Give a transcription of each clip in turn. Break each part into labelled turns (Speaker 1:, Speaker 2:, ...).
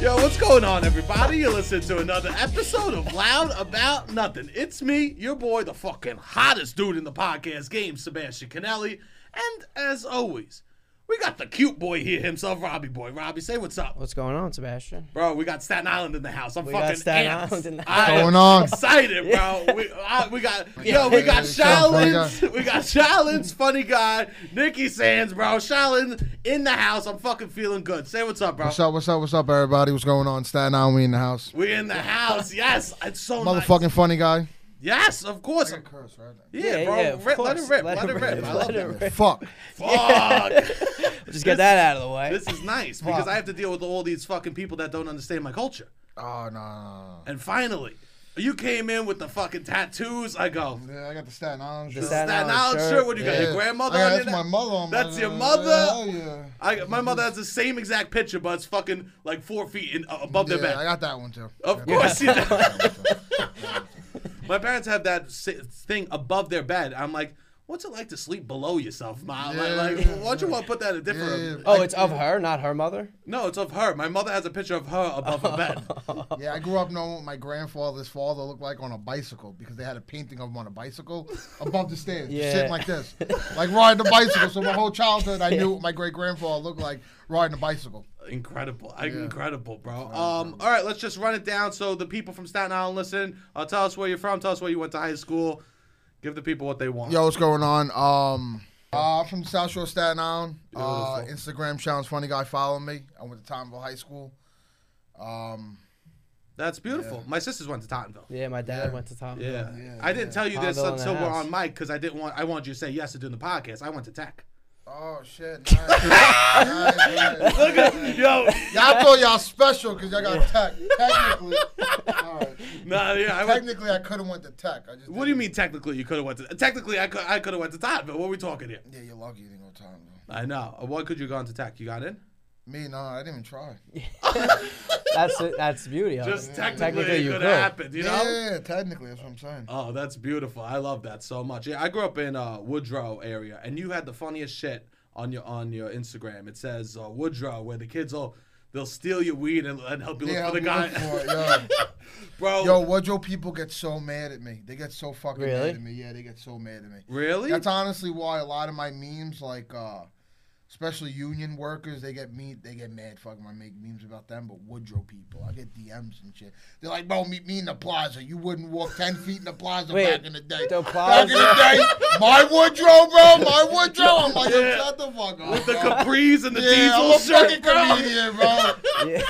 Speaker 1: Yo, what's going on, everybody? You listen to another episode of Loud About Nothing. It's me, your boy, the fucking hottest dude in the podcast game, Sebastian Canelli. And as always, we got the cute boy here himself, Robbie Boy. Robbie, say what's up.
Speaker 2: What's going on, Sebastian?
Speaker 1: Bro, we got Staten Island in the house. I'm
Speaker 2: We got
Speaker 1: fucking
Speaker 2: Staten
Speaker 1: amped.
Speaker 2: Island in the
Speaker 1: I
Speaker 2: house.
Speaker 1: am
Speaker 3: Going on?
Speaker 1: Excited, bro. we, I, we got yo, we
Speaker 2: Yeah,
Speaker 1: got
Speaker 3: yeah, yeah.
Speaker 1: Shaolin, we got Shaolin's funny guy, Nikki Sands, bro. Shaolin in the house. I'm fucking feeling good. Say what's up, bro.
Speaker 3: What's up? What's up? What's up, everybody? What's going on? Staten Island, we in the house.
Speaker 1: We in the house. Yes, it's so
Speaker 3: Motherfucking
Speaker 1: nice.
Speaker 3: funny guy.
Speaker 1: Yes, of course.
Speaker 3: curse, right?
Speaker 1: Yeah,
Speaker 2: Yeah,
Speaker 1: bro.
Speaker 2: yeah, of
Speaker 1: rip, let it
Speaker 2: course.
Speaker 1: rip. Let, it rip. I love
Speaker 2: let it
Speaker 1: it.
Speaker 2: rip.
Speaker 3: Fuck.
Speaker 1: Fuck.
Speaker 2: Let's just get that out of the way.
Speaker 1: this is nice because I have to deal with all these fucking people that don't understand my culture.
Speaker 3: Oh no, no,
Speaker 1: And finally, you came in with the fucking tattoos. I go.
Speaker 3: no. Yeah, I got the Staten Island. Shirt.
Speaker 2: Staten-
Speaker 1: That now
Speaker 2: Island
Speaker 1: sure.
Speaker 2: shirt.
Speaker 1: What do you got? Your grandmother.
Speaker 3: I got-
Speaker 1: on
Speaker 3: that's
Speaker 1: your
Speaker 3: my
Speaker 1: neck?
Speaker 3: mother. on my-
Speaker 1: That's your
Speaker 3: uh, yeah,
Speaker 1: mother? I,
Speaker 3: Yeah,
Speaker 1: my mother has the same exact picture, but it's fucking like four feet in, uh, above
Speaker 3: yeah.
Speaker 1: their back.
Speaker 3: I got that one too.
Speaker 1: Of course you do. My parents have that si- thing above their bed. I'm like, what's it like to sleep below yourself, Ma?
Speaker 3: Yeah,
Speaker 1: like,
Speaker 3: yeah,
Speaker 1: why don't you want to put that in a different?
Speaker 3: Yeah.
Speaker 2: oh, it's of her, not her mother.
Speaker 1: No, it's of her. My mother has a picture of her above her bed.
Speaker 3: Yeah, I grew up knowing what my grandfather's father looked like on a bicycle because they had a painting of him on a bicycle above the stairs, just
Speaker 2: Yeah.
Speaker 3: sitting like this, like riding a bicycle. So my whole childhood, I knew what my great grandfather looked like riding a bicycle.
Speaker 1: Incredible, incredible, bro. Um, all right, let's just run it down. So the people from Staten Island, listen. Uh, tell us where you're from. Tell us where you went to high school. Give the people what they want.
Speaker 3: Yo, what's going on? Um, uh, I'm from South Shore, Staten Island. Uh,
Speaker 1: Beautiful.
Speaker 3: Instagram challenge, funny guy, follow me. I went to Tomball High School. Um,
Speaker 1: That's beautiful. My sisters went to Tottenville.
Speaker 2: Yeah, my dad
Speaker 3: Yeah.
Speaker 2: went to Tom.
Speaker 1: Yeah. I didn't tell you this
Speaker 2: Tottenville in the
Speaker 1: until we're
Speaker 2: house.
Speaker 1: on mic because I didn't want I wanted you to say yes to doing the podcast. I went to tech.
Speaker 3: oh shit! Nice. Nice, nice, nice.
Speaker 1: Yo,
Speaker 3: Y'all thought y'all special because y'all got tech. Technically, all right.
Speaker 1: no, yeah, I went,
Speaker 3: Technically, I could have went to tech. I just
Speaker 1: What do you
Speaker 3: didn't.
Speaker 1: mean technically you could have went to technically I could I could have went to Tottenville. What are we talking here?
Speaker 3: Yeah, you're lucky you didn't go to Tomball.
Speaker 1: I know. Why could you gone to tech? You got in?
Speaker 3: Me, no, I didn't even try.
Speaker 2: That's it- that's the beauty of
Speaker 1: Just
Speaker 2: it.
Speaker 1: technically,
Speaker 2: Technically,
Speaker 1: it
Speaker 2: you
Speaker 1: could
Speaker 2: could.
Speaker 1: have happened, you know?
Speaker 3: Yeah, yeah, yeah, technically, that's what I'm saying.
Speaker 1: Oh, that's beautiful. I love that so much. Yeah, I grew up in uh, Woodrow area, and you had the funniest shit on your on your Instagram. It says uh, Woodrow, where the kids all they'll steal your weed and, and help you look
Speaker 3: yeah,
Speaker 1: for the
Speaker 3: I'm
Speaker 1: guy,
Speaker 3: looking for it, yeah.
Speaker 1: bro.
Speaker 3: Yo, Woodrow people get so mad at me. They get so fucking
Speaker 2: Really?
Speaker 3: mad at me. Yeah, they get so mad at me.
Speaker 1: really?
Speaker 3: That's honestly why a lot of my memes, like uh, especially union workers, they get me they get mad fucking when I make memes about them. But Woodrow people, I get DMs and shit. They're like, "Bro, meet me in the plaza. You wouldn't walk ten feet in the plaza
Speaker 2: Wait,
Speaker 3: back in the day.
Speaker 2: the
Speaker 3: Back in the day, my Woodrow, bro, my Woodrow. I'm like, yo,
Speaker 1: Yeah.
Speaker 3: shut the fuck up.
Speaker 1: With the
Speaker 3: bro.
Speaker 1: capris and the
Speaker 3: yeah, I'm
Speaker 1: diesel
Speaker 3: a
Speaker 1: shirt,
Speaker 3: fucking
Speaker 1: bro.
Speaker 3: comedian, bro.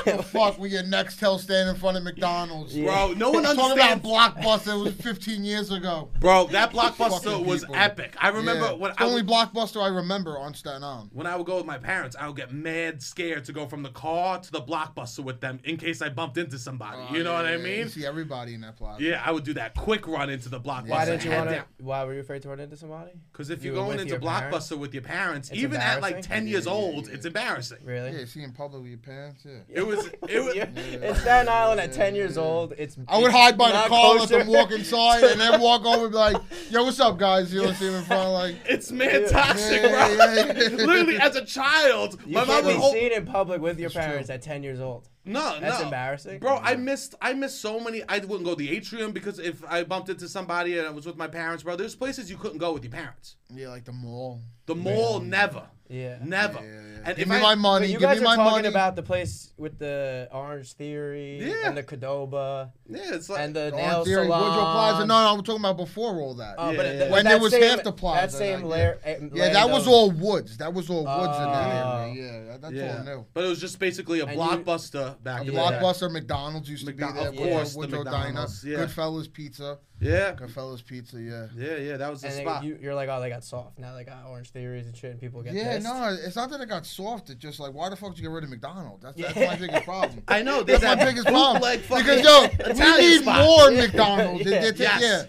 Speaker 2: Yeah.
Speaker 3: Fuck, we get Nextel stand in front of McDonald's.
Speaker 1: Bro, no one
Speaker 3: Talking
Speaker 1: understands.
Speaker 3: about Blockbuster, it was 15 years ago.
Speaker 1: Bro, that blockbuster
Speaker 3: Fucking
Speaker 1: was
Speaker 3: people.
Speaker 1: epic. I remember
Speaker 3: Yeah.
Speaker 1: when
Speaker 3: It's
Speaker 1: I
Speaker 3: the only Blockbuster I remember on Staten Island.
Speaker 1: when I would go with my parents, I would get mad scared to go from the car to the blockbuster with them in case I bumped into somebody. you know
Speaker 3: Yeah,
Speaker 1: what I
Speaker 3: Oh, yeah, You
Speaker 1: mean?
Speaker 3: see everybody in that plaza.
Speaker 1: Yeah, I would do that quick run into the blockbuster.
Speaker 2: Why didn't you
Speaker 1: head
Speaker 2: want to?
Speaker 1: down.
Speaker 2: Why were you afraid to run into somebody?
Speaker 1: Because if
Speaker 2: You
Speaker 1: you're
Speaker 2: were
Speaker 1: going
Speaker 2: with
Speaker 1: into
Speaker 2: your
Speaker 1: Blockbuster
Speaker 2: parents?
Speaker 1: with your parents, even at like
Speaker 2: embarrassing?
Speaker 1: 10 years
Speaker 3: Yeah, yeah,
Speaker 1: old,
Speaker 3: yeah.
Speaker 1: it's embarrassing.
Speaker 2: Really?
Speaker 3: Yeah, you see in public with your parents. Yeah.
Speaker 1: It was, it was,
Speaker 2: You're- It's Staten Island at 10 years old. It's
Speaker 3: I would hide by the
Speaker 2: not
Speaker 3: car, let them
Speaker 2: kosher.
Speaker 3: walk inside, and then walk over and be like, yo, what's up, guys? You know, see them in front, like,
Speaker 1: it's man toxic,
Speaker 3: Yeah,
Speaker 1: bro.
Speaker 3: yeah, yeah.
Speaker 1: Literally, as a child,
Speaker 2: You
Speaker 1: my mom
Speaker 2: can't
Speaker 1: would
Speaker 2: be
Speaker 1: hold.
Speaker 2: seen in public with your parents at 10 years old.
Speaker 1: No,
Speaker 2: That's
Speaker 1: no.
Speaker 2: embarrassing.
Speaker 1: Bro, I missed I missed so many. I wouldn't go to the atrium because if I bumped into somebody and I was with my parents, bro, there's places you couldn't go with your parents.
Speaker 3: yeah, like the mall.
Speaker 1: The mall, never.
Speaker 2: Yeah.
Speaker 1: Never.
Speaker 3: Yeah,
Speaker 1: And
Speaker 3: yeah. give
Speaker 1: if
Speaker 3: me
Speaker 1: I,
Speaker 3: my
Speaker 2: But
Speaker 3: money.
Speaker 2: you
Speaker 3: Give
Speaker 2: guys
Speaker 3: me
Speaker 2: are
Speaker 3: my
Speaker 2: talking
Speaker 3: money.
Speaker 2: about the place with the Orange Theory
Speaker 1: Yeah.
Speaker 2: and the Cadoba
Speaker 1: yeah, it's like
Speaker 2: and the
Speaker 3: Orange
Speaker 2: nail
Speaker 3: Theory,
Speaker 2: salon.
Speaker 3: Oh, Woodrow Plaza. No, no, I'm talking about before all that.
Speaker 2: Oh, but
Speaker 1: Yeah,
Speaker 2: it-
Speaker 1: yeah,
Speaker 2: but
Speaker 3: when
Speaker 2: that
Speaker 3: there was
Speaker 2: same-
Speaker 3: half the plaza.
Speaker 2: That same
Speaker 3: like,
Speaker 2: layer. eh,
Speaker 3: Yeah,
Speaker 2: land
Speaker 3: that was
Speaker 2: of-
Speaker 3: all woods. That was all woods in
Speaker 2: Oh.
Speaker 3: that area. Yeah, that- that's
Speaker 1: yeah.
Speaker 3: all new.
Speaker 1: But it was just basically a
Speaker 2: And you-
Speaker 1: blockbuster back
Speaker 3: A
Speaker 1: in the day.
Speaker 3: Blockbuster, McDonald's used to
Speaker 1: McDo- of
Speaker 3: be there.
Speaker 1: course, the
Speaker 3: Woodrow
Speaker 1: McDonald's, yeah.
Speaker 3: Goodfellas Pizza.
Speaker 1: Yeah.
Speaker 3: Goodfellas Pizza, yeah.
Speaker 1: Yeah, yeah, that was the
Speaker 2: And they-
Speaker 1: spot.
Speaker 2: you, you're like, oh, they got soft. Now they got Orange Theories and shit, and people get
Speaker 3: Yeah,
Speaker 2: pissed.
Speaker 3: no, it's not that it got soft. It's just like, why the fuck did you get rid of McDonald's? That's, that's
Speaker 2: Yeah.
Speaker 3: my biggest problem.
Speaker 1: I know.
Speaker 3: That's my
Speaker 1: that
Speaker 3: biggest problem.
Speaker 1: bootleg fucking
Speaker 3: Because yo, we
Speaker 1: Italian
Speaker 3: need
Speaker 1: spot.
Speaker 3: more McDonald's. They- they-
Speaker 1: Yes.
Speaker 3: Yeah,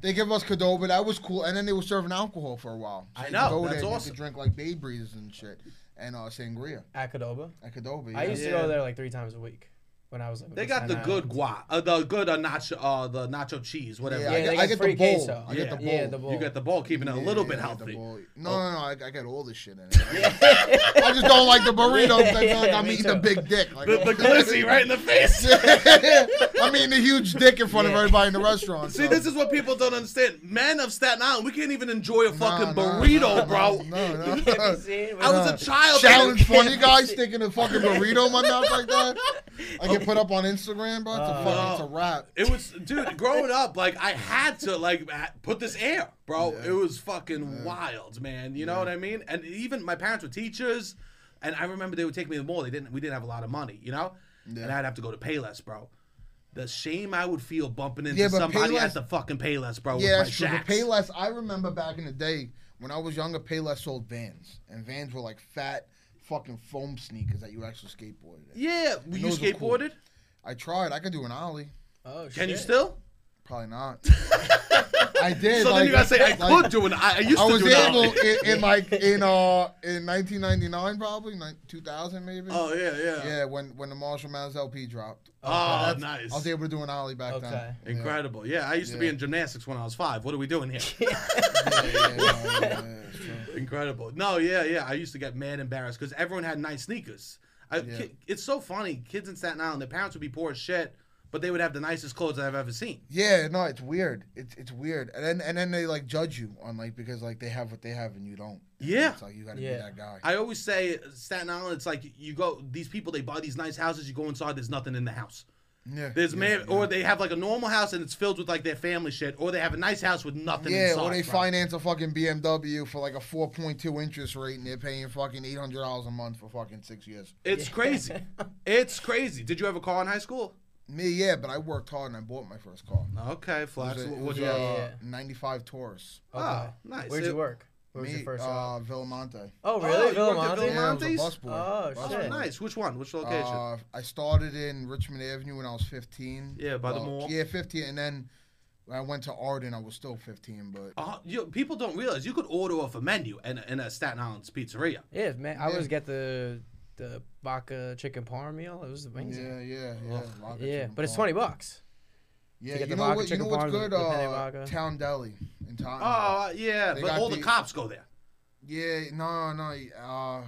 Speaker 3: they give us Cadoba. That was cool. And then they were serving alcohol for a while.
Speaker 1: I
Speaker 3: you
Speaker 1: know,
Speaker 3: could Go
Speaker 1: that's
Speaker 3: there and You
Speaker 1: awesome.
Speaker 3: could drink like Bay Breezes and shit, and uh, sangria
Speaker 2: At Cadoba.
Speaker 3: at Cadoba.
Speaker 2: I
Speaker 3: yeah.
Speaker 2: used to
Speaker 1: Yeah.
Speaker 2: go there like three times a week. when I was living.
Speaker 1: They
Speaker 2: in
Speaker 1: got the
Speaker 2: Staten
Speaker 1: good
Speaker 2: Island.
Speaker 1: guac, uh, the good uh, nacho, uh, the nacho cheese, whatever.
Speaker 3: Yeah,
Speaker 2: Yeah,
Speaker 3: I
Speaker 2: they
Speaker 3: get, I
Speaker 2: got
Speaker 3: get
Speaker 2: free
Speaker 3: the bowl.
Speaker 2: queso.
Speaker 3: I get the bowl.
Speaker 2: Yeah, the bowl.
Speaker 1: You got the ball, keeping it a
Speaker 3: Yeah,
Speaker 1: little
Speaker 3: yeah,
Speaker 1: bit
Speaker 3: I get the
Speaker 1: healthy. Oh.
Speaker 3: bowl. No, no, no. I, I get all this shit in it. I just don't like the burrito. 'cause I feel like
Speaker 2: Yeah,
Speaker 3: I'm
Speaker 2: me
Speaker 3: eating a
Speaker 2: too.
Speaker 3: big dick. Like,
Speaker 1: The, the glizzy right in the face.
Speaker 3: I'm eating a huge dick in front of
Speaker 2: Yeah.
Speaker 3: everybody in the restaurant.
Speaker 1: See,
Speaker 3: so.
Speaker 1: this is what people don't understand. Men of Staten Island, we can't even enjoy a fucking
Speaker 3: no,
Speaker 1: burrito,
Speaker 3: no,
Speaker 1: bro.
Speaker 3: No, no.
Speaker 2: Have you seen?
Speaker 1: I was a child.
Speaker 3: Challenge
Speaker 1: Fuck
Speaker 3: funny guys sticking a fucking burrito in my mouth like that. I get put up on Instagram, bro. It's
Speaker 1: Uh,
Speaker 3: a fucking, it's a wrap.
Speaker 1: It was, dude. Growing up, like I had to like ha- put this air, bro. It was fucking wild, man. You know what I mean? And even my parents were teachers, and I remember they would take me to the mall. They didn't. We didn't have a lot of money, you know. And I'd have to go to Payless, bro. The shame I would feel bumping into
Speaker 3: Yeah, but
Speaker 1: somebody
Speaker 3: Payless-
Speaker 1: at the fucking Payless, bro.
Speaker 3: Yeah,
Speaker 1: with my
Speaker 3: that's true. But
Speaker 1: shacks.
Speaker 3: Payless, I remember back in the day when I was younger, Payless sold Vans, and Vans were like fat fucking foam sneakers that you actually skateboarded. in.
Speaker 1: Yeah, were you
Speaker 3: those were
Speaker 1: skateboarded?
Speaker 3: cool. I tried. I could do an ollie.
Speaker 2: Oh,
Speaker 1: Can you
Speaker 2: shit.
Speaker 1: still?
Speaker 3: Probably not. I did.
Speaker 1: So
Speaker 3: like,
Speaker 1: then you gotta say I
Speaker 3: like,
Speaker 1: could do an. I, I used
Speaker 3: I
Speaker 1: to
Speaker 3: was
Speaker 1: do an
Speaker 3: able
Speaker 1: ollie.
Speaker 3: in, in like in uh in 1999 probably like 2000 maybe.
Speaker 1: Oh yeah, yeah.
Speaker 3: Yeah, when when the Marshall Mathers LP dropped,
Speaker 1: Oh,
Speaker 3: That's-
Speaker 1: nice.
Speaker 3: I was able to do an ollie back
Speaker 2: Okay.
Speaker 3: then.
Speaker 1: Incredible. Yeah, I used to be
Speaker 3: Yeah.
Speaker 1: in gymnastics when I was five. What are we doing here?
Speaker 3: Yeah, yeah, yeah, yeah, yeah, it's true.
Speaker 1: Incredible. No, yeah, yeah. I used to get mad embarrassed because everyone had nice sneakers. I,
Speaker 3: Yeah.
Speaker 1: ki- it's so funny. Kids in Staten Island, their parents would be poor as shit, but they would have the nicest clothes I've ever seen.
Speaker 3: Yeah, no, it's weird. It's it's weird, and then and then they like judge you on like because like they have what they have and you don't. And
Speaker 1: Yeah.
Speaker 3: it's like you gotta be
Speaker 2: Yeah.
Speaker 3: that guy.
Speaker 1: I always say Staten Island. It's like you go. These people they buy these nice houses. You go inside. There's nothing in the house.
Speaker 3: yeah,
Speaker 1: There's
Speaker 3: yeah,
Speaker 1: man,
Speaker 3: yeah.
Speaker 1: or they have like a normal house and it's filled with like their family shit, or they have a nice house with nothing.
Speaker 3: yeah,
Speaker 1: inside,
Speaker 3: or they
Speaker 1: bro.
Speaker 3: finance a fucking BMW for like a four point two interest rate, and they're paying fucking eight hundred dollars a month for fucking six years.
Speaker 1: It's crazy. It's crazy. Did you have a car in high school?
Speaker 3: Me, yeah, but I worked hard and I bought my first car.
Speaker 1: Okay,
Speaker 3: It
Speaker 1: flex.
Speaker 3: was a, it uh,
Speaker 1: What
Speaker 3: was
Speaker 1: you
Speaker 3: a
Speaker 1: have?
Speaker 2: Yeah.
Speaker 3: ninety five Taurus.
Speaker 2: Okay.
Speaker 1: Oh, nice.
Speaker 2: Where'd
Speaker 1: It-
Speaker 2: you work? Where was
Speaker 3: Me,
Speaker 2: your first job?
Speaker 3: uh, Villamonte.
Speaker 2: Oh,
Speaker 1: you
Speaker 2: really?
Speaker 1: worked at
Speaker 2: Villamonte?
Speaker 1: Villamonte?
Speaker 3: Yeah, I was a
Speaker 1: Villamonte's?
Speaker 3: bus boy.
Speaker 2: Oh,
Speaker 3: Bus
Speaker 1: Oh,
Speaker 2: shit.
Speaker 3: boy.
Speaker 1: nice. Which one? Which location?
Speaker 3: Uh, I started in Richmond Avenue when I was 15.
Speaker 1: Yeah, by the mall.
Speaker 3: Yeah, 15, and then when I went to Arden. I was still 15, but
Speaker 1: Uh, you, people don't realize you could order off a menu in, in a Staten Island's pizzeria.
Speaker 2: Yeah, man. I
Speaker 3: Yeah.
Speaker 2: always get the the vodka chicken parm meal. It was amazing.
Speaker 3: yeah, yeah,
Speaker 1: Oh,
Speaker 3: yeah. vodka
Speaker 2: Yeah,
Speaker 3: chicken
Speaker 2: but it's
Speaker 3: parm.
Speaker 2: twenty bucks.
Speaker 3: Yeah,
Speaker 2: to get
Speaker 3: you
Speaker 2: the
Speaker 3: know
Speaker 2: vodka
Speaker 3: what? You know
Speaker 2: chicken
Speaker 3: what's
Speaker 2: parm
Speaker 3: good?
Speaker 2: with penne
Speaker 3: Uh,
Speaker 2: vodka.
Speaker 3: Town Deli in Town.
Speaker 1: Oh uh, yeah,
Speaker 3: Uh-huh. They
Speaker 1: but
Speaker 3: got
Speaker 1: all the
Speaker 3: the-
Speaker 1: cops go there.
Speaker 3: Yeah, no, no, uh,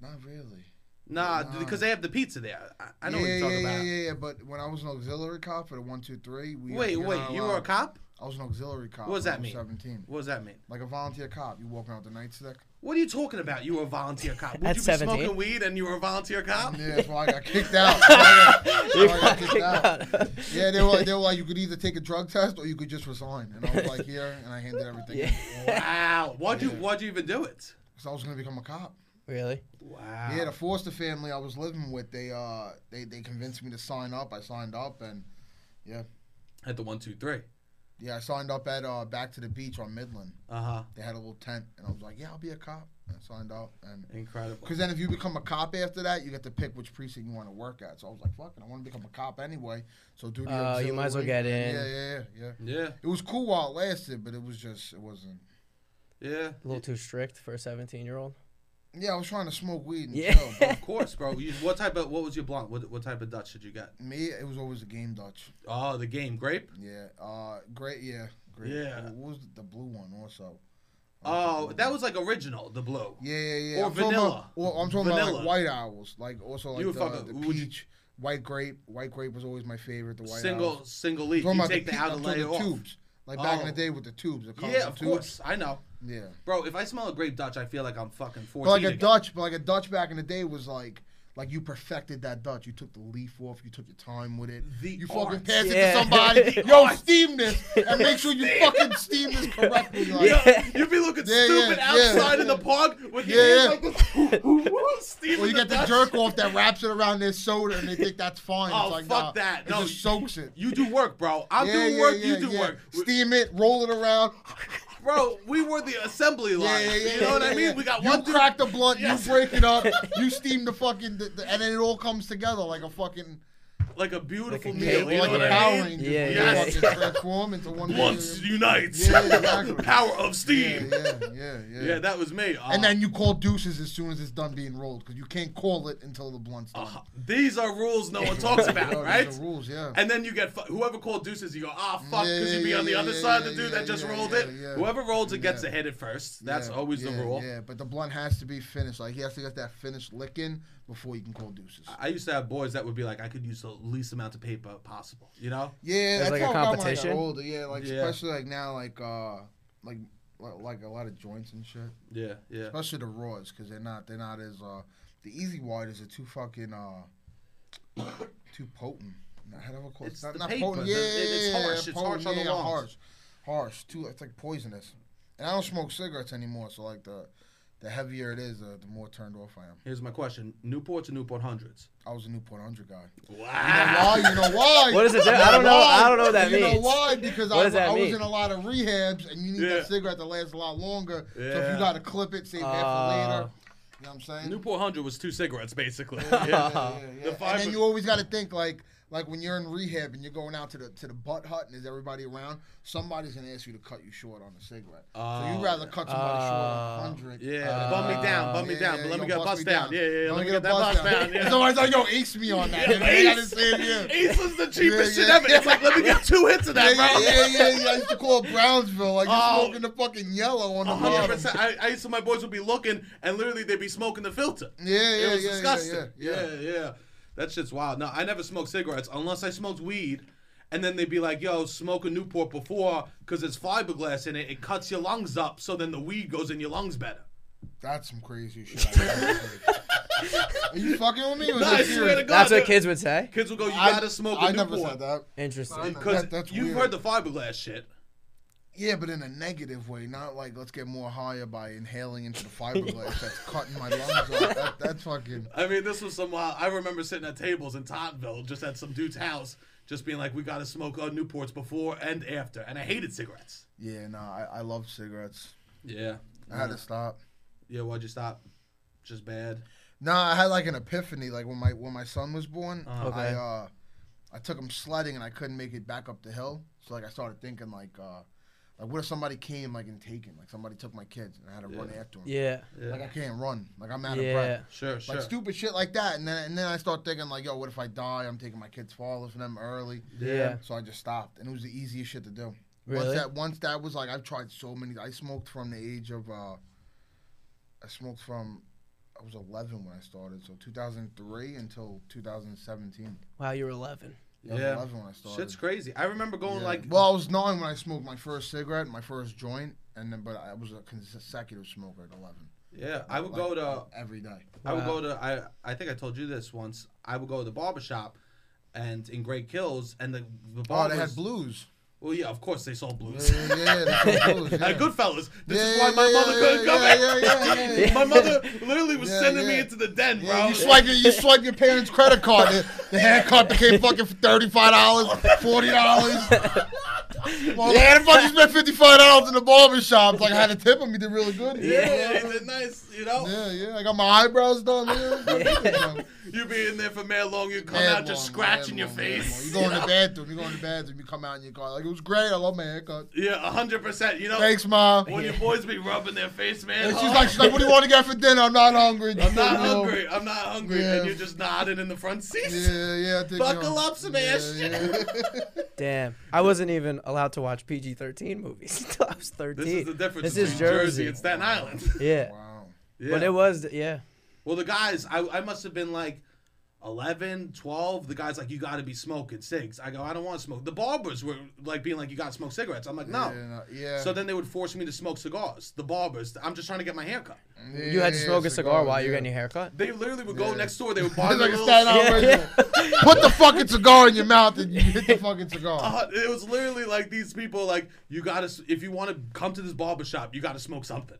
Speaker 3: not really.
Speaker 1: Nah,
Speaker 3: Nah.
Speaker 1: because they have the pizza there. I, I know
Speaker 3: yeah,
Speaker 1: what you're talking
Speaker 3: yeah,
Speaker 1: about.
Speaker 3: yeah, yeah, yeah. But when I was an auxiliary cop for the one, two, three, we uh,
Speaker 1: Wait,
Speaker 3: you're
Speaker 1: wait,
Speaker 3: not
Speaker 1: you
Speaker 3: allowed-
Speaker 1: were a cop?
Speaker 3: I was an auxiliary cop.
Speaker 1: What does
Speaker 3: when
Speaker 1: that
Speaker 3: I was
Speaker 1: mean?
Speaker 3: Seventeen.
Speaker 1: What does that mean?
Speaker 3: Like a volunteer cop, you walking out with a nightstick.
Speaker 1: What are you talking about? You were a volunteer cop. Would
Speaker 2: At
Speaker 1: you be
Speaker 2: 17?
Speaker 1: smoking weed and you were a volunteer cop?
Speaker 3: Yeah, that's why I got kicked out. That's why I got- that's why I got kicked out.
Speaker 2: yeah.
Speaker 3: Yeah, they were, they were like, you could either take a drug test or you could just resign. And I was like, here, and I handed everything. in. 'Cause
Speaker 1: Wow. Why'd you Why'd you even do it?
Speaker 3: I was gonna become a cop.
Speaker 2: Really?
Speaker 1: Wow.
Speaker 3: Yeah, the Forster family I was living with, they uh, they they convinced me to sign up. I signed up, and yeah,
Speaker 1: At the one, two, three.
Speaker 3: yeah, I signed up at uh, Back to the Beach on Midland.
Speaker 1: Uh huh.
Speaker 3: They had a little tent, and I was like, yeah, I'll be a cop. And I signed up, and
Speaker 1: Incredible.
Speaker 3: because then if you become a cop after that, you get to pick which precinct you want to work at. So I was like, fuck it, I want to become a cop anyway. So do the.
Speaker 2: Oh, you might as well get
Speaker 3: auxiliary.
Speaker 2: in.
Speaker 3: Yeah, yeah, yeah.
Speaker 1: Yeah.
Speaker 3: It was cool while it lasted, but it was just it wasn't.
Speaker 1: Yeah.
Speaker 2: A little too strict for a seventeen-year-old.
Speaker 3: Yeah, I was trying to smoke weed and
Speaker 2: Yeah.
Speaker 3: chill. But
Speaker 1: Of course, bro. You, what type of What was your blunt? What What type of Dutch did you get?
Speaker 3: me, it was always a game Dutch.
Speaker 1: Oh, the game grape.
Speaker 3: Yeah, uh, great. Yeah, great.
Speaker 1: Yeah.
Speaker 3: What was the blue one also?
Speaker 1: Oh, that was like original, the blue.
Speaker 3: Yeah, yeah, yeah.
Speaker 1: Or
Speaker 3: I'm talking
Speaker 1: vanilla.
Speaker 3: About, well, I'm talking about
Speaker 1: Vanilla.
Speaker 3: like white owls, like also like
Speaker 1: You would
Speaker 3: the,
Speaker 1: fuck
Speaker 3: the
Speaker 1: up- would you-
Speaker 3: peach, white grape. White grape was always my favorite. The white
Speaker 1: single
Speaker 3: Owls.
Speaker 1: single leaf.
Speaker 3: I'm talking
Speaker 1: You
Speaker 3: about
Speaker 1: take the,
Speaker 3: pe- I'm
Speaker 1: outer
Speaker 3: talking
Speaker 1: layer
Speaker 3: the
Speaker 1: off.
Speaker 3: tubes, like back in the
Speaker 1: Oh.
Speaker 3: day with the tubes. The colours
Speaker 1: Yeah, of
Speaker 3: tubes.
Speaker 1: course. I know,
Speaker 3: Yeah,
Speaker 1: bro. If I smell a grape Dutch, I feel like I'm fucking
Speaker 3: but
Speaker 1: fourteen.
Speaker 3: like a
Speaker 1: again.
Speaker 3: Dutch, but like a Dutch back in the day was like. Like you perfected that Dutch. You took the leaf off. You took your time with it.
Speaker 1: The
Speaker 3: you
Speaker 1: art.
Speaker 3: fucking passed it
Speaker 2: Yeah.
Speaker 3: to somebody.
Speaker 2: The
Speaker 3: Yo,
Speaker 1: art.
Speaker 3: steam this and make sure you fucking steam this correctly. Like,
Speaker 1: Yo, you'd be looking
Speaker 3: Yeah, yeah,
Speaker 1: stupid
Speaker 3: yeah.
Speaker 1: outside in the park with your
Speaker 3: Yeah,
Speaker 1: hands
Speaker 3: yeah.
Speaker 1: like this. Steaming
Speaker 3: Well, you get the
Speaker 1: Dutch.
Speaker 3: jerk off that wraps it around their soda, and they think that's fine.
Speaker 1: Oh,
Speaker 3: it's like,
Speaker 1: fuck
Speaker 3: nah,
Speaker 1: that.
Speaker 3: It
Speaker 1: No,
Speaker 3: just soaks it.
Speaker 1: You do work, bro. I do work. you do
Speaker 3: yeah.
Speaker 1: work,
Speaker 3: Steam it, roll it around.
Speaker 1: bro. We were the assembly
Speaker 3: Yeah,
Speaker 1: line.
Speaker 3: yeah, yeah.
Speaker 1: you know what
Speaker 3: yeah,
Speaker 1: I mean?
Speaker 3: yeah.
Speaker 1: We got
Speaker 3: you
Speaker 1: one. dude-
Speaker 3: crack the blunt,
Speaker 1: Yes.
Speaker 3: you break it up, you steam the fucking, the, the, and then it all comes together like a fucking.
Speaker 1: like a beautiful
Speaker 2: Like a
Speaker 1: meal.
Speaker 2: cake,
Speaker 1: you know
Speaker 3: like
Speaker 1: what
Speaker 3: a
Speaker 1: I
Speaker 3: Power
Speaker 1: mean?
Speaker 3: Ranger.
Speaker 2: Yeah,
Speaker 3: yeah,
Speaker 1: yeah,
Speaker 2: yeah.
Speaker 3: Transform into one. of
Speaker 1: Blunts
Speaker 3: the-
Speaker 1: unites.
Speaker 3: Yeah, exactly.
Speaker 1: Power of
Speaker 3: Yeah,
Speaker 1: steam. Yeah,
Speaker 3: yeah, yeah, yeah.
Speaker 1: that was me. Uh,
Speaker 3: and then you call deuces as soon as it's done being rolled because you can't call it until the blunt's done.
Speaker 1: uh, these are rules no one talks
Speaker 3: Yeah,
Speaker 1: about,
Speaker 3: these are
Speaker 1: right?
Speaker 3: rules, yeah.
Speaker 1: And then you get fu- whoever called deuces, you go, ah, fuck,
Speaker 3: Yeah,
Speaker 1: because
Speaker 3: yeah,
Speaker 1: you'd be
Speaker 3: yeah,
Speaker 1: on the
Speaker 3: yeah,
Speaker 1: other
Speaker 3: yeah,
Speaker 1: side, the
Speaker 3: yeah,
Speaker 1: dude
Speaker 3: yeah,
Speaker 1: that just
Speaker 3: yeah,
Speaker 1: rolled
Speaker 3: yeah,
Speaker 1: it.
Speaker 3: yeah.
Speaker 1: Whoever rolls it gets
Speaker 3: Yeah.
Speaker 1: to hit it first. That's
Speaker 3: Yeah,
Speaker 1: always the
Speaker 3: yeah,
Speaker 1: rule.
Speaker 3: Yeah, but the blunt has to be finished. Like he has to get that finished licking before you can call deuces.
Speaker 1: I used to have boys that would be like, I could use the least amount of paper possible, you know?
Speaker 3: Yeah,
Speaker 2: It's
Speaker 3: that's
Speaker 2: like a
Speaker 3: how I got when I got
Speaker 2: competition?
Speaker 3: older, yeah, like
Speaker 1: Yeah.
Speaker 3: especially like now, like uh, like li- like a lot of joints and shit.
Speaker 1: Yeah, yeah.
Speaker 3: Especially the raws, because they're not they're not as uh the easy wires are too fucking uh too potent. Not, how do I call it?
Speaker 1: It's
Speaker 3: not,
Speaker 1: the
Speaker 3: not
Speaker 1: paper,
Speaker 3: potent.
Speaker 1: the-
Speaker 3: Yeah,
Speaker 1: it- it's
Speaker 3: yeah,
Speaker 1: harsh, it's harsh on the
Speaker 3: yeah,
Speaker 1: lungs.
Speaker 3: Harsh, harsh. Too. It's like poisonous. And I don't smoke cigarettes anymore, so like the the heavier it is, uh, the more turned off I am.
Speaker 1: Here's my question Newports or Newport Hundreds?
Speaker 3: I was a Newport Hundred guy.
Speaker 1: Wow.
Speaker 3: You know why? You know why?
Speaker 2: What is it
Speaker 3: You
Speaker 2: there? I don't know-
Speaker 3: why?
Speaker 2: I don't know what that
Speaker 3: you know
Speaker 2: means.
Speaker 3: why? Because
Speaker 2: What
Speaker 3: I,
Speaker 2: does that
Speaker 3: I was
Speaker 2: mean?
Speaker 3: in a lot of rehabs, and you need
Speaker 1: Yeah.
Speaker 3: that cigarette to last a lot longer. So if
Speaker 1: Yeah.
Speaker 3: you got to clip it, save half for later.
Speaker 2: Uh.
Speaker 3: You know what I'm saying?
Speaker 1: Newport Hundred was two cigarettes, basically. Yeah.
Speaker 3: Yeah, yeah, yeah.
Speaker 1: The
Speaker 3: And
Speaker 1: fiber-
Speaker 3: then you always got to think like like when you're in rehab and you're going out to the to the butt hut and there's everybody around, somebody's gonna ask you to cut you short on a cigarette. so
Speaker 1: Oh, uh,
Speaker 3: you'd rather cut somebody
Speaker 2: Oh.
Speaker 3: short on a hundred. Uh,
Speaker 1: Yeah, bum me down, bum me
Speaker 3: Oh, Yeah,
Speaker 1: down,
Speaker 3: yeah,
Speaker 1: but let
Speaker 3: yo,
Speaker 1: me get bust down. Yeah, yeah, yeah, let me get
Speaker 3: a
Speaker 1: that bust down. yeah.
Speaker 3: Somebody's like, yo, ace me on that.
Speaker 1: Yeah,
Speaker 3: and they gotta
Speaker 1: ace.
Speaker 3: save you.
Speaker 1: Ace was the cheapest
Speaker 3: Yeah,
Speaker 1: shit
Speaker 3: yeah.
Speaker 1: ever. It's like, let me get two hits of
Speaker 3: Yeah,
Speaker 1: that,
Speaker 3: yeah,
Speaker 1: bro.
Speaker 3: yeah, yeah, yeah. I used to call it Brownsville. Like, you're
Speaker 1: Oh.
Speaker 3: smoking the fucking yellow on the
Speaker 1: hundred
Speaker 3: bottom.
Speaker 1: percent. I, I used to my boys would be looking, and literally they'd be smoking the filter.
Speaker 3: Yeah, yeah,
Speaker 1: it was
Speaker 3: yeah, yeah,
Speaker 1: disgusting.
Speaker 3: yeah, yeah.
Speaker 1: yeah, That shit's wild. No, I never smoked cigarettes unless I smoked weed, and then they'd be like, "Yo, smoke a Newport before, cause it's fiberglass in it. It cuts your lungs up, so then the weed goes in your lungs better."
Speaker 3: That's some crazy shit. Are you fucking with me? Or
Speaker 1: No,
Speaker 3: is it
Speaker 1: I swear
Speaker 3: serious?
Speaker 1: to God,
Speaker 2: That's what
Speaker 1: dude.
Speaker 2: kids would say.
Speaker 1: Kids will go, "You
Speaker 3: I-
Speaker 1: gotta smoke a
Speaker 3: I
Speaker 1: Newport."
Speaker 3: never said that.
Speaker 2: Interesting.
Speaker 1: Because
Speaker 3: That- that's
Speaker 1: you've
Speaker 3: weird.
Speaker 1: heard the fiberglass shit.
Speaker 3: Yeah, but in a negative way, not like let's get more higher by inhaling into the fiberglass that's cutting my lungs up. That, that's fucking.
Speaker 1: I mean, this was some. Uh, I remember sitting at tables in Tottenville, just at some dude's house, just being like, "We gotta smoke uh, Newports before and after," and I hated cigarettes.
Speaker 3: Yeah, nah, I, I love cigarettes.
Speaker 1: Yeah.
Speaker 3: I had to stop.
Speaker 1: Yeah, why'd you stop? Just bad.
Speaker 3: Nah, I had like an epiphany. Like when my when my son was born,
Speaker 2: Oh, Okay.
Speaker 3: I uh, I took him sledding and I couldn't make it back up the hill. So like I started thinking like uh, like what if somebody came like and taken? Like somebody took my kids and I had to run after them.
Speaker 2: Yeah.
Speaker 1: Yeah.
Speaker 3: Like I can't run. Like I'm out of
Speaker 2: Yeah.
Speaker 3: breath.
Speaker 1: Sure, sure.
Speaker 3: Like stupid shit like that. And then and then I start thinking like, yo, what if I die? I'm taking my kids father from them early.
Speaker 2: Yeah.
Speaker 3: So I just stopped, and it was the easiest shit to do.
Speaker 2: Really?
Speaker 3: Once that once that was like I've tried so many. I smoked from the age of uh, I smoked from I was 11 when I started, so 2003 until 2017.
Speaker 2: Wow, you were 11.
Speaker 3: I was
Speaker 1: Yeah.
Speaker 3: 11 when I started.
Speaker 1: Shit's crazy. I remember going
Speaker 3: Yeah.
Speaker 1: like,
Speaker 3: well, I was nine when I smoked my first cigarette, my first joint, and then but I was a consecutive smoker at 11.
Speaker 1: yeah, I would
Speaker 3: Like,
Speaker 1: go to,
Speaker 3: every day.
Speaker 1: I would go
Speaker 2: Wow.
Speaker 1: to, I, I think I told you this once. I would go to the barber shop, and in Great Kills, and the the
Speaker 3: Oh,
Speaker 1: barbers.
Speaker 3: they had blues.
Speaker 1: Well, yeah, of course they sold blues.
Speaker 3: Yeah, yeah, yeah, they sold blues. Yeah.
Speaker 1: At Goodfellas, this
Speaker 3: Yeah,
Speaker 1: is
Speaker 3: yeah,
Speaker 1: why my
Speaker 3: yeah,
Speaker 1: mother
Speaker 3: yeah,
Speaker 1: couldn't
Speaker 3: yeah,
Speaker 1: come back.
Speaker 3: yeah, yeah, yeah, yeah.
Speaker 1: my mother literally was
Speaker 3: Yeah,
Speaker 1: sending me
Speaker 3: yeah.
Speaker 1: into the den, bro.
Speaker 3: Yeah, you swipe your you swipe your parents' credit card. The, the haircut became fucking thirty five dollars, forty dollars. yeah, the fuck you spent fifty five dollars in the barber shop. It's Like I had a tip on me, did really good.
Speaker 1: yeah,
Speaker 3: yeah,
Speaker 1: it's a nice, you know.
Speaker 3: yeah, yeah. I got my eyebrows done. Yeah.
Speaker 1: You be in there for mad long, you come
Speaker 3: Mad
Speaker 1: out just
Speaker 3: long,
Speaker 1: scratching
Speaker 3: mad
Speaker 1: your
Speaker 3: long, mad long.
Speaker 1: face.
Speaker 3: You go in the bathroom. You go in the bathroom. You come out in your car. Like it was great. I love my haircut.
Speaker 1: Yeah, hundred percent. You know,
Speaker 3: Thanks, mom.
Speaker 1: when your boys be rubbing their face, man.
Speaker 3: And she's
Speaker 1: huh?
Speaker 3: like, she's like, what do you want to get for dinner? I'm not hungry.
Speaker 1: I'm not
Speaker 3: You know?
Speaker 1: hungry. I'm not hungry.
Speaker 3: Yeah.
Speaker 1: And you're just nodding in the front seat.
Speaker 3: Yeah, yeah. I think, you
Speaker 1: Buckle
Speaker 3: know,
Speaker 1: up, Sebastian.
Speaker 2: Damn. I wasn't even allowed to watch PG 13 movies until I was 13.
Speaker 1: This is the difference
Speaker 2: This is
Speaker 1: between Jersey.
Speaker 2: Jersey.
Speaker 1: and Staten Island.
Speaker 2: Yeah.
Speaker 3: wow.
Speaker 1: yeah.
Speaker 2: But it was, yeah.
Speaker 1: well, the guys, I, I must have been like 11, 12. The guy's like, you got to be smoking cigs. I go, I don't want to smoke. The barbers were like being like, you got to smoke cigarettes. I'm like, no.
Speaker 3: Yeah, no, yeah.
Speaker 1: So then they would force me to smoke cigars. The barbers. I'm just trying to get my hair cut.
Speaker 2: You had to
Speaker 3: Yeah,
Speaker 2: smoke a cigar while you're
Speaker 3: yeah.
Speaker 2: getting your hair cut?
Speaker 1: They literally would go
Speaker 3: Mm. Yeah.
Speaker 1: next door. They would buy me
Speaker 3: It's like a
Speaker 1: little.
Speaker 3: Staten Island
Speaker 2: Yeah.
Speaker 3: version. Put the fucking cigar in your mouth and you hit the fucking cigar.
Speaker 1: Uh, it was literally like these people like you gotta s- if you want to come to this barber shop you gotta smoke something.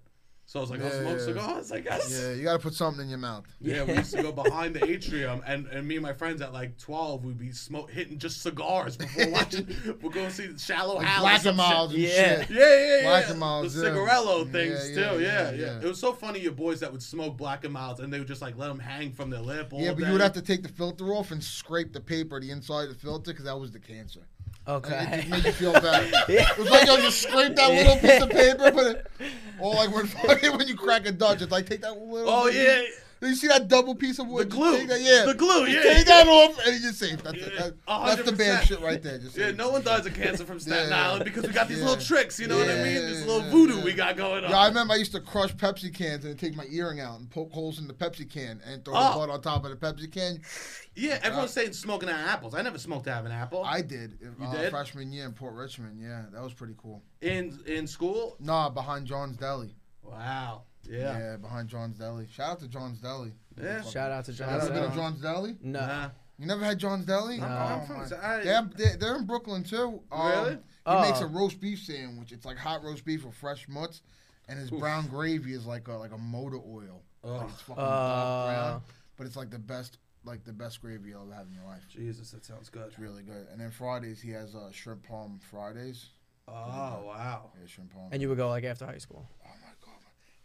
Speaker 1: So So I was like, I'll
Speaker 3: Yeah,
Speaker 1: smoke
Speaker 3: yeah.
Speaker 1: cigars, I guess.
Speaker 3: Yeah, you gotta put something in your mouth.
Speaker 1: Yeah, we used to go behind the atrium, and, and me and my friends at like twelve, we'd be smoke hitting just cigars before watching. we'll go see Shallow
Speaker 3: Like
Speaker 1: Hal. or
Speaker 3: black
Speaker 1: some
Speaker 3: and miles
Speaker 1: shit.
Speaker 3: and
Speaker 2: Yeah.
Speaker 3: shit.
Speaker 1: Yeah, yeah, yeah.
Speaker 3: Black
Speaker 1: yeah.
Speaker 3: and Miles,
Speaker 1: the
Speaker 3: yeah.
Speaker 1: cigarello
Speaker 3: Yeah,
Speaker 1: things
Speaker 3: yeah,
Speaker 1: too. Yeah yeah,
Speaker 3: yeah, yeah.
Speaker 1: It was so funny your boys that would smoke black and miles, and they would just like let them hang from their lip. All
Speaker 3: Yeah, but
Speaker 1: day.
Speaker 3: you would have to take the filter off and scrape the paper, the inside of the filter, because that was the cancer. And it
Speaker 2: Okay.
Speaker 3: just made you feel bad.
Speaker 2: Yeah.
Speaker 3: It was like yo, you scrape that little piece of paper, but it, or like when fucking when you crack a Dutch, it's like take that little.
Speaker 1: Oh
Speaker 3: bit-
Speaker 1: yeah,
Speaker 3: You see that double piece of
Speaker 1: the
Speaker 3: wood? Just
Speaker 1: glue.
Speaker 3: Take that, yeah.
Speaker 1: the glue.
Speaker 3: Just
Speaker 1: Yeah,
Speaker 3: Take that off, and you're safe. That's,
Speaker 1: Yeah,
Speaker 3: it.
Speaker 1: a
Speaker 3: That-
Speaker 1: hundred
Speaker 3: that's the bad
Speaker 1: percent.
Speaker 3: shit right there. Just
Speaker 1: Yeah,
Speaker 3: safe.
Speaker 1: no one dies of cancer from Staten
Speaker 3: Yeah.
Speaker 1: Island because we got these
Speaker 3: Yeah.
Speaker 1: little tricks. You know what I
Speaker 3: Yeah,
Speaker 1: mean?
Speaker 3: yeah,
Speaker 1: This
Speaker 3: yeah,
Speaker 1: little
Speaker 3: yeah,
Speaker 1: voodoo
Speaker 3: yeah.
Speaker 1: we got going on.
Speaker 3: Yeah, I remember I used to crush Pepsi cans and take my earring out and poke holes in the Pepsi can and throw
Speaker 1: Oh.
Speaker 3: the butt on top of the Pepsi can.
Speaker 1: yeah, everyone's saying smoking out of apples. I never smoked out of an apple.
Speaker 3: I did. You
Speaker 1: Oh. did?
Speaker 3: Freshman year in Port Richmond. Yeah, that was pretty cool.
Speaker 1: in in school.
Speaker 3: Nah, behind John's Deli.
Speaker 1: Wow.
Speaker 3: Yeah,
Speaker 1: Yeah.
Speaker 3: behind John's Deli. Shout out to John's Deli.
Speaker 1: Yeah.
Speaker 2: Shout out to John.
Speaker 3: Have you ever been
Speaker 2: Cena.
Speaker 3: to John's Deli?
Speaker 2: No.
Speaker 1: Nah.
Speaker 3: You never had John's Deli?
Speaker 2: No.
Speaker 1: I'm
Speaker 3: Oh,
Speaker 1: from-
Speaker 3: my-
Speaker 1: so I-
Speaker 3: They're, they're, they're in Brooklyn too. Um,
Speaker 1: Really?
Speaker 3: He
Speaker 2: Oh.
Speaker 3: makes a roast beef sandwich. It's like hot roast beef with fresh mutts, and his
Speaker 1: Oof.
Speaker 3: brown gravy is like a, like a motor oil. Like
Speaker 1: Ugh.
Speaker 3: it's fucking dark
Speaker 2: Uh.
Speaker 3: brown, but it's like the best like the best gravy you'll ever have in your life.
Speaker 1: Jesus, that sounds good.
Speaker 3: It's really good. And then Fridays he has uh, shrimp palm Fridays.
Speaker 1: Oh wow.
Speaker 3: Yeah, shrimp palm.
Speaker 2: And you would go like after high school.
Speaker 3: oh my god.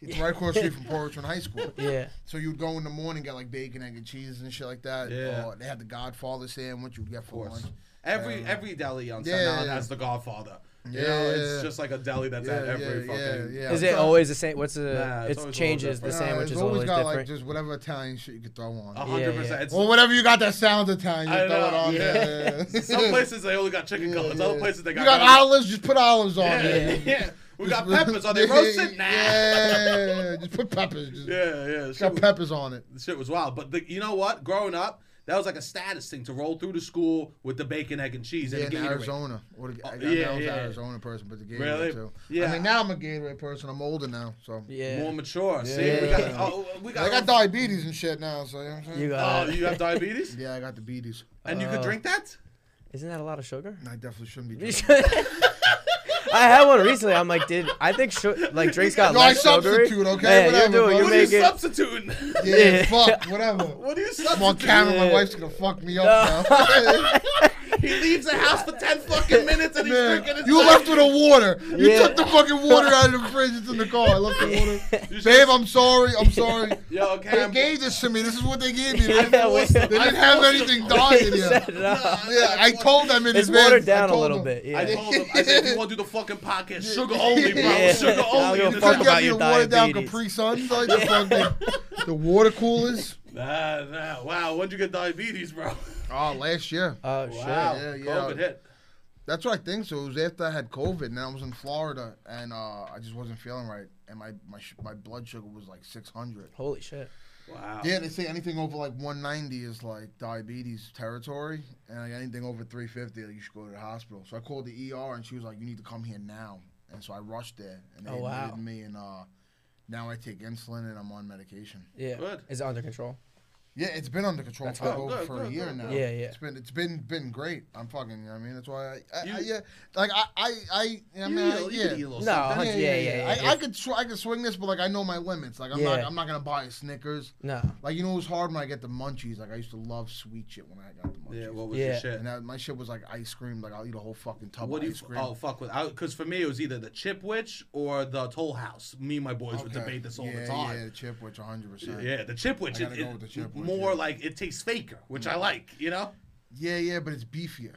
Speaker 3: It's right across the street from Port Richmond High School.
Speaker 2: Yeah.
Speaker 3: So you'd go in the morning, get like bacon, egg, and cheese and shit like that.
Speaker 1: Yeah.
Speaker 3: Or they had the Godfather sandwich you'd get for
Speaker 1: course.
Speaker 3: lunch.
Speaker 1: Every
Speaker 3: Um,
Speaker 1: every deli on
Speaker 3: yeah,
Speaker 1: Staten Island
Speaker 3: yeah.
Speaker 1: has the Godfather. You
Speaker 3: Yeah,
Speaker 1: know,
Speaker 3: yeah,
Speaker 1: it's
Speaker 3: yeah.
Speaker 1: just like a deli that's at every fucking.
Speaker 3: yeah.
Speaker 2: Is
Speaker 3: I'm
Speaker 2: it
Speaker 3: trying-
Speaker 2: always the same? What's the?
Speaker 1: Nah, it's always a
Speaker 2: it's
Speaker 1: little
Speaker 2: changes. The
Speaker 1: different.
Speaker 3: Nah,
Speaker 2: sandwich
Speaker 3: it's
Speaker 2: is
Speaker 3: always
Speaker 2: always
Speaker 3: got
Speaker 2: different.
Speaker 3: like just whatever Italian shit you could throw on.
Speaker 1: A
Speaker 2: Yeah,
Speaker 1: hundred
Speaker 2: yeah.
Speaker 1: percent. It's
Speaker 3: or whatever you got that sounds Italian, you
Speaker 1: Oh. I
Speaker 3: throw it
Speaker 1: know,
Speaker 3: on
Speaker 2: yeah.
Speaker 3: there. yeah.
Speaker 1: some places they only got chicken
Speaker 3: Yeah,
Speaker 1: colors.
Speaker 3: yeah.
Speaker 1: Other places they got.
Speaker 3: you got
Speaker 1: garlic.
Speaker 3: olives, just put olives on
Speaker 1: Yeah,
Speaker 3: there.
Speaker 1: yeah. We got peppers. Are they
Speaker 3: Yeah,
Speaker 1: roasted? Nah.
Speaker 3: Yeah, just put peppers. Just
Speaker 1: Yeah, yeah. Shit,
Speaker 3: got
Speaker 1: was-
Speaker 3: peppers on it.
Speaker 1: the shit was wild. But the, you know what? Growing up, that was like a status thing to roll through the school with the bacon, egg, and cheese
Speaker 3: Yeah,
Speaker 1: and
Speaker 3: in
Speaker 1: a Gatorade.
Speaker 3: Arizona. Or the, I, I,
Speaker 1: Oh, yeah,
Speaker 3: I was
Speaker 1: yeah.
Speaker 3: an Arizona person, but the Gatorade
Speaker 1: Really?
Speaker 3: too.
Speaker 1: Yeah.
Speaker 3: I mean, now I'm a Gatorade person. I'm older now, so
Speaker 2: yeah.
Speaker 1: More mature. See,
Speaker 3: Yeah.
Speaker 1: we got. Oh, we got.
Speaker 3: I got diabetes and shit now. So you know what I'm saying?
Speaker 2: You
Speaker 1: Oh,
Speaker 2: got. it.
Speaker 1: you have diabetes,
Speaker 3: yeah, I got the beaties.
Speaker 1: and you could
Speaker 2: Oh.
Speaker 1: drink that.
Speaker 2: Isn't that a lot of sugar?
Speaker 3: And I definitely shouldn't be.
Speaker 2: I
Speaker 3: Drinking.
Speaker 2: had one recently. I'm like, did I think su- like drinks got
Speaker 3: No, I
Speaker 2: less sugary?
Speaker 3: substitute, okay?
Speaker 2: Yeah,
Speaker 3: Whatever,
Speaker 2: you're doing.
Speaker 3: bro.
Speaker 2: You're
Speaker 1: What are you
Speaker 2: making.
Speaker 1: substituting?
Speaker 3: yeah,
Speaker 2: Yeah.
Speaker 3: fuck, whatever.
Speaker 1: What are you
Speaker 3: I'm on
Speaker 1: substituting?
Speaker 3: camera.
Speaker 2: Yeah.
Speaker 3: My wife's gonna fuck me up now.
Speaker 1: He leaves the house for ten fucking minutes and he's
Speaker 3: Man,
Speaker 1: drinking his.
Speaker 3: you left with the water. You
Speaker 2: Yeah.
Speaker 3: took the fucking water out of the fridge. It's in the car. I left the water.
Speaker 1: You
Speaker 3: Babe,
Speaker 1: should-
Speaker 3: I'm sorry. I'm sorry.
Speaker 1: Yo,
Speaker 3: They
Speaker 1: Cam.
Speaker 3: gave this to me. This is what they gave me.
Speaker 2: Yeah,
Speaker 3: they
Speaker 2: wait.
Speaker 3: forced- they didn't have anything dying in
Speaker 2: Set
Speaker 3: here.
Speaker 2: it up.
Speaker 3: Yeah, I told them in
Speaker 2: It's
Speaker 3: advance.
Speaker 2: watered
Speaker 3: I
Speaker 2: down a
Speaker 3: told
Speaker 2: little
Speaker 3: them.
Speaker 2: bit. Yeah.
Speaker 1: I told him. I said, "You want to do the fucking podcast? Sugar only, bro.
Speaker 2: Yeah.
Speaker 1: Sugar
Speaker 2: I
Speaker 1: only."
Speaker 2: don't
Speaker 1: in
Speaker 2: give
Speaker 1: this
Speaker 2: a
Speaker 1: house."
Speaker 2: fuck about
Speaker 3: Fuck got me
Speaker 2: your
Speaker 3: a watered down
Speaker 2: diabetes.
Speaker 3: Capri Suns. Like the, fucking, the water coolers.
Speaker 1: Nah, nah. Wow, when'd you get diabetes, bro?
Speaker 3: Oh, last year.
Speaker 2: Oh
Speaker 1: Wow,
Speaker 2: shit.
Speaker 3: Yeah, yeah.
Speaker 1: COVID hit.
Speaker 3: That's what I think. So it was after I had COVID, and I was in Florida, and uh, I just wasn't feeling right, and my my sh- my blood sugar was like 600.
Speaker 2: Holy shit.
Speaker 1: Wow.
Speaker 3: Yeah, they say anything over like 190 is like diabetes territory, and like anything over 350, like, you should go to the hospital. So I called the ER, and she was like, "You need to come here now." And so I rushed there, and they
Speaker 2: Oh, wow.
Speaker 3: admitted me, and uh, now I take insulin, and I'm on medication.
Speaker 2: Yeah.
Speaker 1: Good.
Speaker 2: Is it under control?
Speaker 3: Yeah, it's been under control
Speaker 1: That's
Speaker 3: for
Speaker 1: good.
Speaker 3: over
Speaker 1: Good,
Speaker 3: for a
Speaker 1: good,
Speaker 3: year
Speaker 1: good,
Speaker 3: now.
Speaker 2: good. Yeah, yeah.
Speaker 3: It's been it's been been great. I'm fucking. You know what I mean, that's why I, I,
Speaker 1: You-
Speaker 3: I yeah, like I I I, I
Speaker 1: You
Speaker 3: mean, I,
Speaker 1: eat- you
Speaker 3: yeah.
Speaker 1: could eat a little
Speaker 2: No,
Speaker 1: something.
Speaker 2: hun- Uh, yeah, yeah, yeah,
Speaker 3: I, I
Speaker 2: yeah.
Speaker 3: could sw- I could swing this, but like I know my limits. Like I'm not
Speaker 2: Yeah.
Speaker 3: I'm not gonna buy a Snickers.
Speaker 2: No.
Speaker 3: Like you know, it was hard when I get the munchies. Like I used to love sweet shit when I got the munchies.
Speaker 1: Yeah, what was your
Speaker 2: Yeah.
Speaker 1: shit?
Speaker 3: and that, my shit was like ice cream. Like I'll eat a whole fucking tub
Speaker 1: What do
Speaker 3: of
Speaker 1: you?
Speaker 3: ice cream.
Speaker 1: Oh fuck with. Because for me, it was either the Chip Witch or the Toll House. Me and my boys would
Speaker 3: Okay.
Speaker 1: debate this all
Speaker 3: yeah,
Speaker 1: the time.
Speaker 3: Yeah, chip, which 100. percent
Speaker 1: Yeah, the chip witch.
Speaker 3: I gotta
Speaker 1: It,
Speaker 3: go
Speaker 1: it-
Speaker 3: with the chip witch,
Speaker 1: more
Speaker 3: yeah.
Speaker 1: like it tastes faker, which I like. You know.
Speaker 3: yeah, yeah, but it's beefier.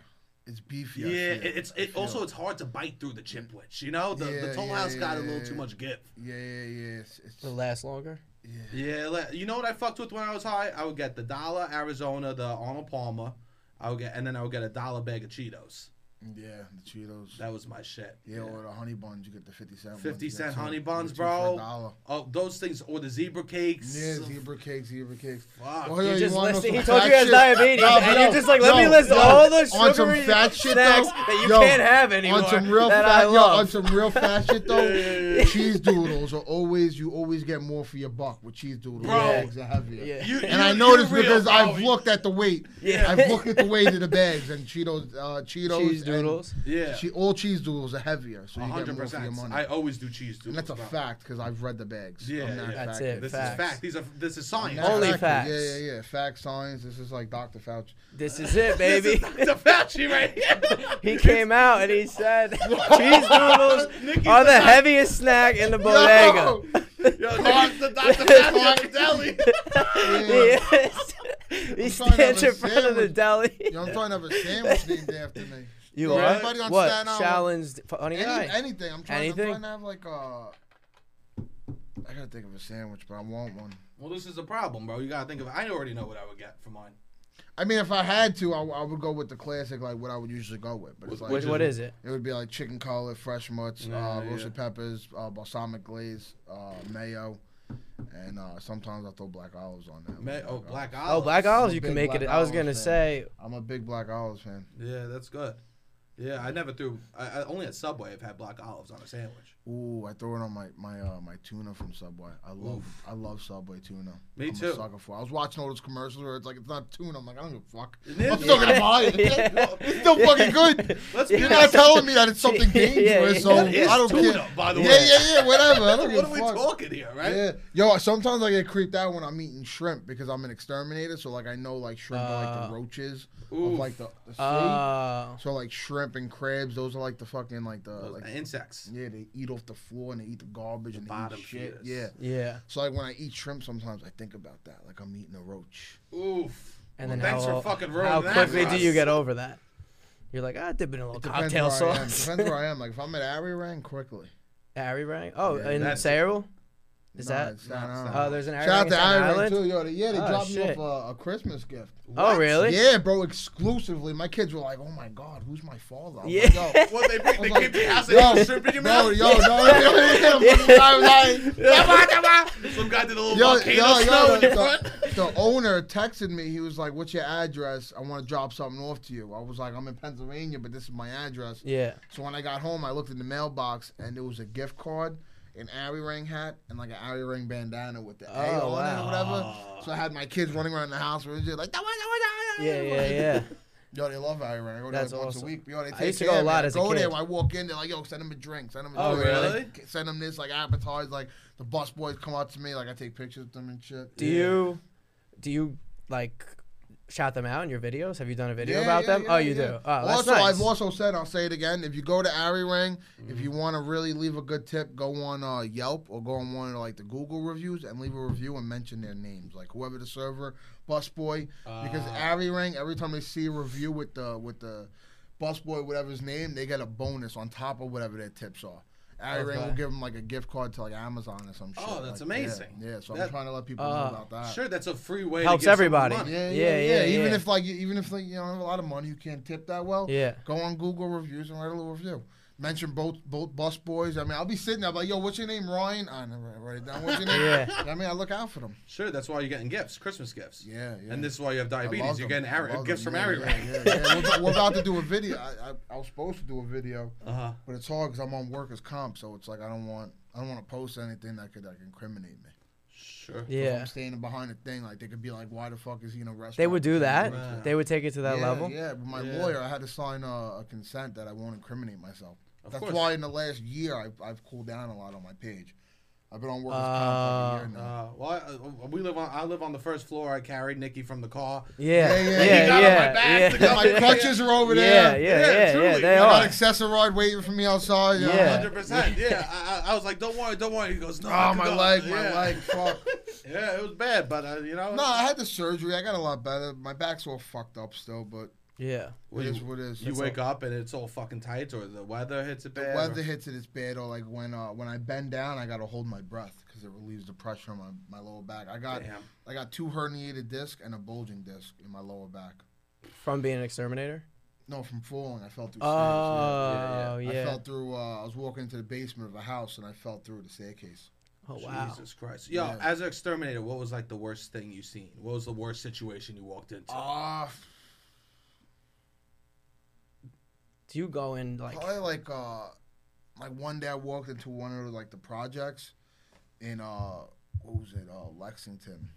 Speaker 3: It's beefier. I
Speaker 1: Yeah,
Speaker 3: feel.
Speaker 1: it, it's
Speaker 3: I
Speaker 1: it
Speaker 3: feel.
Speaker 1: also it's hard to bite through the chip witch. You know, the the
Speaker 3: Yeah,
Speaker 1: Toll
Speaker 3: yeah,
Speaker 1: House got a
Speaker 3: yeah,
Speaker 1: little
Speaker 3: yeah.
Speaker 1: too much give.
Speaker 3: Yeah, yeah, yeah. It's, it's,
Speaker 2: Will it last longer?
Speaker 3: yeah.
Speaker 1: Yeah, like- you know what I fucked with when I was high? I would get the dollar Arizona, the Arnold Palmer. I would get, and then I would get a dollar bag of Cheetos.
Speaker 3: Yeah, the Cheetos.
Speaker 1: That was my shit.
Speaker 3: yeah, or the honey buns. You get the fifty cent.
Speaker 1: 50
Speaker 3: ones,
Speaker 1: cent
Speaker 3: that's it.
Speaker 1: honey
Speaker 3: You get
Speaker 1: buns,
Speaker 3: two for a
Speaker 1: bro.
Speaker 3: dollar.
Speaker 1: Oh, those things or the zebra cakes.
Speaker 3: Yeah, zebra cakes, zebra cakes.
Speaker 1: Fuck.
Speaker 3: yeah,
Speaker 2: You're just
Speaker 3: wanna know
Speaker 2: listing.
Speaker 3: some
Speaker 2: He told
Speaker 3: fat
Speaker 2: you he has
Speaker 3: shit?
Speaker 2: diabetes,
Speaker 3: No,
Speaker 2: and
Speaker 3: no,
Speaker 2: you're just like, let me
Speaker 3: no,
Speaker 2: list
Speaker 3: no.
Speaker 2: all the
Speaker 3: On some
Speaker 2: sugary
Speaker 3: fat shit,
Speaker 2: snacks
Speaker 3: though,
Speaker 2: that you
Speaker 3: yo,
Speaker 2: can't have anymore.
Speaker 3: On some real
Speaker 2: that I
Speaker 3: fat, yo, on
Speaker 2: love.
Speaker 3: some real fat shit though.
Speaker 1: Yeah, yeah, yeah.
Speaker 3: Cheese doodles are always you always get more for your buck with cheese doodles.
Speaker 1: Bro.
Speaker 3: The bags are heavier.
Speaker 2: Yeah.
Speaker 1: You-
Speaker 3: And
Speaker 1: you-
Speaker 3: I know this
Speaker 1: you're real,
Speaker 3: because
Speaker 1: bro.
Speaker 3: I've looked at the weight.
Speaker 2: Yeah.
Speaker 3: I've looked at the weight of the bags and Cheetos, uh, Cheetos
Speaker 2: Cheese
Speaker 3: and
Speaker 2: doodles.
Speaker 1: Yeah,
Speaker 3: She, all cheese doodles are heavier, so you get
Speaker 1: hundred
Speaker 3: more for your
Speaker 1: percent.
Speaker 3: money.
Speaker 1: I always do cheese
Speaker 3: and
Speaker 1: doodles.
Speaker 3: that's a
Speaker 1: bro.
Speaker 3: fact because I've read the bags.
Speaker 1: Yeah,
Speaker 3: I'm not
Speaker 1: yeah.
Speaker 2: That's
Speaker 3: facting.
Speaker 2: it.
Speaker 1: This is
Speaker 2: Facts.
Speaker 1: fact. These are this is
Speaker 3: I'm
Speaker 1: science.
Speaker 3: not
Speaker 2: Only
Speaker 3: facting.
Speaker 2: facts.
Speaker 3: Yeah, yeah, yeah. Fact science. This is like Dr. Fauci.
Speaker 2: This is it,
Speaker 1: This is
Speaker 2: baby.
Speaker 1: Dr. Fauci right here.
Speaker 2: He came out and he said, "Cheese noodles
Speaker 1: Nikki
Speaker 2: are the
Speaker 1: said-
Speaker 2: heaviest snack in the bodega."
Speaker 1: Yo, this is the Dr. Fauci at the deli.
Speaker 2: Yes. He
Speaker 3: trying to
Speaker 2: stands
Speaker 3: have
Speaker 2: in
Speaker 3: a
Speaker 2: front of the
Speaker 3: sandwich.
Speaker 2: deli.
Speaker 3: Yo, I'm trying to have a sandwich named after me.
Speaker 2: You
Speaker 3: Yo,
Speaker 2: are
Speaker 3: everybody on
Speaker 2: what?
Speaker 3: Staten Island-
Speaker 2: Challenged funny
Speaker 3: Any,
Speaker 2: guy.
Speaker 3: anything. I'm trying,
Speaker 2: Anything?
Speaker 3: I'm trying to have like a. I gotta think of a sandwich, but I want one.
Speaker 1: Well, this is a problem, bro. You gotta think of. I already know what I would get for mine.
Speaker 3: I mean, if I had to, I, I would go with the classic, like what I would usually go with. But it's like
Speaker 2: What, what is it?
Speaker 3: It would be like chicken cutlet, fresh mutts,
Speaker 1: Yeah,
Speaker 3: uh, roasted peppers, uh, balsamic glaze, uh, mayo, and uh, sometimes I throw black olives on there.
Speaker 1: Ma- oh, black olives.
Speaker 2: Oh, black olives. You
Speaker 3: Big
Speaker 2: can make it.
Speaker 3: black
Speaker 2: I was
Speaker 3: olives,
Speaker 2: gonna
Speaker 3: man.
Speaker 2: say
Speaker 3: I'm a big black olives fan.
Speaker 1: Yeah, that's good. Yeah, I never threw. I, I only at Subway I've had black olives on a sandwich.
Speaker 3: Ooh, I throw it on my my uh, my tuna from Subway. I love I love Subway tuna.
Speaker 1: Me
Speaker 3: I'm
Speaker 1: too.
Speaker 3: A sucker for. it. I was watching all those commercials where it's like it's not tuna. I'm like I don't give a fuck.
Speaker 1: it?
Speaker 3: I'm still gonna buy it.
Speaker 2: Yeah.
Speaker 3: It's still fucking good.
Speaker 1: Let's be
Speaker 3: You're
Speaker 1: honest.
Speaker 3: not telling me that it's something
Speaker 2: Yeah, yeah,
Speaker 3: dangerous.
Speaker 2: yeah.
Speaker 3: So
Speaker 1: What is
Speaker 3: I don't
Speaker 1: tuna,
Speaker 3: care.
Speaker 1: by the
Speaker 3: yeah,
Speaker 1: way?
Speaker 3: yeah, yeah. Whatever. I don't give
Speaker 1: What
Speaker 3: a
Speaker 1: are we
Speaker 3: fuck.
Speaker 1: talking here, right?
Speaker 3: Yeah, yo. Sometimes I get creeped out when I'm eating shrimp because I'm an exterminator. So like I know like shrimp are
Speaker 2: Uh,
Speaker 3: like the roaches
Speaker 1: Oof.
Speaker 3: of like the, the sea.
Speaker 2: Oh,
Speaker 3: so like shrimp and crabs, those are like the fucking like the
Speaker 1: Those
Speaker 3: like
Speaker 1: insects.
Speaker 3: yeah they eat off the floor and they eat the garbage and they
Speaker 1: bottom
Speaker 3: eat shit.
Speaker 1: feeders.
Speaker 3: Yeah.
Speaker 2: yeah.
Speaker 3: So like when I eat shrimp, sometimes I think about that. Like I'm eating a roach.
Speaker 1: Oof.
Speaker 2: And
Speaker 1: Well,
Speaker 2: then
Speaker 1: thanks
Speaker 2: how,
Speaker 1: for fucking ruining
Speaker 2: how
Speaker 1: that
Speaker 2: quickly
Speaker 1: for
Speaker 2: do you
Speaker 1: us.
Speaker 2: get over that? You're like, ah, dip it in a little cocktail
Speaker 3: where I am.
Speaker 2: sauce.
Speaker 3: Depends where I am. Like if I'm at Arirang, quickly.
Speaker 2: Harry Rang? Oh,
Speaker 3: Yeah,
Speaker 2: in
Speaker 1: that's-
Speaker 2: Sayerville? Is
Speaker 3: Nah,
Speaker 2: that?
Speaker 3: it's not-
Speaker 1: No, it's
Speaker 3: nah.
Speaker 1: not.
Speaker 2: Oh, there's an Harry
Speaker 3: Shout out
Speaker 2: Rang
Speaker 3: to
Speaker 2: in Staten
Speaker 3: Iran
Speaker 2: Island?
Speaker 3: too. Yo, they- yeah, they
Speaker 2: Oh,
Speaker 3: dropped
Speaker 2: shit.
Speaker 3: me off a, a Christmas gift.
Speaker 2: Oh, really?
Speaker 3: Yeah, bro, exclusively. My kids were like, "Oh my god, who's my father?" I'm
Speaker 2: Yeah.
Speaker 3: Like, yo,
Speaker 1: What they bring? They
Speaker 3: like,
Speaker 1: came to your house and had shrimp in your
Speaker 3: yo,
Speaker 1: mouth.
Speaker 3: yo, no, no, no, no, no. I was like,
Speaker 1: Come on, come on. Some guy did a little
Speaker 3: Yo, yo,
Speaker 1: volcano
Speaker 3: yo,
Speaker 1: snow in
Speaker 3: the,
Speaker 1: your front.
Speaker 3: the- the owner texted me. He was like, "What's your address? I want to drop something off to you." I was like, "I'm in Pennsylvania, but this is my address."
Speaker 2: Yeah.
Speaker 3: So when I got home, I looked in the mailbox and there was a gift card, an Ari Ring hat, and like an Ari Ring bandana with the A
Speaker 2: Oh,
Speaker 3: on it
Speaker 2: wow.
Speaker 3: or whatever. So I had my kids running around the house where it was just like, "Da, wa, da, wa, da,
Speaker 2: Yeah,
Speaker 3: da, da,
Speaker 2: yeah,
Speaker 3: wa."
Speaker 2: yeah.
Speaker 3: Yo, they love Ari Ring. I go there
Speaker 2: That's
Speaker 3: like once a
Speaker 2: awesome.
Speaker 3: week. Yo, they take
Speaker 2: used to go a
Speaker 3: care of me.
Speaker 2: lot
Speaker 3: I
Speaker 2: as a
Speaker 3: go
Speaker 2: kid.
Speaker 3: there. When I walk in, they're like, "Yo, send them a drink. Send them a
Speaker 2: Oh,
Speaker 3: drink."
Speaker 1: really?
Speaker 3: Like, send them this like appetizer. Like the bus boys come up to me. Like I take pictures of them and shit.
Speaker 2: Do you, do you like, shout them out in your videos? Have you done a video
Speaker 3: Yeah,
Speaker 2: about
Speaker 3: yeah,
Speaker 2: them?
Speaker 3: yeah,
Speaker 2: oh, you
Speaker 3: yeah.
Speaker 2: do. Oh, that's
Speaker 3: also,
Speaker 2: nice. Mm-hmm.
Speaker 3: I've also said, I'll say it again. If you go to Ari Ring, if you want to really leave a good tip, go on uh, Yelp or go on one of like the Google reviews and leave a review and mention their names, like whoever the server, busboy, because
Speaker 2: Ah.
Speaker 3: Ari Ring. Every time they see a review with the with the busboy, whatever his name, they get a bonus on top of whatever their tips are. Ari Ring
Speaker 2: Okay.
Speaker 3: will give them like a gift card to like Amazon or some shit.
Speaker 1: Oh, that's
Speaker 3: Like, yeah,
Speaker 1: amazing.
Speaker 3: Yeah, so
Speaker 1: That-
Speaker 3: I'm trying to let people
Speaker 2: Uh,
Speaker 3: know about that.
Speaker 1: Sure, that's a free way.
Speaker 2: Helps
Speaker 1: to get
Speaker 2: everybody.
Speaker 1: Someone money.
Speaker 3: Yeah,
Speaker 2: Yeah,
Speaker 3: yeah, yeah.
Speaker 2: yeah,
Speaker 3: Even
Speaker 2: yeah.
Speaker 3: if like you, even if like you don't have a lot of money, you can't tip that well.
Speaker 2: Yeah.
Speaker 3: Go on Google reviews and write a little review. Mention both both bus boys. I mean, I'll be sitting there I'll be like, yo, what's your name, Ryan? I never write it down. What's your name?
Speaker 2: Yeah.
Speaker 3: I mean, I look out for them.
Speaker 1: Sure, that's why you're getting gifts, Christmas gifts.
Speaker 3: Yeah, yeah.
Speaker 1: And this is why you have
Speaker 3: I
Speaker 1: diabetes.
Speaker 3: love
Speaker 1: You're
Speaker 3: them.
Speaker 1: getting
Speaker 3: I
Speaker 1: Ari-
Speaker 3: love
Speaker 1: gifts
Speaker 3: them.
Speaker 1: from Ari
Speaker 3: Yeah,
Speaker 1: Ring.
Speaker 3: yeah, yeah. We're, we're about to do a video. I, I, I was supposed to do a video,
Speaker 1: Uh-huh.
Speaker 3: but it's hard because I'm on workers comp, so it's like I don't want I don't want to post anything that could like incriminate me.
Speaker 1: Sure.
Speaker 3: If
Speaker 2: yeah.
Speaker 3: I'm standing behind a thing, like they could be like, why the fuck is he in a restaurant?
Speaker 2: They would do that.
Speaker 1: Right.
Speaker 2: They would take it to that
Speaker 3: yeah,
Speaker 2: level.
Speaker 3: Yeah, but my
Speaker 1: Yeah.
Speaker 3: lawyer, I had to sign a, a consent that I won't incriminate myself.
Speaker 1: Of
Speaker 3: That's
Speaker 1: course.
Speaker 3: why in the last year I've, I've cooled down a lot on my page. I've been on workers'
Speaker 2: Uh,
Speaker 3: comp for like a year now.
Speaker 1: Uh, well, I, uh, we live on. I live on the first floor. I carried Nikki from the car.
Speaker 2: Yeah,
Speaker 3: Yeah,
Speaker 2: yeah,
Speaker 3: yeah,
Speaker 1: he got
Speaker 2: yeah,
Speaker 1: on my back
Speaker 2: yeah.
Speaker 1: to
Speaker 3: Yeah,
Speaker 1: go-
Speaker 3: my crutches are over
Speaker 2: Yeah, yeah,
Speaker 3: there.
Speaker 1: Yeah,
Speaker 2: yeah, yeah,
Speaker 1: truly.
Speaker 2: they
Speaker 1: I
Speaker 3: I got
Speaker 2: are.
Speaker 3: accessoride waiting for me outside. you know.
Speaker 2: Yeah.
Speaker 1: Hundred percent. Yeah. I, I- I was like, don't worry, don't worry. He goes, no. I
Speaker 3: Oh,
Speaker 1: could
Speaker 3: my
Speaker 1: go."
Speaker 3: leg, my
Speaker 1: Yeah.
Speaker 3: leg, fuck.
Speaker 1: Yeah, it was bad, but uh, you know.
Speaker 3: No, I had the surgery. I got a lot better. My back's all fucked up still, but
Speaker 2: Yeah,
Speaker 1: Well,
Speaker 3: it is
Speaker 1: you-
Speaker 3: what it is.
Speaker 1: You wake up and it's all fucking tight, or the weather hits it
Speaker 3: the
Speaker 1: bad. or-
Speaker 3: weather hits it, it's bad. Or like when uh, when I bend down, I gotta hold my breath because it relieves the pressure on my, my lower back. I got
Speaker 1: Damn.
Speaker 3: I got two herniated disc and a bulging disc in my lower back.
Speaker 2: from being an exterminator.
Speaker 3: No, from falling, I fell through.
Speaker 2: Oh, yeah.
Speaker 1: yeah,
Speaker 3: stairs. yeah. I fell through. Uh, I was walking into the basement of a house and I fell through the staircase.
Speaker 2: oh wow.
Speaker 1: Jesus Christ. Yo,
Speaker 3: Yeah.
Speaker 1: as an exterminator, what was like the worst thing you seen? What was the worst situation you walked into?
Speaker 3: Ah,
Speaker 2: Do you go in like?
Speaker 3: probably like uh, like one day I walked into one of like the projects in uh, what was it? Uh, Lexington,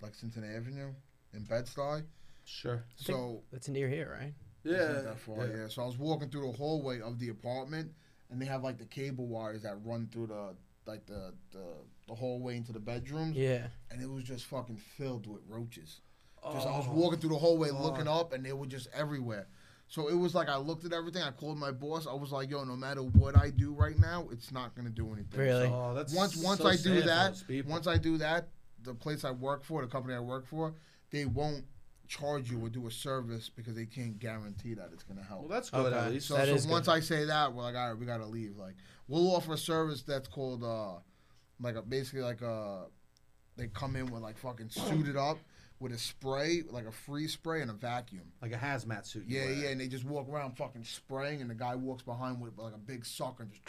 Speaker 3: Lexington Avenue in Bed Stuy.
Speaker 1: sure.
Speaker 2: think-
Speaker 3: So
Speaker 2: That's near here, right?
Speaker 3: It's not
Speaker 1: Yeah.
Speaker 3: that far, yeah. So I was walking through the hallway of the apartment, and they have like the cable wires that run through the like the the, the hallway into the bedrooms,
Speaker 2: Yeah.
Speaker 3: and it was just fucking filled with roaches. Just I was
Speaker 1: Oh.
Speaker 3: walking through the hallway looking up, and they were just everywhere. So it was like I looked at everything. I called my boss. I was like, "Yo, no matter what I do right now, it's not gonna do anything."
Speaker 2: Really?
Speaker 3: So
Speaker 1: Oh, that's
Speaker 3: once once
Speaker 1: so
Speaker 3: I
Speaker 1: sad
Speaker 3: do
Speaker 1: for
Speaker 3: that,
Speaker 1: those people.
Speaker 3: once I do that, the place I work for, the company I work for, they won't charge you or do a service because they can't guarantee that it's gonna help.
Speaker 1: well, that's good
Speaker 2: Okay.
Speaker 1: at least.
Speaker 3: So,
Speaker 2: That
Speaker 3: so
Speaker 2: is
Speaker 3: once
Speaker 2: good.
Speaker 3: I say that, we're like, all right, we gotta leave. Like, we'll offer a service that's called, uh, like a basically like a, they come in with like fucking suited up with a spray, like a free spray and a vacuum.
Speaker 1: Like a hazmat suit. you
Speaker 3: Yeah,
Speaker 1: wear.
Speaker 3: yeah, and they just walk around fucking spraying, and the guy walks behind with like a big sucker and just,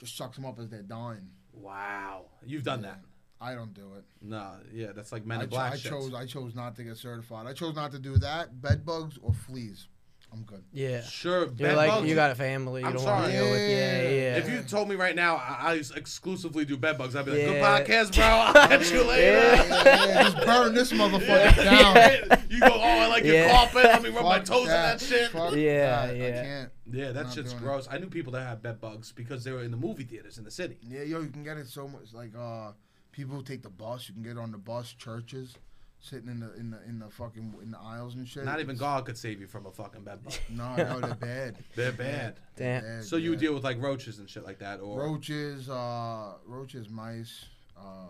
Speaker 3: just sucks them up as they're dying.
Speaker 1: Wow, you've done that.
Speaker 3: I don't do it.
Speaker 1: No, yeah, that's like Men
Speaker 3: I,
Speaker 1: in
Speaker 3: cho-
Speaker 1: Black.
Speaker 3: I
Speaker 1: shit.
Speaker 3: chose, uh, I chose not to get certified. I chose not to do that. Bed bugs or fleas, I'm good.
Speaker 2: Yeah.
Speaker 1: Sure,
Speaker 2: You're
Speaker 1: bed
Speaker 2: like
Speaker 1: bugs.
Speaker 2: you got a family. You
Speaker 1: I'm
Speaker 2: don't want to
Speaker 1: sorry.
Speaker 2: deal with. Yeah,
Speaker 3: Yeah.
Speaker 2: yeah.
Speaker 1: If you told me right now, I, I exclusively do bed bugs. I'd be like,
Speaker 2: Yeah.
Speaker 1: "Good podcast, bro. I'll catch you later."
Speaker 3: Yeah, yeah, just burn this motherfucker down.
Speaker 1: you go, oh, I like your
Speaker 2: Yeah.
Speaker 1: carpet. Let me rub my
Speaker 3: Fuck
Speaker 1: toes in that shit.
Speaker 3: Fuck
Speaker 2: Yeah,
Speaker 3: that. I
Speaker 2: yeah.
Speaker 3: can't.
Speaker 1: Yeah, that
Speaker 3: Not
Speaker 1: shit's
Speaker 3: doing it.
Speaker 1: gross. I knew people that had bed bugs because they were in the movie theaters in the city.
Speaker 3: Yeah, yo, you can get it so much. Like, uh, people who take the bus, you can get on the bus. Churches, sitting in the in the in the fucking in the aisles and shit.
Speaker 1: Not even God could save you from a fucking bed bug.
Speaker 3: No, no, they're bad.
Speaker 1: They're bad.
Speaker 2: Damn.
Speaker 3: Bad,
Speaker 1: So you
Speaker 3: bad.
Speaker 1: deal with like roaches and shit like that, or
Speaker 3: roaches, uh, roaches, mice, uh, a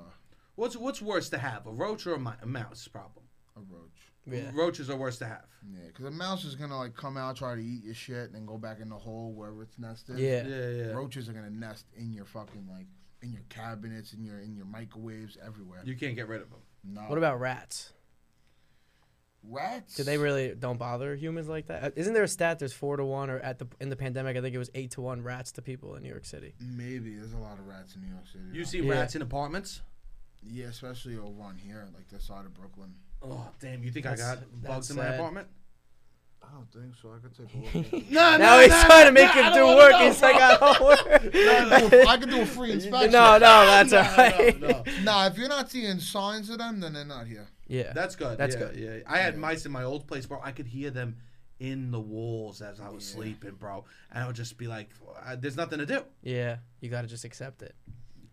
Speaker 1: what's what's worse to have, a roach or a, mi- a mouse? Problem.
Speaker 3: roach.
Speaker 2: Yeah.
Speaker 1: Roaches are worse to have.
Speaker 3: Yeah, because a mouse is gonna like come out, try to eat your shit, and then go back in the hole wherever its nest is.
Speaker 2: Yeah.
Speaker 1: Yeah, yeah.
Speaker 3: Roaches are gonna nest in your fucking like in your cabinets, in your in your microwaves, everywhere.
Speaker 1: You can't get rid of them.
Speaker 3: no.
Speaker 2: What about rats?
Speaker 3: rats?
Speaker 2: Do they really don't bother humans like that? Uh, Isn't there a stat? There's four to one, or at the in the pandemic, I think it was eight to one rats to people in New York City.
Speaker 3: Maybe there's a lot of rats in New York City.
Speaker 1: You
Speaker 3: though.
Speaker 1: see
Speaker 2: Yeah.
Speaker 1: rats in apartments?
Speaker 3: yeah, especially over on here, like this side of Brooklyn.
Speaker 1: Oh damn! You think I
Speaker 2: That's-
Speaker 1: got bugs
Speaker 2: that's
Speaker 1: in my
Speaker 2: sad.
Speaker 1: apartment?
Speaker 3: I don't think so. I could take a look.
Speaker 1: No,
Speaker 2: Now he's trying to make him do work. he's like, I don't work.
Speaker 1: no,
Speaker 3: I could do a free inspection.
Speaker 2: no, no, that's
Speaker 1: no,
Speaker 2: all right.
Speaker 1: no, no.
Speaker 3: Nah, if you're not seeing signs of them, then they're not here.
Speaker 2: Yeah.
Speaker 1: That's good.
Speaker 2: That's
Speaker 1: yeah,
Speaker 2: good.
Speaker 1: Yeah, I had
Speaker 3: Yeah.
Speaker 1: mice in my old place, bro. I could hear them in the walls as I was
Speaker 3: Yeah.
Speaker 1: sleeping, bro. And I would just be like, I, "There's nothing to do."
Speaker 2: yeah. You gotta just accept it.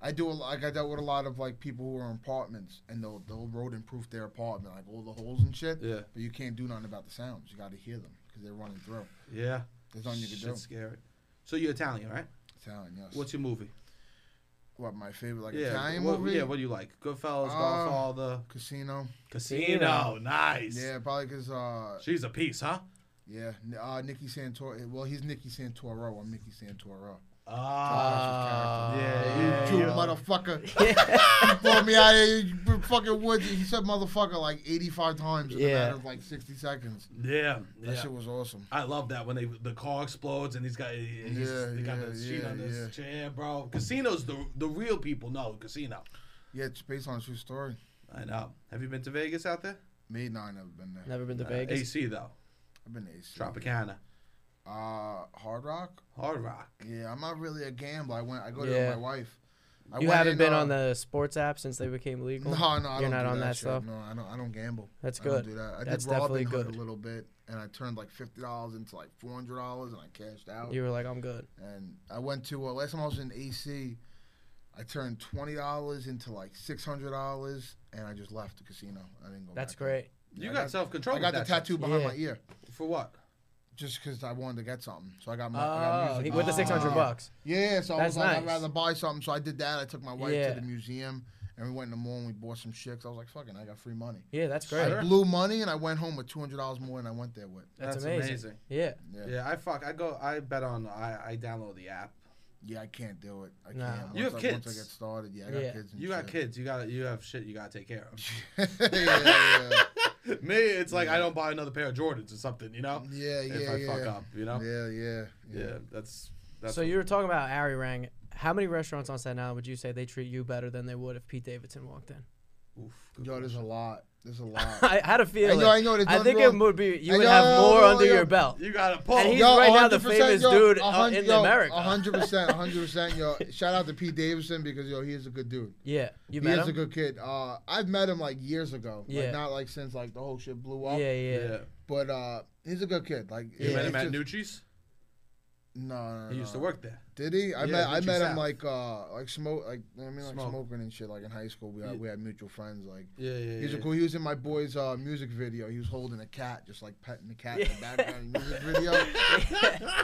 Speaker 3: I do a, like I dealt with a lot of like people who are in apartments and they'll they'll road improve their apartment, like all the holes and shit.
Speaker 1: Yeah.
Speaker 3: But you can't do nothing about the sounds. You got to hear them because they're running through.
Speaker 1: Yeah,
Speaker 3: There's nothing you can do.
Speaker 1: Shit's scary. So you're Italian, right?
Speaker 3: Italian, yes.
Speaker 1: What's your movie?
Speaker 3: what my favorite like
Speaker 1: yeah,
Speaker 3: Italian
Speaker 1: what,
Speaker 3: movie?
Speaker 1: Yeah, what do you like? Goodfellas,
Speaker 3: Uh,
Speaker 1: Godfather,
Speaker 3: Casino.
Speaker 1: Casino. Nice.
Speaker 3: Yeah, probably because uh
Speaker 1: She's a piece, huh?
Speaker 3: yeah N- uh Nicky Santoro. Well, he's Nicky Santoro. I'm Nicky Santoro.
Speaker 1: Ah,
Speaker 2: Uh,
Speaker 1: yeah,
Speaker 3: You
Speaker 1: yeah,
Speaker 3: Jew
Speaker 1: yeah.
Speaker 3: motherfucker. you brought me out of here, you br- fucking woods. He said motherfucker like 85 times in a
Speaker 2: Yeah.
Speaker 3: matter of like 60 seconds.
Speaker 1: yeah, yeah.
Speaker 3: That shit was awesome.
Speaker 1: I love that when they the car explodes and he's got and he's
Speaker 3: Yeah,
Speaker 1: they got
Speaker 3: yeah,
Speaker 1: the sheet
Speaker 3: yeah,
Speaker 1: on his
Speaker 3: yeah.
Speaker 1: chair, bro. Casinos, the the real people know casino.
Speaker 3: Yeah, it's based on a true story.
Speaker 1: I know. Have you been to Vegas out there?
Speaker 3: Me, no, I never been there.
Speaker 2: Never been to
Speaker 1: Uh,
Speaker 2: Vegas.
Speaker 1: AC though,
Speaker 3: I've been to AC.
Speaker 1: Tropicana,
Speaker 3: Uh, Hard Rock.
Speaker 1: Hard Rock.
Speaker 3: Yeah, I'm not really a gambler. I went. I go there
Speaker 2: Yeah.
Speaker 3: with my wife. I
Speaker 2: you
Speaker 3: went
Speaker 2: haven't
Speaker 3: in,
Speaker 2: been
Speaker 3: uh,
Speaker 2: on the sports app since they became legal.
Speaker 3: No, no, I don't
Speaker 2: You're not
Speaker 3: do
Speaker 2: on
Speaker 3: that,
Speaker 2: that
Speaker 3: shit.
Speaker 2: stuff?
Speaker 3: No, I don't. I don't gamble.
Speaker 2: That's
Speaker 3: I don't
Speaker 2: good.
Speaker 3: do that. I
Speaker 2: That's
Speaker 3: did Robin
Speaker 2: definitely
Speaker 3: Hood
Speaker 2: good.
Speaker 3: a little bit, and I turned like fifty dollars into like four hundred dollars, and I cashed out.
Speaker 2: You were like, I'm good.
Speaker 3: And I went to uh, last time I was in AC, I turned twenty dollars into like six hundred dollars, and I just left the casino. I didn't go.
Speaker 2: That's
Speaker 3: back.
Speaker 2: great.
Speaker 1: You
Speaker 3: I
Speaker 1: got,
Speaker 3: got-
Speaker 1: self control.
Speaker 3: I got the tattoo behind
Speaker 2: Yeah.
Speaker 3: my ear
Speaker 1: for what?
Speaker 3: just because I wanted to get something. So I got my. I got
Speaker 2: Oh, he-
Speaker 3: music
Speaker 2: with the
Speaker 3: behind
Speaker 2: six
Speaker 3: my
Speaker 2: hundred
Speaker 3: ear.
Speaker 2: bucks.
Speaker 3: Yeah, so
Speaker 2: That's
Speaker 3: I was like, I'd
Speaker 2: nice.
Speaker 3: rather buy something. So I did that. I took my wife
Speaker 2: Yeah.
Speaker 3: to the museum and we went in the mall and we bought some shit. 'cause I was like, fucking, I got free money.
Speaker 2: Yeah, that's great.
Speaker 1: Sure.
Speaker 3: I blew money and I went home with two hundred dollars more than I went there with.
Speaker 2: That's,
Speaker 1: That's
Speaker 2: amazing.
Speaker 1: amazing.
Speaker 2: Yeah.
Speaker 3: Yeah, yeah,
Speaker 1: Yeah, I fuck. I go. I bet on. I I download the app.
Speaker 3: I can't do it. I
Speaker 2: Nah.
Speaker 3: can't.
Speaker 1: You
Speaker 3: Once
Speaker 1: have
Speaker 3: I,
Speaker 1: kids.
Speaker 3: Once I get started, yeah, I got
Speaker 2: Yeah.
Speaker 3: kids. And
Speaker 1: You got
Speaker 3: shit.
Speaker 1: kids. You got you have shit. You gotta take care of.
Speaker 3: yeah, yeah,
Speaker 1: Me, it's like I don't buy another pair of Jordans or something. You know,
Speaker 3: yeah, yeah,
Speaker 1: if
Speaker 3: yeah.
Speaker 1: I
Speaker 3: yeah.
Speaker 1: fuck up, you know.
Speaker 3: Yeah, yeah,
Speaker 1: Yeah, that's that's.
Speaker 2: so you were talking about Arirang. How many restaurants on Staten Island would you say they treat you better than they would if Pete Davidson walked in?
Speaker 1: oof, good
Speaker 3: Yo,
Speaker 1: one.
Speaker 3: there's a lot. There's a lot.
Speaker 2: I had a feeling.
Speaker 3: know- I know, there's
Speaker 2: I
Speaker 3: nothing
Speaker 2: think
Speaker 3: wrong-
Speaker 2: it would be you
Speaker 3: I
Speaker 2: would
Speaker 3: know,
Speaker 2: have
Speaker 3: I know,
Speaker 2: more
Speaker 3: I know,
Speaker 2: under
Speaker 3: I know.
Speaker 2: your belt.
Speaker 1: you gotta pull.
Speaker 2: And he's
Speaker 1: Yo,
Speaker 2: right now the
Speaker 3: 100%,
Speaker 2: famous dude
Speaker 3: a
Speaker 2: on-
Speaker 3: hun-
Speaker 2: in
Speaker 3: yo,
Speaker 2: America.
Speaker 3: a hundred percent, a hundred percent. Yo, shout out to Pete Davidson because yo, he is a good dude.
Speaker 2: Yeah, you
Speaker 3: He
Speaker 2: met
Speaker 3: is
Speaker 2: him.
Speaker 3: a good kid. Uh, I've met him like years ago.
Speaker 2: Yeah.
Speaker 3: Like, not like since like the whole shit blew
Speaker 2: yeah,
Speaker 3: up.
Speaker 2: yeah,
Speaker 1: yeah.
Speaker 3: But uh, He's a good kid. Like
Speaker 2: You
Speaker 1: You
Speaker 3: it-
Speaker 1: met
Speaker 3: it's
Speaker 1: him at
Speaker 3: just- Uh-huh.
Speaker 1: Nucci's?
Speaker 3: No, no, no,
Speaker 1: He used to
Speaker 3: no.
Speaker 1: work there.
Speaker 3: Did he? I
Speaker 1: Yeah,
Speaker 3: met I
Speaker 1: Gucci
Speaker 3: met
Speaker 1: South.
Speaker 3: him like uh like smoke like I mean like
Speaker 1: Smoke.
Speaker 3: smoking and shit like in high school. We had,
Speaker 1: Yeah.
Speaker 3: we had mutual friends like.
Speaker 1: Yeah, yeah, yeah.
Speaker 3: He's a cool. He was in my boy's uh, music video. He was holding a cat, just like petting the cat in the
Speaker 2: Yeah.
Speaker 3: background of the music video.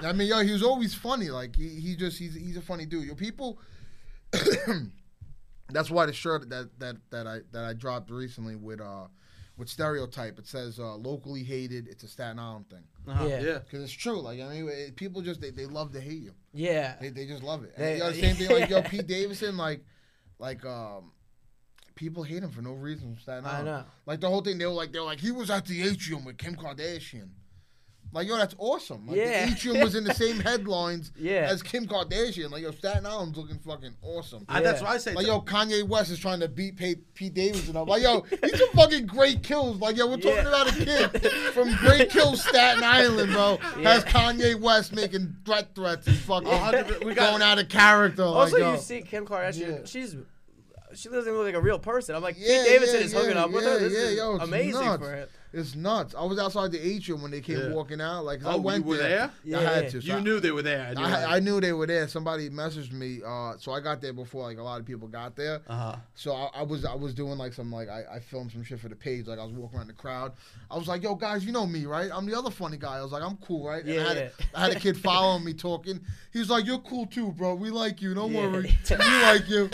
Speaker 3: I mean, yo, he was always funny. Like he, he just he's he's a funny dude. Yo, people. that's why the shirt that that that I that I dropped recently with uh with stereotype. It says uh, locally hated. It's a Staten Island thing.
Speaker 1: Uh-huh.
Speaker 2: Yeah.
Speaker 1: yeah.
Speaker 3: Cause it's true. Like I mean, it, people just they, they love to hate you.
Speaker 2: Yeah.
Speaker 3: They, they just love it.
Speaker 2: They-
Speaker 3: And, yo, same thing like yo Pete Davidson. Like like um. People hate him for no reason. from Staten
Speaker 2: I
Speaker 3: Island.
Speaker 2: know.
Speaker 3: Like the whole thing, they were like, they were like, he was at the atrium with Kim Kardashian. Like, yo, that's awesome. Like,
Speaker 2: Yeah.
Speaker 3: the atrium was in the same headlines
Speaker 2: Yeah.
Speaker 3: as Kim Kardashian. Like, yo, Staten Island's looking fucking awesome.
Speaker 1: I, that's
Speaker 2: Yeah.
Speaker 1: what I say.
Speaker 3: Like,
Speaker 1: to-
Speaker 3: yo, Kanye West is trying to beat Pete, Pete Davidson up. Like, yo, these are fucking great kills. Like, yo, we're talking
Speaker 2: Yeah.
Speaker 3: about a kid from Great Kill Staten Island, bro.
Speaker 2: Yeah.
Speaker 3: Has Kanye West making threat threats and fucking
Speaker 1: A hundred- we got-
Speaker 3: going out of character.
Speaker 2: Also,
Speaker 3: like, yo.
Speaker 2: you see Kim Kardashian.
Speaker 3: Oh, Yeah.
Speaker 2: She's she doesn't look like a real person. I'm like,
Speaker 3: Yeah,
Speaker 2: Pete Davidson
Speaker 3: yeah,
Speaker 2: is hooking
Speaker 3: yeah,
Speaker 2: up with
Speaker 3: yeah,
Speaker 2: her. This
Speaker 3: yeah,
Speaker 2: is
Speaker 3: yo, it's
Speaker 2: amazing
Speaker 3: nuts.
Speaker 2: for her.
Speaker 3: It's nuts. I was outside the atrium when they came
Speaker 1: Yeah.
Speaker 3: walking out. Like, 'cause
Speaker 1: Oh,
Speaker 3: I
Speaker 1: you
Speaker 3: went
Speaker 1: were there?
Speaker 3: there. I
Speaker 2: Yeah.
Speaker 3: had to. so
Speaker 1: you
Speaker 3: I-
Speaker 1: knew they were there. And
Speaker 3: I, I knew they were there. Somebody messaged me, uh, so I got there before like a lot of people got there.
Speaker 1: uh
Speaker 3: So I, I was I was doing like some like I, I filmed some shit for the page. Like I was walking around the crowd. I was like, "Yo guys, you know me, right? I'm the other funny guy." I was like, "I'm cool, right?" And I, had
Speaker 2: Yeah.
Speaker 3: a, I had a kid following me talking. He was like, "You're cool too, bro. We like you. Don't
Speaker 2: Yeah.
Speaker 3: worry, we like you."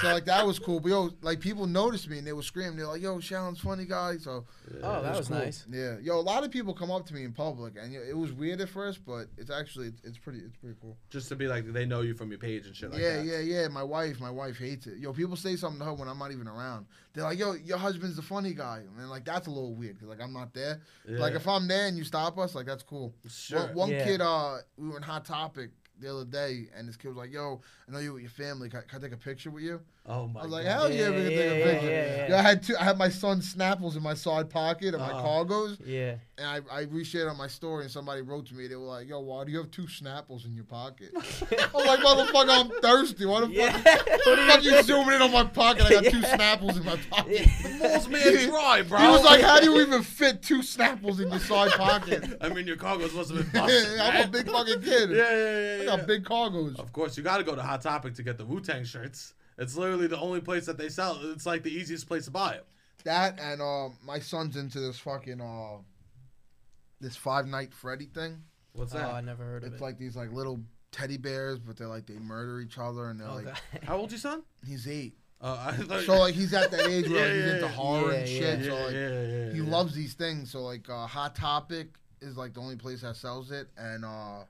Speaker 3: So like that was cool. But yo, like people noticed me and they were screaming. They're like, "Yo, Shallon's funny guy." So
Speaker 2: Oh, that
Speaker 3: it
Speaker 2: was
Speaker 3: cool.
Speaker 2: nice.
Speaker 3: Yeah, yo, a lot of people come up to me in public, and yo, it was weird at first, but it's actually it's, it's pretty it's pretty cool.
Speaker 1: Just to be like, they know you from your page and shit like
Speaker 3: yeah,
Speaker 1: that.
Speaker 3: yeah, yeah. My wife, my wife hates it. Yo, people say something to her when I'm not even around. They're like, "Yo, your husband's the funny guy," and like that's a little weird because like I'm not there.
Speaker 1: Yeah.
Speaker 3: Like if I'm there and you stop us, like that's cool.
Speaker 1: Sure.
Speaker 3: One, one
Speaker 2: Yeah.
Speaker 3: kid, uh, we were in Hot Topic the other day, and this kid was like, "Yo, I know you with your family. Can, can I take a picture with you?"
Speaker 1: oh, my
Speaker 3: I was like,
Speaker 1: God.
Speaker 3: "Hell yeah,
Speaker 2: Yeah,
Speaker 3: we can
Speaker 2: yeah,
Speaker 3: take a
Speaker 2: yeah,
Speaker 3: picture."
Speaker 2: yeah, yeah.
Speaker 3: Yo, I had two. I had my son's Snapples in my side pocket of my
Speaker 1: Uh-uh.
Speaker 3: cargos
Speaker 2: Yeah.
Speaker 3: and I, I reshared on my story, and somebody wrote to me. They were like, "Yo, why do you have two Snapples in your pocket?" I'm like, "Motherfucker, I'm thirsty. Why the
Speaker 2: Yeah.
Speaker 3: fuck? Why the fuck you zooming in on my pocket? I got two
Speaker 2: Yeah.
Speaker 3: Snapples in my pocket."
Speaker 1: The mall's man dry, bro.
Speaker 3: He was like, "How do you even fit two Snapples in your side pocket?"
Speaker 1: I mean, your cargoes must have been busted.
Speaker 3: I'm a
Speaker 1: man.
Speaker 3: big fucking kid.
Speaker 1: Yeah, yeah, yeah.
Speaker 3: I
Speaker 1: yeah.
Speaker 3: got big cargos.
Speaker 1: Of course, you got to go to Hot Topic to get the Wu Tang shirts. It's literally the only place that they sell. it. It's like the easiest place to buy it.
Speaker 3: That and um, my son's into this fucking uh, this Five Night Freddy thing.
Speaker 1: What's
Speaker 2: Oh,
Speaker 1: that?
Speaker 2: I never heard of
Speaker 3: It's
Speaker 2: it.
Speaker 3: like these like little teddy bears, but they're like they murder each other, and they're
Speaker 2: Oh,
Speaker 3: like
Speaker 2: God.
Speaker 1: How old's your son?
Speaker 3: he's eight.
Speaker 1: Uh, I thought-
Speaker 3: So like he's at that age where like,
Speaker 1: Yeah,
Speaker 3: he's
Speaker 1: yeah,
Speaker 3: into
Speaker 1: yeah.
Speaker 3: horror and
Speaker 2: Yeah,
Speaker 3: shit.
Speaker 1: yeah,
Speaker 3: so like
Speaker 1: yeah, yeah,
Speaker 3: he
Speaker 1: yeah.
Speaker 3: loves these things. So like uh, Hot Topic is like the only place that sells it, and uh,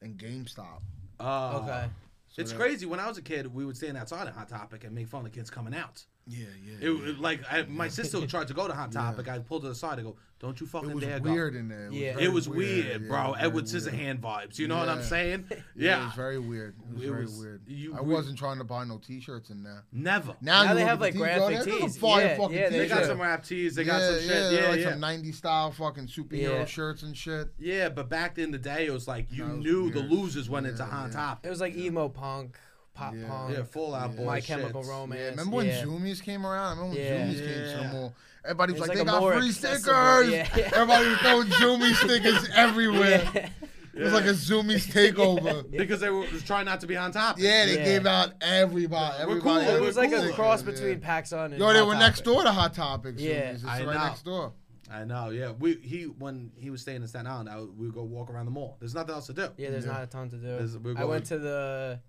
Speaker 3: and GameStop.
Speaker 1: Uh,
Speaker 2: Okay.
Speaker 3: So
Speaker 1: It's
Speaker 3: that-
Speaker 1: crazy. When I was a kid, we would stand outside at Hot Topic and make fun of kids coming out.
Speaker 3: Yeah,
Speaker 1: It,
Speaker 3: yeah. It,
Speaker 1: it- like I, my sister would try to go to Hot Topic. I pulled her aside. I go, "Don't you fucking
Speaker 3: was
Speaker 1: dare
Speaker 3: weird in there.
Speaker 2: Yeah.
Speaker 1: go."
Speaker 3: very
Speaker 1: It was weird,
Speaker 3: Yeah, it
Speaker 1: bro.
Speaker 3: was very
Speaker 1: Edward
Speaker 3: weird.
Speaker 1: Scissorhand vibes. You know what I'm
Speaker 3: Yeah.
Speaker 1: saying? Yeah.
Speaker 3: it was very weird. It was
Speaker 1: It
Speaker 3: very
Speaker 1: was-
Speaker 3: weird.
Speaker 1: you
Speaker 3: I
Speaker 1: re-
Speaker 3: wasn't trying to buy no T-shirts in there.
Speaker 1: Never.
Speaker 2: Now
Speaker 3: you
Speaker 2: they
Speaker 3: look
Speaker 2: have,
Speaker 3: at the
Speaker 2: like,
Speaker 3: tees, yo,
Speaker 2: graphic
Speaker 3: there's some
Speaker 2: tees.
Speaker 3: fire
Speaker 2: Yeah,
Speaker 3: fucking
Speaker 2: yeah,
Speaker 1: They got
Speaker 3: t-shirts.
Speaker 1: some rap tees. They got some shit. Yeah,
Speaker 3: they're
Speaker 1: yeah.
Speaker 3: like some '90s style fucking superhero
Speaker 2: Yeah.
Speaker 3: shirts and shit.
Speaker 1: Yeah, but back in the day, it was like you
Speaker 3: No, it was
Speaker 1: knew the
Speaker 3: weird.
Speaker 1: losers went into
Speaker 3: Yeah,
Speaker 1: Hot
Speaker 3: yeah.
Speaker 2: It
Speaker 1: Topic.
Speaker 2: was like emo punk, pop
Speaker 3: Yeah.
Speaker 2: punk.
Speaker 1: Yeah, Full Out Boy.
Speaker 2: My
Speaker 1: shit.
Speaker 2: Chemical
Speaker 3: Yeah,
Speaker 2: Romance.
Speaker 3: remember when
Speaker 2: yeah.
Speaker 3: Zoomies came around? I remember when
Speaker 2: Yeah.
Speaker 3: Zoomies came to the
Speaker 1: Yeah.
Speaker 3: mall. Everybody was
Speaker 2: It's
Speaker 3: like,
Speaker 2: like
Speaker 3: they
Speaker 2: a
Speaker 3: got
Speaker 2: more
Speaker 3: free
Speaker 2: accessible-
Speaker 3: stickers.
Speaker 2: yeah.
Speaker 3: Everybody was throwing Zoomies stickers everywhere.
Speaker 2: Yeah.
Speaker 3: It was like a Zoomies takeover. Yeah,
Speaker 1: Because they were was trying not to be on top.
Speaker 3: they
Speaker 2: Yeah.
Speaker 3: gave out everybody.
Speaker 1: We're cool, we're
Speaker 3: everybody
Speaker 2: It
Speaker 3: had
Speaker 2: was
Speaker 1: cool.
Speaker 2: like a
Speaker 3: stickers,
Speaker 2: cross
Speaker 3: yeah.
Speaker 2: between Paxson and.
Speaker 3: Yo, they
Speaker 2: Hot
Speaker 3: were next
Speaker 2: Topic.
Speaker 3: door to Hot Topics.
Speaker 2: Yeah.
Speaker 3: Zoomies. It's
Speaker 1: I
Speaker 3: right
Speaker 1: know.
Speaker 3: next door.
Speaker 1: I know. Yeah, we he when he was staying in Staten Island, I, would- we would go walk around the mall. There's nothing else to do.
Speaker 2: Yeah, there's
Speaker 3: Yeah.
Speaker 2: not a ton to do.
Speaker 1: There's- we're
Speaker 2: I
Speaker 1: going-
Speaker 2: went to the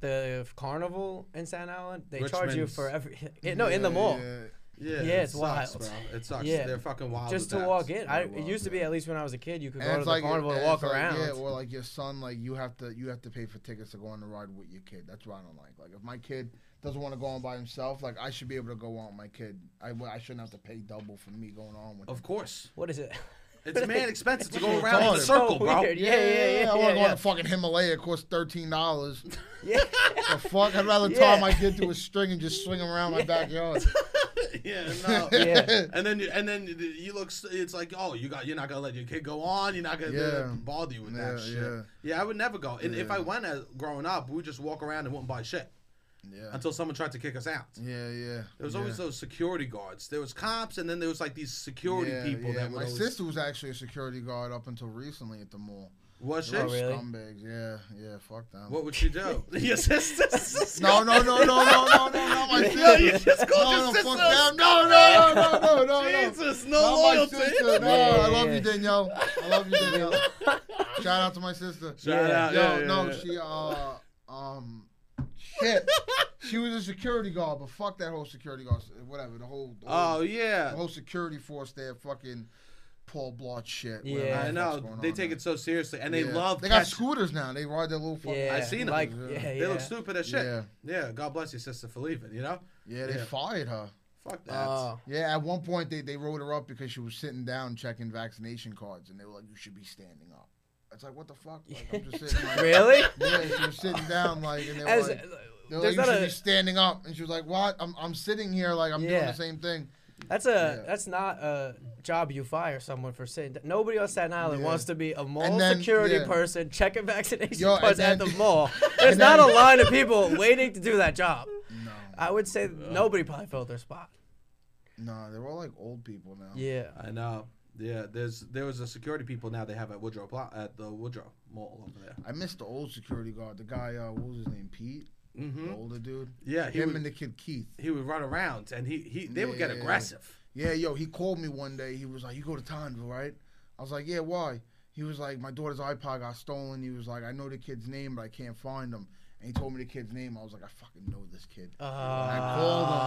Speaker 2: the carnival in San Island. They charge you
Speaker 1: Richmond's.
Speaker 2: for every. no, in
Speaker 3: Yeah,
Speaker 2: the mall.
Speaker 3: yeah.
Speaker 1: Yeah,
Speaker 2: Yeah, it's
Speaker 1: it sucks,
Speaker 2: wild.
Speaker 1: bro. It sucks.
Speaker 2: Yeah.
Speaker 1: They're fucking wild.
Speaker 2: Just
Speaker 1: with
Speaker 2: to
Speaker 1: that.
Speaker 2: walk in. I,
Speaker 3: very
Speaker 2: it
Speaker 3: wild,
Speaker 2: used to be
Speaker 3: yeah.
Speaker 2: at least when I was a kid, you could
Speaker 3: And
Speaker 2: go to
Speaker 3: it's
Speaker 2: the
Speaker 3: like-
Speaker 2: carnival
Speaker 3: and
Speaker 2: and
Speaker 3: it's
Speaker 2: walk
Speaker 3: like,
Speaker 2: around.
Speaker 3: Yeah, or like your son, like you have to you have to pay for tickets to go on the ride with your kid. That's what I don't like. Like if my kid doesn't want to go on by himself, like I should be able to go on with my kid. I, w- I shouldn't have to pay double for me going on with.
Speaker 1: Of
Speaker 3: him.
Speaker 1: course,
Speaker 2: What is it?
Speaker 1: it's man expensive to go
Speaker 3: It's
Speaker 1: around in a
Speaker 3: hard.
Speaker 1: circle, bro.
Speaker 2: Weird. Yeah, yeah, yeah,
Speaker 3: I want to
Speaker 2: yeah,
Speaker 3: go
Speaker 2: yeah.
Speaker 3: on a fucking Himalaya. It costs thirteen dollars.
Speaker 2: Yeah.
Speaker 3: the fuck? I'd rather
Speaker 2: Yeah.
Speaker 3: tie my kid to a string and just swing him around my
Speaker 2: Yeah.
Speaker 3: backyard.
Speaker 1: yeah, no.
Speaker 2: Yeah.
Speaker 1: And then you, and then you- you look. s- It's like, oh, you got. You're not gonna let your kid go on. You're not gonna they're not
Speaker 3: Yeah.
Speaker 1: gonna bother you with
Speaker 3: Yeah,
Speaker 1: that shit. Yeah.
Speaker 3: yeah.
Speaker 1: I would never go. And if
Speaker 3: Yeah.
Speaker 1: I went as growing up, we would just walk around and wouldn't buy shit.
Speaker 3: Yeah.
Speaker 1: until someone tried to kick us out.
Speaker 3: Yeah, yeah.
Speaker 1: There was
Speaker 3: yeah.
Speaker 1: always those security guards. There was cops, and then there was like these security
Speaker 3: Yeah,
Speaker 1: people
Speaker 3: yeah.
Speaker 1: that would
Speaker 3: My
Speaker 1: always.
Speaker 3: sister was actually a security guard up until recently at the mall.
Speaker 1: what
Speaker 3: They
Speaker 1: shit?
Speaker 2: Oh,
Speaker 3: were
Speaker 2: really?
Speaker 3: Scumbags. Yeah, yeah. Fuck them.
Speaker 1: What would she do? Your sister?
Speaker 3: No, no, no, no, no, no, no, no. My
Speaker 1: Yeah, you
Speaker 3: sister.
Speaker 1: just called
Speaker 3: No, no,
Speaker 1: your
Speaker 3: fuck
Speaker 1: sister a
Speaker 3: them. No, no, no, no, no, no, no.
Speaker 1: Jesus, no
Speaker 3: Not my
Speaker 1: loyalty.
Speaker 3: sister. No,
Speaker 2: Yeah,
Speaker 3: I love
Speaker 2: yeah.
Speaker 3: you, Danielle. I love you, Danielle. Shout out to my sister.
Speaker 1: Shout
Speaker 2: Yeah.
Speaker 1: out.
Speaker 3: Yo,
Speaker 1: yeah, yeah,
Speaker 3: no,
Speaker 1: yeah.
Speaker 3: she uh um shit. she was a security guard, but fuck that whole security guard, whatever. The whole the whole,
Speaker 1: Oh yeah.
Speaker 3: the whole security force there, fucking Paul Blart shit. whatever
Speaker 2: Yeah.
Speaker 3: the
Speaker 1: I
Speaker 3: fuck's
Speaker 1: know
Speaker 3: going
Speaker 1: they
Speaker 3: on
Speaker 1: take
Speaker 3: there.
Speaker 1: it so seriously, and they
Speaker 3: Yeah.
Speaker 1: love.
Speaker 3: They got
Speaker 1: catch-
Speaker 3: scooters now. They ride their little fucking.
Speaker 2: Yeah,
Speaker 1: I seen 'em.
Speaker 2: Like,
Speaker 3: Yeah.
Speaker 2: yeah, yeah.
Speaker 1: They look stupid as shit.
Speaker 3: Yeah.
Speaker 1: Yeah, God bless your sister for leaving. You know,
Speaker 3: Yeah, they
Speaker 1: Yeah.
Speaker 3: fired her.
Speaker 1: fuck that.
Speaker 2: Oh,
Speaker 3: Yeah, at one point they, they wrote her up because she was sitting down checking vaccination cards, and they were like, "You should be standing up." It's like, what the fuck? Like, I'm just sitting. Like,
Speaker 2: really?
Speaker 3: Yeah, she was sitting down, like, and they were
Speaker 2: As-
Speaker 3: like, They're
Speaker 2: there's
Speaker 3: like, you
Speaker 2: not
Speaker 3: should
Speaker 2: a-
Speaker 3: be standing up. And she was like, what? I'm, I'm sitting here like I'm doing
Speaker 2: Yeah.
Speaker 3: the same thing.
Speaker 2: that's a
Speaker 3: Yeah.
Speaker 2: that's not a job you fire someone for sitting. down. Nobody on Staten Island
Speaker 3: Yeah.
Speaker 2: wants to be a mall
Speaker 3: then-
Speaker 2: security
Speaker 3: yeah.
Speaker 2: person checking vaccination
Speaker 3: Yo, and
Speaker 2: cards at
Speaker 3: then-
Speaker 2: the mall. There's not a line of people waiting to do that job.
Speaker 3: No.
Speaker 2: I would say
Speaker 1: Uh.
Speaker 2: nobody probably filled their spot.
Speaker 3: No, they're all like old people now.
Speaker 2: Yeah.
Speaker 1: I know. Yeah, there's there was a security people now they have at Woodrow Pla- at the Woodrow Mall over there.
Speaker 3: I miss the old security guard, the guy, uh, what was his name? Pete?
Speaker 1: hmm
Speaker 2: Mm-hmm.
Speaker 3: The older dude.
Speaker 1: Yeah, he
Speaker 3: Him
Speaker 1: would,
Speaker 3: and the kid Keith.
Speaker 1: he would run around and he, he they would get
Speaker 3: Yeah, yeah, yeah.
Speaker 1: aggressive.
Speaker 3: Yeah, yo, he called me one day. He was like, You go to Tonville, right? I was like, Yeah, why? He was like, My daughter's iPod got stolen. He was like, I know the kid's name, but I can't find him. And he told me the kid's name. I was like, I fucking know this kid.
Speaker 2: Uh,
Speaker 3: I
Speaker 1: Ah.
Speaker 3: called him. I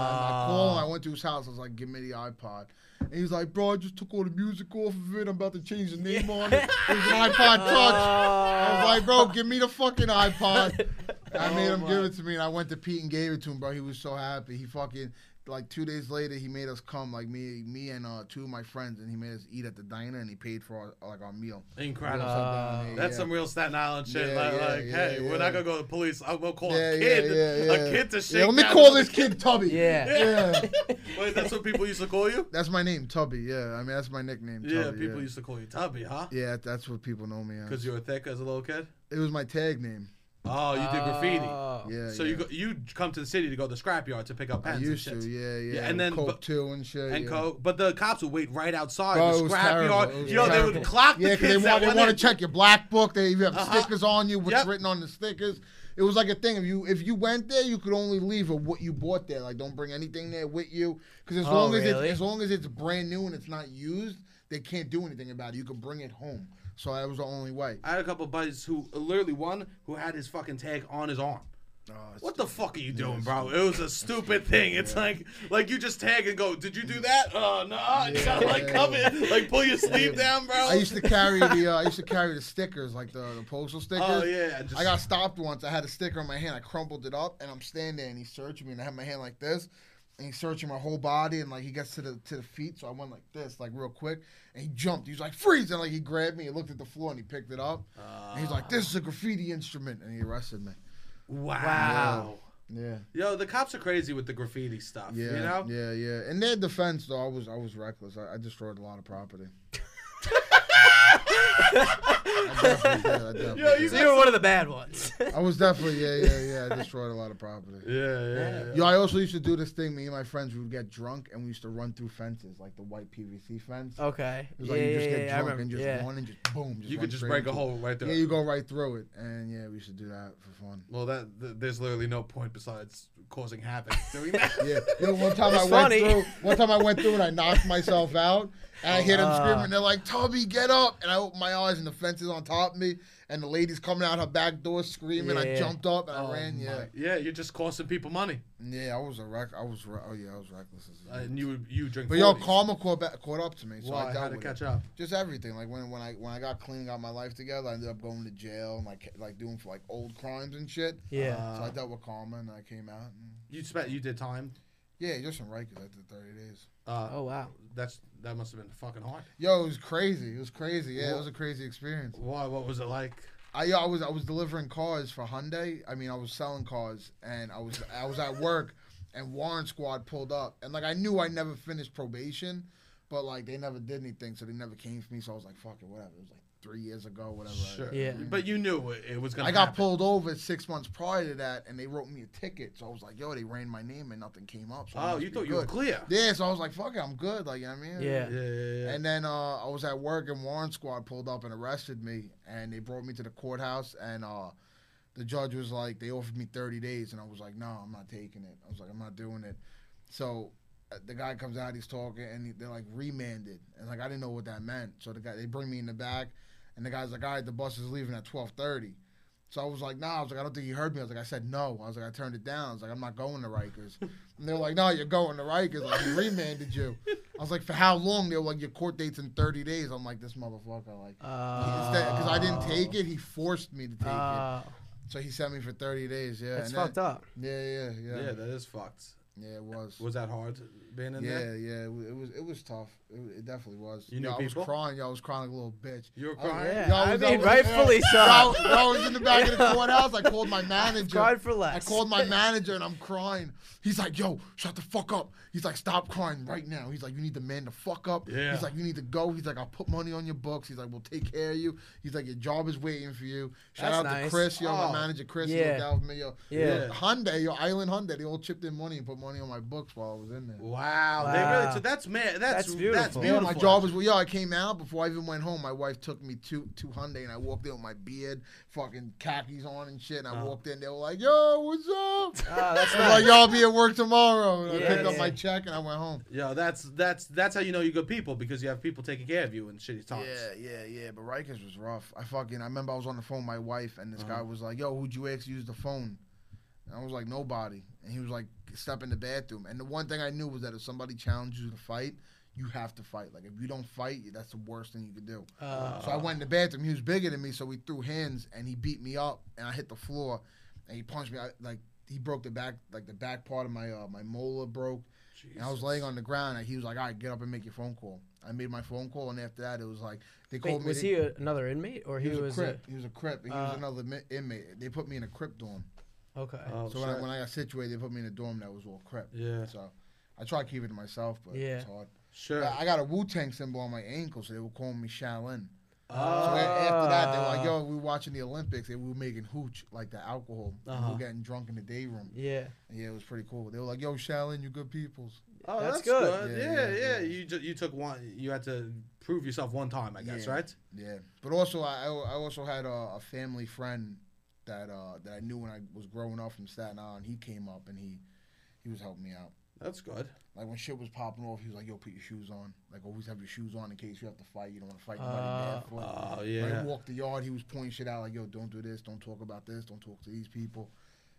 Speaker 3: I called him. I went to his house. I was like, give me the iPod. And he was like, bro, I just took all the music off of it. I'm about to change the name on it. It was an iPod Touch. I was like, bro, give me the fucking iPod. I made
Speaker 1: Ah. Oh
Speaker 3: him
Speaker 1: my.
Speaker 3: give it to me, and I went to Pete and gave it to him, bro. He was so happy. He fucking like two days later, he made us come, like me, me and uh, two of my friends, and he made us eat at the diner, and he paid for our, like our meal.
Speaker 1: Incredible.
Speaker 3: Something down there,
Speaker 1: That's
Speaker 3: yeah.
Speaker 1: some real Staten Island shit.
Speaker 3: Yeah,
Speaker 1: like,
Speaker 3: yeah,
Speaker 1: like,
Speaker 3: yeah,
Speaker 1: hey, we're
Speaker 3: yeah.
Speaker 1: not gonna go to the police. I'm gonna call
Speaker 3: yeah,
Speaker 1: Oh, a kid,
Speaker 3: yeah, yeah, yeah.
Speaker 1: a kid to shake.
Speaker 3: Yeah, let me
Speaker 1: down
Speaker 3: call
Speaker 1: the-
Speaker 3: this kid Tubby.
Speaker 2: Yeah.
Speaker 3: yeah.
Speaker 1: Wait, that's what people used to call you.
Speaker 3: That's my name, Tubby. Yeah, I mean that's my nickname.
Speaker 1: Yeah,
Speaker 3: Tubby,
Speaker 1: people used to call you Tubby, huh?
Speaker 3: Yeah, that's what people know me
Speaker 1: Because
Speaker 3: as.
Speaker 1: you were thick as a little kid.
Speaker 3: It was my tag name.
Speaker 1: Oh, you did graffiti.
Speaker 2: Oh.
Speaker 3: Uh, Yeah.
Speaker 1: so
Speaker 3: yeah.
Speaker 1: you go, you come to the city to go to the scrapyard to pick up
Speaker 3: I
Speaker 1: pens and
Speaker 3: used
Speaker 1: shit.
Speaker 3: to, yeah, yeah.
Speaker 1: Yeah, and then-
Speaker 3: coke
Speaker 1: but-
Speaker 3: too and shit.
Speaker 1: and
Speaker 3: yeah.
Speaker 1: coke. But the cops would wait right outside
Speaker 3: Bro, it
Speaker 1: the
Speaker 3: was terrible. It
Speaker 1: scrapyard.
Speaker 3: was
Speaker 1: You know, they would
Speaker 2: terrible.
Speaker 1: clock the
Speaker 3: Yeah, 'cause
Speaker 1: kids
Speaker 3: they
Speaker 1: that
Speaker 3: want, they
Speaker 1: went
Speaker 3: want to
Speaker 1: in.
Speaker 3: check your black book. They you have
Speaker 1: Uh-huh.
Speaker 3: stickers on you. What's
Speaker 1: Yep.
Speaker 3: written on the stickers? It was like a thing. If you if you went there, you could only leave with what you bought there. Like don't bring anything there with you. Because as
Speaker 2: Oh,
Speaker 3: long as
Speaker 2: really?
Speaker 3: it's, as long as it's brand new and it's not used, they can't do anything about it. You could bring it home. So that was the only way.
Speaker 1: I had a couple buddies who literally one who had his fucking tag on his arm.
Speaker 3: Oh, it's-
Speaker 1: What the fuck are you doing, bro? It was a stupid thing. It's like like you just tag and go, Did you do that? Oh no, you gotta like
Speaker 3: Yeah.
Speaker 1: come in, like pull your sleeve down, bro.
Speaker 3: I used to carry the uh, I used to carry the stickers like the, the postal stickers.
Speaker 1: Oh yeah, I just
Speaker 3: I got stopped once. I had a sticker on my hand. I crumpled it up, and I'm standing there, and he's searching me, and I have my hand like this, and he's searching my whole body, and like he gets to the to the feet, so I went like this, like real quick, and he jumped. He was like freeze, and like he grabbed me, and looked at the floor, and he picked it up, and he's like, "This is a graffiti instrument," and he arrested me.
Speaker 1: Wow.
Speaker 3: Yeah,
Speaker 1: Yo, the cops are crazy with the graffiti stuff.
Speaker 3: yeah,
Speaker 1: You know?
Speaker 3: yeah, yeah. In their defense, though, I was I was reckless. I, I destroyed a lot of property. I definitely did, I definitely
Speaker 1: Yo,
Speaker 3: did.
Speaker 1: you
Speaker 2: So you were one of the bad ones.
Speaker 3: I was definitely yeah, yeah, yeah. I destroyed a lot of property.
Speaker 1: Yeah, yeah. yeah.
Speaker 3: Yo, I also used to do this thing. Me and my friends would get drunk and we used to run through fences, like the white PVC fence. It
Speaker 2: okay.
Speaker 3: was
Speaker 2: Oh, yeah,
Speaker 3: like you
Speaker 2: yeah,
Speaker 3: just get
Speaker 2: yeah, I
Speaker 3: drunk
Speaker 2: remember.
Speaker 3: and just
Speaker 2: yeah.
Speaker 3: run and just boom. Just
Speaker 1: You
Speaker 3: run
Speaker 1: could just
Speaker 3: straight
Speaker 1: break a
Speaker 3: into it.
Speaker 1: hole right there.
Speaker 3: Yeah, you go right through it, and yeah, we used to do that for fun.
Speaker 1: Well, that th- there's literally no point besides causing havoc doing that.
Speaker 3: Yeah, yo, one time I
Speaker 2: It's
Speaker 3: went
Speaker 2: funny.
Speaker 3: through. One time I went through and I knocked myself out, and I hear them
Speaker 2: Ah.
Speaker 3: screaming. They're like, "Tubby, get up!" And I opened my eyes, and the fence is on top of me, and the lady's coming out her back door screaming. I
Speaker 2: Yeah.
Speaker 3: jumped up and
Speaker 1: Oh
Speaker 3: I ran.
Speaker 1: my-
Speaker 3: Yeah,
Speaker 1: yeah. You're just costing people money,
Speaker 3: yeah, I was a wreck. I was, re- oh yeah, I was reckless. As
Speaker 1: Uh,
Speaker 3: well.
Speaker 1: and you you drink.
Speaker 3: But yo,
Speaker 1: 40s.
Speaker 3: karma caught, back, caught up to me, so
Speaker 1: Why?
Speaker 3: I
Speaker 1: How
Speaker 3: dealt
Speaker 1: to
Speaker 3: with
Speaker 1: catch
Speaker 3: it.
Speaker 1: up?
Speaker 3: Just everything, like when when I when I got clean, got my life together, I ended up going to jail and like like doing for like old crimes and shit.
Speaker 2: Yeah.
Speaker 3: so I
Speaker 1: Uh,
Speaker 3: dealt with karma and I came out. And,
Speaker 1: you spent you did time.
Speaker 3: yeah, just in Rikers after thirty days.
Speaker 1: Uh,
Speaker 2: oh wow.
Speaker 1: That's that must have been fucking hard.
Speaker 3: Yo, it was crazy. It was crazy. Yeah, it
Speaker 1: Wha-
Speaker 3: was a crazy experience.
Speaker 1: Why? What was it like?
Speaker 3: I yo, I was I was delivering cars for Hyundai. I mean, I was selling cars, and I was I was at work, and Warren Squad pulled up, and like I knew I never finished probation, but like they never did anything, so they never came for me. So I was like, fuck it, whatever. It was like three years ago, whatever.
Speaker 1: Sure.
Speaker 2: Yeah.
Speaker 1: But you knew it, it was gonna.
Speaker 3: I got
Speaker 1: happen.
Speaker 3: pulled over six months prior to that, and they wrote me a ticket. So I was like, "Yo, they ran my name and nothing came up." So I
Speaker 1: Oh,
Speaker 3: must
Speaker 1: you
Speaker 3: be
Speaker 1: thought
Speaker 3: good.
Speaker 1: you were clear.
Speaker 3: Yeah, so I was like, "Fuck it, I'm good." Like, you know what I mean,
Speaker 2: Yeah.
Speaker 1: Yeah, yeah, yeah.
Speaker 3: And then uh, I was at work, and Warren Squad pulled up and arrested me, and they brought me to the courthouse, and uh, the judge was like, "They offered me 30 days," and I was like, "No, I'm not taking it." I was like, "I'm not doing it." So uh, the guy comes out, he's talking, and he, they're like remanded, and like I didn't know what that meant. So the guy, they bring me in the back, and the guy's like, "All right, the bus is leaving at 12:30." So I was like, nah, I was like, I don't think you heard me. I was like, I said no. I was like, I turned it down. I was like, I'm not going to Rikers. And they were like, no, you're going to Rikers. Like, he remanded you. I was like, for how long? They were like, your court date's in 30 days. I'm like, this motherfucker, like, because I didn't take it, he forced me to take it.
Speaker 2: Uh,
Speaker 3: So he sent me for 30 days. Yeah,
Speaker 2: that's
Speaker 3: and then-
Speaker 2: fucked up.
Speaker 3: Yeah, yeah, yeah,
Speaker 1: yeah.
Speaker 3: yeah.
Speaker 1: that is fucked.
Speaker 3: it was.
Speaker 1: Was that hard being in
Speaker 3: yeah,
Speaker 1: there?
Speaker 3: yeah, it wa- it was. It was tough. It, wa- it definitely was.
Speaker 1: You knew
Speaker 3: Yo, I was
Speaker 1: people?
Speaker 3: crying. Yo, I was crying like a little bitch.
Speaker 1: You were
Speaker 3: I was-
Speaker 1: crying?
Speaker 2: Yeah,
Speaker 3: yo,
Speaker 2: I
Speaker 3: was-
Speaker 2: mean,
Speaker 3: was-
Speaker 2: rightfully so.
Speaker 3: yo, I was in the back of the courthouse. I called my manager.
Speaker 2: Cried for less.
Speaker 3: I called my manager and I'm crying. He's like, yo, shut the fuck up. He's like, stop crying right now. He's like, you need to man the fuck up.
Speaker 1: Yeah.
Speaker 3: He's like, you need to go. He's like, I'll put money on your books. He's like, we'll take care of you. He's like, your job is waiting for you. Shout
Speaker 2: That's
Speaker 3: out to
Speaker 2: nice.
Speaker 3: Chris, yo,
Speaker 1: Oh.
Speaker 3: my manager Chris. He
Speaker 2: Yeah.
Speaker 3: looked out for me, yo.
Speaker 2: Yeah.
Speaker 3: Yo, Hyundai, yo, Island Hyundai, they all chipped in money and put money on my books while I was in there.
Speaker 1: Wow, They really,
Speaker 2: Wow.
Speaker 1: so that's man. That's
Speaker 2: That's beautiful.
Speaker 3: Oh, Yeah,
Speaker 1: beautiful.
Speaker 3: my job was well. Yo, I came out before I even went home. My wife took me to to Hyundai, and I walked in with my beard, fucking khakis on and shit. And I
Speaker 2: Oh.
Speaker 3: walked in, they were like, "Yo, what's up?"
Speaker 2: Ah, that's
Speaker 3: I was like,
Speaker 2: nice.
Speaker 3: y'all be at work tomorrow. And I
Speaker 2: Yeah,
Speaker 3: picked up
Speaker 2: yeah.
Speaker 3: my check and I went home.
Speaker 1: Yo, that's that's that's how you know you're good people because you have people taking care of you in shitty times.
Speaker 3: Yeah, yeah, yeah. But Rikers was rough. I fucking, I remember I was on the phone with my wife and this guy was like, yo, who'd you ask to use the phone? And I was like, nobody. And he was like, step in the bathroom. And the one thing I knew was that if somebody challenged you to fight, you have to fight. Like, if you don't fight, that's the worst thing you could do.
Speaker 2: Uh,
Speaker 3: So I went in the bathroom. He was bigger than me, so we threw hands, and he beat me up, and I hit the floor, and he punched me. I, like he broke the back, like the back part of my uh, my molar broke, and I was
Speaker 1: Jesus.
Speaker 3: laying on the ground. And he was like, "All right, get up and make your phone call." I made my phone call, and after that, it was like they
Speaker 2: wait,
Speaker 3: called me.
Speaker 2: was
Speaker 3: they-
Speaker 2: he a, another inmate or he,
Speaker 3: he was,
Speaker 2: was?
Speaker 3: a crip. he was a crip. and He was
Speaker 2: Uh,
Speaker 3: another mi- inmate. They put me in a crip dorm.
Speaker 2: a- okay.
Speaker 1: Oh,
Speaker 3: So when I,
Speaker 1: shit.
Speaker 3: when I got situated, they put me in a dorm that was all crip.
Speaker 1: Yeah.
Speaker 3: So I try to keep it to myself, but
Speaker 2: Yeah.
Speaker 3: it's hard.
Speaker 1: sure.
Speaker 3: I I got a Wu Tang symbol on my ankle, so they were calling me Shaolin. So
Speaker 1: Oh,
Speaker 3: then after that, they were
Speaker 1: Ah.
Speaker 3: like, "Yo, we were watching the Olympics and we were making hooch like the alcohol. and We
Speaker 1: Uh-huh.
Speaker 3: were getting drunk in the day room.
Speaker 2: Yeah.
Speaker 3: And yeah, it was pretty cool. They were like, "Yo, Shaolin, you good peoples."
Speaker 1: oh, that's,
Speaker 2: That's
Speaker 1: good.
Speaker 2: good.
Speaker 1: Yeah,
Speaker 3: Yeah,
Speaker 1: yeah.
Speaker 3: yeah, yeah.
Speaker 1: You ju- you took one. You had to prove yourself one time, I guess,
Speaker 3: Yeah.
Speaker 1: right?
Speaker 3: Yeah, but also I I I also had a, a family friend that uh, that I knew when I was growing up from Staten Island. He came up and he he was helping me out.
Speaker 1: That's good.
Speaker 3: Like when shit was popping off, he was like, "Yo, put your shoes on. Like always have your shoes on in case you have to fight. You don't want to fight nobody
Speaker 2: Uh,
Speaker 3: barefoot."
Speaker 1: Oh
Speaker 3: When I
Speaker 1: yeah.
Speaker 3: walked the yard, he was pointing shit out like, "Yo, don't do this. Don't talk about this. Don't talk to these people."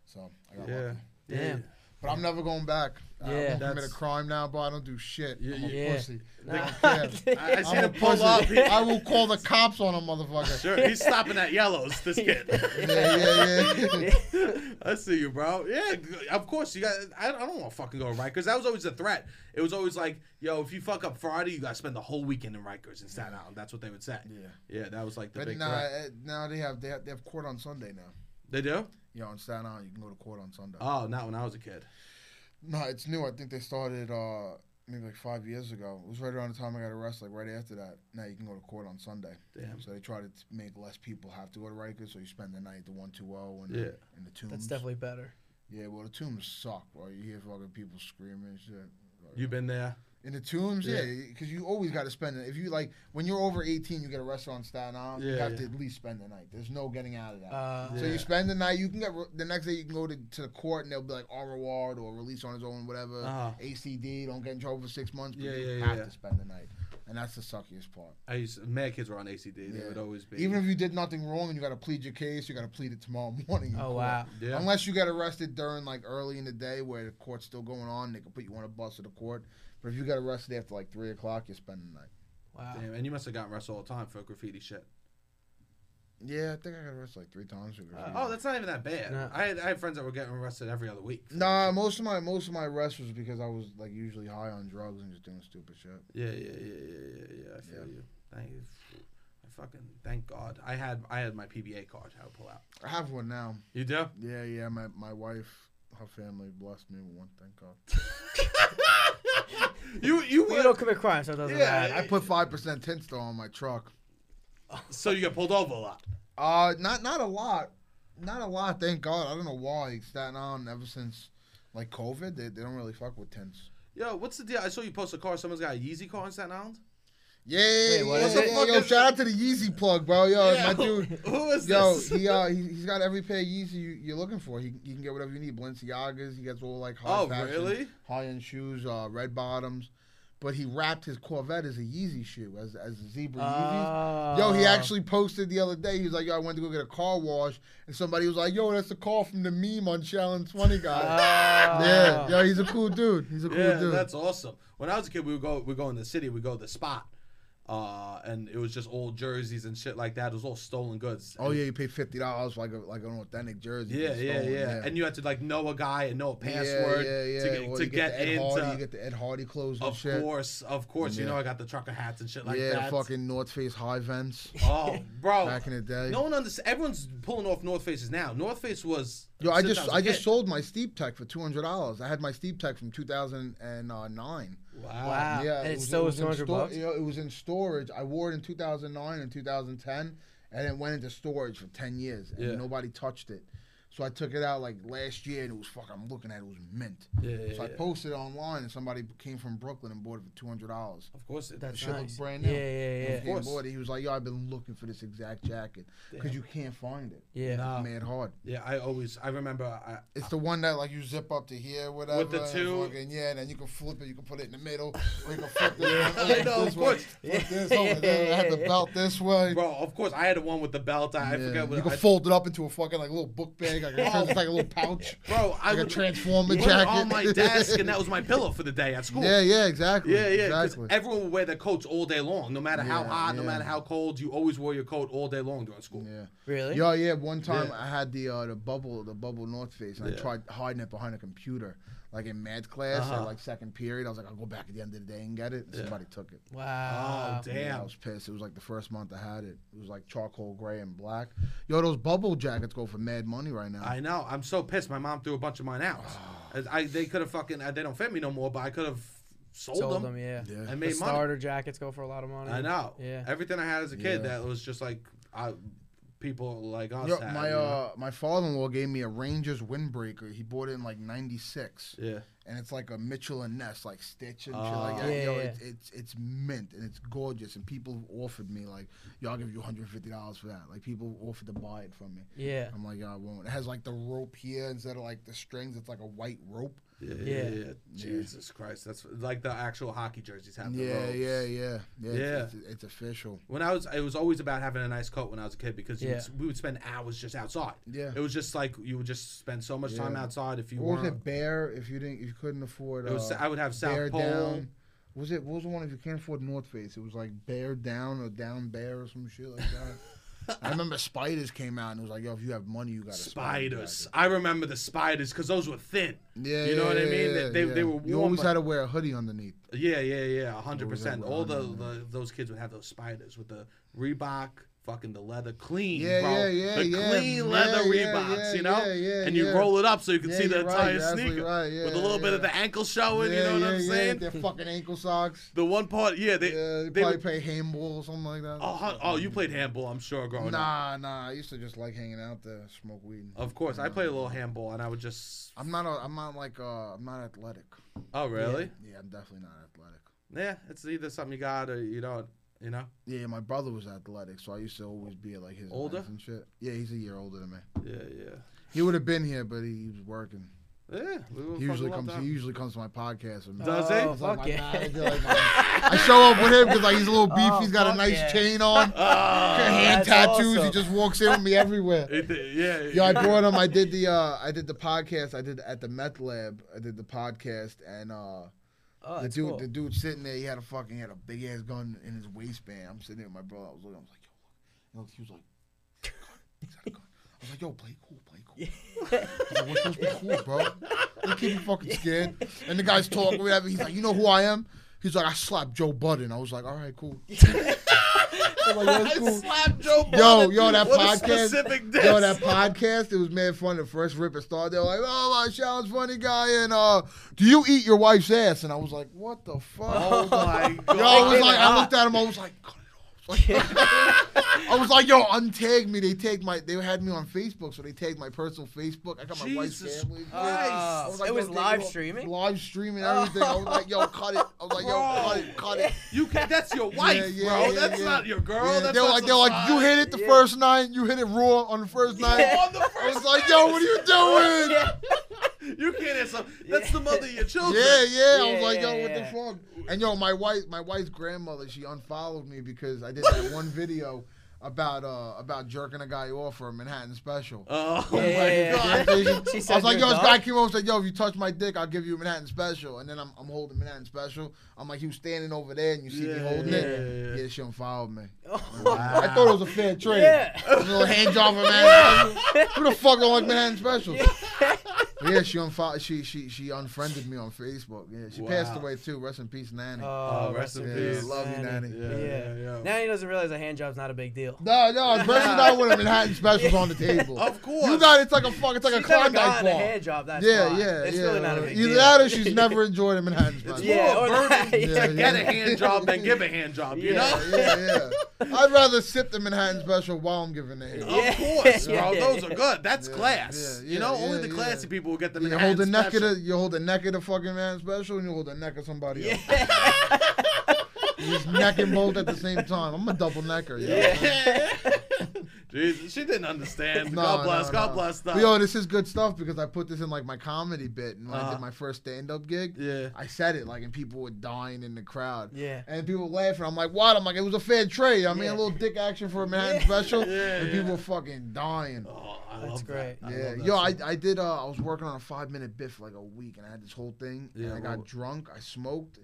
Speaker 3: So I got
Speaker 1: Yeah.
Speaker 3: lucky.
Speaker 1: Yeah.
Speaker 2: Damn.
Speaker 3: But I'm never going back. I
Speaker 2: Yeah.
Speaker 3: won't commit a
Speaker 1: That's-
Speaker 3: crime now, bro. I don't do shit.
Speaker 1: Yeah,
Speaker 3: I'm a
Speaker 2: yeah.
Speaker 3: pussy.
Speaker 2: Nah.
Speaker 3: care.
Speaker 1: I, I see
Speaker 3: I'm a
Speaker 1: him pull
Speaker 3: pussy.
Speaker 1: up. He-
Speaker 3: I will call the cops on a motherfucker.
Speaker 1: sure, he's stopping at yellows. This kid.
Speaker 3: Yeah, yeah, yeah.
Speaker 1: I see you, bro. Yeah, g- of course you got. I, I don't want to fucking go to Rikers. That was always a threat. It was always like, yo, if you fuck up Friday, you got to spend the whole weekend in Rikers in Staten Island. That's what they would say.
Speaker 3: Yeah.
Speaker 1: Yeah, that was like the
Speaker 3: But
Speaker 1: big
Speaker 3: now,
Speaker 1: threat.
Speaker 3: uh, now they have, they have they have court on Sunday now.
Speaker 1: They do?
Speaker 3: You know, in Staten Island, you can go to court on Sunday.
Speaker 1: Oh, not when I was a kid.
Speaker 3: no, it's new. I think they started uh, maybe like five years ago. It was right around the time I got arrested. Like right after that, now you can go to court on Sunday.
Speaker 1: Damn.
Speaker 3: So they try to t- make less people have to go to Rikers, so you spend the night at the one two zero and
Speaker 1: Yeah.
Speaker 3: and the tombs.
Speaker 2: That's definitely better.
Speaker 3: Yeah, well, the tombs suck, bro. You hear fucking people screaming and shit.
Speaker 1: You been there?
Speaker 3: In the tombs, yeah,
Speaker 1: Yeah.
Speaker 3: because you always got to spend it. If you like, when you're over 18, you get arrested on Staten Island. you
Speaker 1: Yeah,
Speaker 3: have to
Speaker 1: yeah.
Speaker 3: at least spend the night. There's no getting out of that.
Speaker 2: Uh,
Speaker 3: So
Speaker 1: Yeah.
Speaker 3: you spend the night. You can get re- the next day. You can go to, to the court and they'll be like on reward or release on his own, whatever.
Speaker 1: Uh-huh.
Speaker 3: ACD. Don't get in trouble for six months. But
Speaker 1: Yeah,
Speaker 3: you
Speaker 1: yeah,
Speaker 3: have
Speaker 1: yeah.
Speaker 3: to spend the night, and that's the suckiest part.
Speaker 1: I used mad kids were on ACD. They
Speaker 3: Yeah.
Speaker 1: would always be.
Speaker 3: Even if you did nothing wrong and you got to plead your case, you got to plead it tomorrow morning. in
Speaker 2: Oh
Speaker 3: court.
Speaker 2: wow.
Speaker 1: yeah.
Speaker 3: Unless you get arrested during like early in the day where the court's still going on, they can put you on a bus to the court. But if you get arrested after like three o'clock, you spend the night.
Speaker 2: Wow.
Speaker 1: Damn, and you must have gotten arrested all the time for graffiti shit.
Speaker 3: Yeah, I think I got arrested like three times. or something.
Speaker 1: Oh, that's not even that bad.
Speaker 2: No.
Speaker 1: I had I had friends that were getting arrested every other week.
Speaker 3: Nah, most of my most of my arrests was because I was like usually high on drugs and just doing stupid shit.
Speaker 1: Yeah, yeah, yeah, yeah, yeah, yeah. I feel
Speaker 3: Yeah.
Speaker 1: you. Thank you. I fucking thank God. I had I had my PBA card. I would pull out.
Speaker 3: I have one now.
Speaker 1: You do?
Speaker 3: Yeah, yeah. My my wife, her family blessed me with one. Thank God.
Speaker 1: You you
Speaker 2: We
Speaker 1: would.
Speaker 2: don't commit crimes, so it doesn't
Speaker 1: Yeah.
Speaker 2: matter.
Speaker 3: I put five percent tint store on my truck.
Speaker 1: So you get pulled over a lot.
Speaker 3: Uh, not not a lot, not a lot. Thank God. I don't know why Staten Island ever since like COVID, they, they don't really fuck with tents.
Speaker 1: Yo, what's the deal? I saw you post a car. Someone's got a Yeezy car in Staten Island.
Speaker 3: Yeah,
Speaker 2: Wait, what
Speaker 3: yeah,
Speaker 2: is
Speaker 3: yeah,
Speaker 2: it?
Speaker 3: yeah, yo, shout out to the Yeezy plug, bro. Yo,
Speaker 1: Yeah,
Speaker 3: my dude.
Speaker 1: Who who is
Speaker 3: Yo,
Speaker 1: this?
Speaker 3: he uh, he, he's got every pair of Yeezy you, you're looking for. He, he can get whatever you need. Balenciagas. He gets all like high
Speaker 1: Oh,
Speaker 3: fashion,
Speaker 1: really?
Speaker 3: high end shoes, uh, red bottoms. But he wrapped his Corvette as a Yeezy shoe, as as a zebra
Speaker 1: Ah.
Speaker 3: Yeezy. Yo, he
Speaker 1: Uh,
Speaker 2: Oh.
Speaker 3: actually posted the other day. He was like, "Yo, I went to go get a car wash," and somebody was like, "Yo, that's the call from the meme on Challenge Twenty guy."
Speaker 2: Oh.
Speaker 3: yeah, yo, he's a cool dude. He's a cool
Speaker 1: Ah. Yeah,
Speaker 3: dude.
Speaker 1: that's awesome. When I was a kid, we would go we go in the city, we go to the spot, uh, and it was just old jerseys and shit like that. It was all stolen goods.
Speaker 3: oh yeah, you pay fifty dollars like a, like an authentic jersey.
Speaker 1: Yeah,
Speaker 3: It's
Speaker 1: yeah,
Speaker 3: stolen,
Speaker 1: yeah, And you had to like know a guy and know a
Speaker 3: Yeah,
Speaker 1: password
Speaker 3: yeah, yeah.
Speaker 1: to get,
Speaker 3: Or
Speaker 1: to
Speaker 3: you
Speaker 1: get,
Speaker 3: the Ed
Speaker 1: into.
Speaker 3: Hardy, you get the Ed Hardy clothes and
Speaker 1: of
Speaker 3: shit.
Speaker 1: course, of course. You
Speaker 3: Yeah.
Speaker 1: know I got the trucker hats and shit like
Speaker 3: yeah,
Speaker 1: that.
Speaker 3: the fucking North Face high vents
Speaker 1: oh, bro.
Speaker 3: back in the day.
Speaker 1: No one understands. Everyone's pulling off North Faces now. North Face was.
Speaker 3: Yo, I
Speaker 1: since
Speaker 3: just
Speaker 1: was a
Speaker 3: I, just
Speaker 1: kid.
Speaker 3: sold my Steep Tech for two hundred dollars. I had my Steep Tech from two thousand and uh, nine.
Speaker 1: Wow.
Speaker 2: Wow.
Speaker 3: Yeah,
Speaker 2: and
Speaker 3: it
Speaker 2: it
Speaker 3: was-
Speaker 2: still
Speaker 3: it
Speaker 2: was
Speaker 3: in
Speaker 2: 200
Speaker 3: stor-
Speaker 2: bucks.
Speaker 3: You know, it was in storage. I wore it in 2009 and 2010, and it went into storage for 10 years, and
Speaker 1: Yeah.
Speaker 3: nobody touched it. So I took it out like last year, and it was fuck. I'm looking at it, it was mint.
Speaker 1: Yeah, yeah,
Speaker 3: so I
Speaker 1: yeah.
Speaker 3: posted it online, and somebody came from Brooklyn and bought it for 200 dollars.
Speaker 1: Of course. It,
Speaker 3: The
Speaker 2: That's
Speaker 3: shit
Speaker 2: nice.
Speaker 3: looked brand new.
Speaker 2: Yeah, yeah,
Speaker 3: When
Speaker 2: yeah.
Speaker 3: he came and
Speaker 1: course.
Speaker 3: bought it, He was like, "Yo, I've been looking for this exact jacket because you can't find it.
Speaker 2: Yeah.
Speaker 1: Nah.
Speaker 3: It's mad hard.
Speaker 1: yeah, I always. I remember. I,
Speaker 3: It's the one that like you zip up to here, whatever.
Speaker 1: the
Speaker 3: and
Speaker 1: two-
Speaker 3: fucking- yeah, and then you can flip it. You can put it in the middle. Or you can flip this.
Speaker 1: Yeah,
Speaker 3: one,
Speaker 1: I know,
Speaker 3: this
Speaker 1: of
Speaker 3: one,
Speaker 1: course.
Speaker 3: Flip this over there. I had the belt this way.
Speaker 1: bro, of course. I had the one with the belt. I, I
Speaker 3: Yeah,
Speaker 1: forget what
Speaker 3: you can
Speaker 1: I,
Speaker 3: fold it up into a fucking like little book bag. Like, it turns into, like a little pouch.
Speaker 1: Bro, I
Speaker 3: like a
Speaker 1: would
Speaker 3: transformer
Speaker 1: put it
Speaker 3: jacket
Speaker 1: on my desk, and that was my pillow for the day at school.
Speaker 3: yeah, yeah, exactly.
Speaker 1: Yeah, yeah, because
Speaker 3: exactly.
Speaker 1: everyone would wear their coats all day long, no matter how
Speaker 3: Yeah,
Speaker 1: hot, no
Speaker 3: yeah.
Speaker 1: matter how cold. You always wore your coat all day long during school.
Speaker 3: yeah.
Speaker 2: Really?
Speaker 3: Yo, yeah. One time
Speaker 1: Yeah.
Speaker 3: I had the uh, the bubble, the bubble North Face, and
Speaker 1: Yeah.
Speaker 3: I tried hiding it behind a computer, like in math class,
Speaker 1: Uh-huh.
Speaker 3: at, like second period. I was like, I'll go back at the end of the day and get it. And Somebody took it.
Speaker 2: Wow.
Speaker 1: Oh
Speaker 3: Yeah, I
Speaker 1: damn!
Speaker 3: was pissed. It was like the first month I had it. It was like charcoal gray and black. Yo, those bubble jackets go for mad money right now.
Speaker 1: I know. I'm so pissed. My mom threw a bunch of mine out. As I they could have fucking. uh, They don't fit me no more, but I could have sold,
Speaker 2: Sold
Speaker 1: them.
Speaker 2: them, yeah.
Speaker 3: Yeah.
Speaker 1: I
Speaker 2: The
Speaker 1: made money.
Speaker 2: starter jackets go for a lot of money.
Speaker 1: I know.
Speaker 2: Yeah.
Speaker 1: Everything I had as a kid
Speaker 3: Yeah.
Speaker 1: that was just like I, people like us.
Speaker 3: Yo,
Speaker 1: had,
Speaker 3: my
Speaker 1: you know?
Speaker 3: uh, my father-in-law gave me a Rangers windbreaker. He bought it in like '96,
Speaker 1: yeah.
Speaker 3: and it's like a Mitchell and Ness like stitch and shit
Speaker 1: Ah.
Speaker 3: like that.
Speaker 2: Yeah,
Speaker 3: yo,
Speaker 2: yeah.
Speaker 3: It's, it's it's mint and it's gorgeous. And people offered me like, yo, I'll give you 150 dollars for that. Like people offered to buy it from me.
Speaker 2: Yeah.
Speaker 3: I'm like, yo, I won't. It has like the rope here instead of like the strings. It's like a white rope.
Speaker 1: Yeah, yeah,
Speaker 2: Yeah.
Speaker 1: yeah. Jesus Christ, that's like the actual hockey jerseys have. the
Speaker 3: Yeah,
Speaker 1: ropes.
Speaker 3: yeah, yeah, yeah.
Speaker 1: Yeah.
Speaker 3: It's, it's, it's official.
Speaker 1: When I was, it was always about having a nice coat when I was a kid because you
Speaker 2: Yeah.
Speaker 1: would, s- we would spend hours just outside.
Speaker 3: Yeah.
Speaker 1: it was just like you would just spend so much time
Speaker 3: Yeah.
Speaker 1: outside if you
Speaker 3: What was
Speaker 1: weren't.
Speaker 3: it Bear if you didn't if you couldn't afford
Speaker 1: It was,
Speaker 3: uh,
Speaker 1: I would have South
Speaker 3: Bear
Speaker 1: Pole.
Speaker 3: Down. Was it what was the one if you can't afford North Face? It was like Bear Down or Down Bear or some shit like that. I remember spiders came out and it was like, yo, if you have money, you got a spider
Speaker 1: Spiders.
Speaker 3: jacket.
Speaker 1: I remember the spiders because those were thin.
Speaker 3: Yeah,
Speaker 1: you know
Speaker 3: yeah,
Speaker 1: what I
Speaker 3: yeah,
Speaker 1: mean.
Speaker 3: yeah,
Speaker 1: they, they, they
Speaker 3: yeah.
Speaker 1: were warm.
Speaker 3: You always
Speaker 1: but-
Speaker 3: had to wear a hoodie underneath.
Speaker 1: yeah, yeah, yeah, a hundred
Speaker 3: Always had
Speaker 1: percent.
Speaker 3: one
Speaker 1: All
Speaker 3: on
Speaker 1: the,
Speaker 3: them,
Speaker 1: the those kids would have those spiders with the Reebok, fucking the leather clean,
Speaker 3: Yeah,
Speaker 1: bro.
Speaker 3: yeah, yeah,
Speaker 1: the
Speaker 3: yeah, yeah,
Speaker 1: clean leather
Speaker 3: yeah,
Speaker 1: Reeboks,
Speaker 3: yeah,
Speaker 1: you know.
Speaker 3: yeah, yeah,
Speaker 1: and you
Speaker 3: yeah.
Speaker 1: roll it up so you can
Speaker 3: Yeah,
Speaker 1: see the
Speaker 3: you're right,
Speaker 1: entire
Speaker 3: you're absolutely
Speaker 1: sneaker
Speaker 3: right,
Speaker 1: with a
Speaker 3: yeah,
Speaker 1: little bit
Speaker 3: yeah.
Speaker 1: of the ankle showing.
Speaker 3: yeah,
Speaker 1: Oh, you know what
Speaker 3: yeah,
Speaker 1: I'm
Speaker 3: yeah,
Speaker 1: saying?
Speaker 3: Their fucking ankle socks.
Speaker 1: The one part, yeah, they,
Speaker 3: Yeah, they
Speaker 1: they
Speaker 3: probably
Speaker 1: would,
Speaker 3: play handball or something like that.
Speaker 1: oh, hun- oh, you played handball, I'm sure, growing up.
Speaker 3: nah, nah. I used to just like hanging out there, smoke weed.
Speaker 1: Of course, I played a little handball, and I would just.
Speaker 3: I'm not. A, I'm not like. Uh, I'm not athletic.
Speaker 1: Oh, really?
Speaker 3: Yeah, I'm definitely not athletic.
Speaker 1: Yeah. it's either something you got or you don't. You know?
Speaker 3: Yeah, my brother was athletic, so I used to always be at like his
Speaker 1: Older?
Speaker 3: events and shit. Yeah, he's a year older than me.
Speaker 1: Yeah, yeah.
Speaker 3: He would have been here, but he, he was working.
Speaker 1: Yeah. We were
Speaker 3: He usually
Speaker 1: fucking
Speaker 3: comes.
Speaker 1: locked
Speaker 3: He
Speaker 1: down.
Speaker 3: usually comes to my podcast. With me.
Speaker 1: Does he?
Speaker 2: oh,
Speaker 3: It's like
Speaker 2: fuck
Speaker 3: my
Speaker 2: yeah.
Speaker 3: manager, like my- I show up with him because like he's a little beefy.
Speaker 2: Oh,
Speaker 3: he's got a
Speaker 2: fuck
Speaker 3: nice
Speaker 2: yeah.
Speaker 3: chain on, hand
Speaker 2: that's
Speaker 3: tattoos. He
Speaker 2: awesome.
Speaker 3: just walks in with me everywhere.
Speaker 1: Ah, It- yeah.
Speaker 3: Yo, I
Speaker 1: yeah.
Speaker 3: brought him. I did the uh, I did the podcast. I did at the meth lab. I did the podcast, and uh,
Speaker 2: Oh,
Speaker 3: the
Speaker 2: that's
Speaker 3: dude,
Speaker 2: cool.
Speaker 3: the dude sitting there, he had a fucking, he had a big ass gun in his waistband. I'm sitting there with my brother. I was looking. I was like, yo, look. And he was like, "Gun." He's got a gun. I was like, yo, play cool, play cool. I was like, we're supposed to be cool, bro. You keep me fucking scared. And the guy's talking, whatever. He's like, you know who I am? He's like, I slapped Joe Budden. I was like, all right, cool. I was like, "Yo, it's cool."
Speaker 1: Slap Joe
Speaker 3: Yo,
Speaker 1: Budden.
Speaker 3: yo, that
Speaker 1: what A
Speaker 3: podcast.
Speaker 1: specific diss.
Speaker 3: Yo, that podcast, it was mad fun. The first rip it started. They were like, oh, my challenge funny guy. And uh, do you eat your wife's ass? And I was like, what the fuck?
Speaker 1: Oh my god.
Speaker 3: Yo, I was
Speaker 2: Wait,
Speaker 3: like, I looked at him. I was like, cut it off. I was like, yo, untag me. They tagged my. They had me on Facebook, so they tagged my personal Facebook. I got my wife's
Speaker 1: Jesus
Speaker 3: family.
Speaker 2: Christ.
Speaker 3: I
Speaker 2: Uh, It was
Speaker 3: yo,
Speaker 2: live
Speaker 3: they-
Speaker 2: streaming?
Speaker 3: Live streaming everything. I was like, yo, cut it. I was like, yo,
Speaker 1: Bro.
Speaker 3: cut it, cut it.
Speaker 1: You can, that's your wife,
Speaker 3: yeah,
Speaker 1: bro.
Speaker 3: yeah,
Speaker 1: that's
Speaker 3: yeah.
Speaker 1: not your girl.
Speaker 3: Yeah,
Speaker 1: that's
Speaker 3: they're
Speaker 1: not
Speaker 3: like,
Speaker 1: the
Speaker 3: they're like, you
Speaker 1: side.
Speaker 3: hit it the
Speaker 2: Yeah.
Speaker 3: first nine, you hit it raw on the first nine.
Speaker 1: You're on the
Speaker 3: I was
Speaker 1: first
Speaker 3: like, yo, what are you doing?
Speaker 2: Yeah.
Speaker 1: You can't answer. That's the mother of your children.
Speaker 3: Yeah, yeah. I
Speaker 2: Yeah,
Speaker 3: was like, yo,
Speaker 2: yeah,
Speaker 3: what
Speaker 2: yeah.
Speaker 3: the fuck? And yo, my wife, my wife's grandmother, she unfollowed me because I did that one video about uh about jerking a guy off for a Manhattan special.
Speaker 1: Oh
Speaker 2: Yeah,
Speaker 1: my
Speaker 2: yeah,
Speaker 1: god.
Speaker 2: yeah.
Speaker 3: I
Speaker 2: She
Speaker 3: was
Speaker 2: said
Speaker 3: like,
Speaker 2: your
Speaker 3: yo, this
Speaker 2: dog?
Speaker 3: guy came over and said, yo, if you touch my dick, I'll give you a Manhattan special. And then I'm, I'm holding Manhattan special. I'm like, he was standing over there and you see
Speaker 1: Yeah,
Speaker 3: me holding
Speaker 1: yeah,
Speaker 3: it.
Speaker 1: yeah. Ah.
Speaker 3: Yeah, she unfollowed me.
Speaker 2: Oh,
Speaker 3: I thought it was a fair trade.
Speaker 2: Yeah.
Speaker 3: A little hand job for Manhattan special. Who the fuck don't like Manhattan special?
Speaker 2: Oh,
Speaker 3: Yeah, she unfollowed, she she she unfriended me on Facebook. Yeah, she passed
Speaker 1: Wow.
Speaker 3: away too. Rest in peace, Nanny.
Speaker 2: Oh,
Speaker 1: rest in
Speaker 3: yeah,
Speaker 1: peace,
Speaker 3: love you, Nanny.
Speaker 1: Yeah, yeah,
Speaker 2: Yeah.
Speaker 1: yeah.
Speaker 2: Now he doesn't realize a hand job's not a big deal.
Speaker 3: No, no, especially not when a Manhattan special's on the table.
Speaker 1: Of course.
Speaker 3: You got it's like a fuck, it's like
Speaker 2: She's
Speaker 3: a
Speaker 2: never
Speaker 3: Klondike
Speaker 2: gotten a
Speaker 3: bar.
Speaker 2: hand job. That's
Speaker 3: yeah,
Speaker 2: why.
Speaker 3: yeah,
Speaker 2: It's
Speaker 3: yeah.
Speaker 2: really not a big
Speaker 3: Either
Speaker 2: deal.
Speaker 3: that or she's never enjoyed a Manhattan
Speaker 1: It's
Speaker 3: special.
Speaker 2: Yeah,
Speaker 1: more
Speaker 2: or-
Speaker 1: a burden
Speaker 2: yeah,
Speaker 1: to get a
Speaker 3: yeah.
Speaker 1: hand job than give a hand job. You
Speaker 2: Yeah.
Speaker 1: know.
Speaker 3: yeah, yeah. I'd rather sip the Manhattan special while I'm giving it.
Speaker 1: Of
Speaker 3: Yeah.
Speaker 2: Yeah.
Speaker 1: course, bro.
Speaker 2: Yeah.
Speaker 1: Those are good. That's
Speaker 3: Yeah,
Speaker 1: class.
Speaker 3: yeah,
Speaker 1: you know,
Speaker 3: yeah,
Speaker 1: only the
Speaker 3: yeah,
Speaker 1: classy
Speaker 3: yeah.
Speaker 1: people will get them.
Speaker 3: You hold the neck of the you hold the neck of the fucking Manhattan special and you hold the neck of somebody else. You just neck and both at the same time. I'm a double necker. yo.
Speaker 1: Jesus, she didn't understand.
Speaker 3: No,
Speaker 1: God bless.
Speaker 3: no,
Speaker 1: God
Speaker 3: no.
Speaker 1: bless.
Speaker 3: But
Speaker 1: though. Oh,
Speaker 3: Yo, this is good stuff because I put this in like my comedy bit and when I
Speaker 1: Uh-huh.
Speaker 3: did my first stand up gig.
Speaker 1: Yeah.
Speaker 3: I said it like and people were dying in the crowd.
Speaker 2: Yeah.
Speaker 3: And people were laughing. I'm like, what? I'm like, it was a fair trade. I mean
Speaker 2: Yeah.
Speaker 3: a little dick action for a Manhattan
Speaker 2: Yeah.
Speaker 3: special.
Speaker 1: Yeah,
Speaker 3: and
Speaker 1: yeah.
Speaker 3: people were fucking dying.
Speaker 1: Oh, I
Speaker 2: That's
Speaker 1: love
Speaker 2: great.
Speaker 1: That. I
Speaker 3: yeah.
Speaker 1: love that
Speaker 3: Yo, I,
Speaker 1: shit.
Speaker 3: I did uh I was working on a five minute bit for like a week and I had this whole thing
Speaker 1: Yeah,
Speaker 3: and I
Speaker 1: what-
Speaker 3: got drunk, I smoked,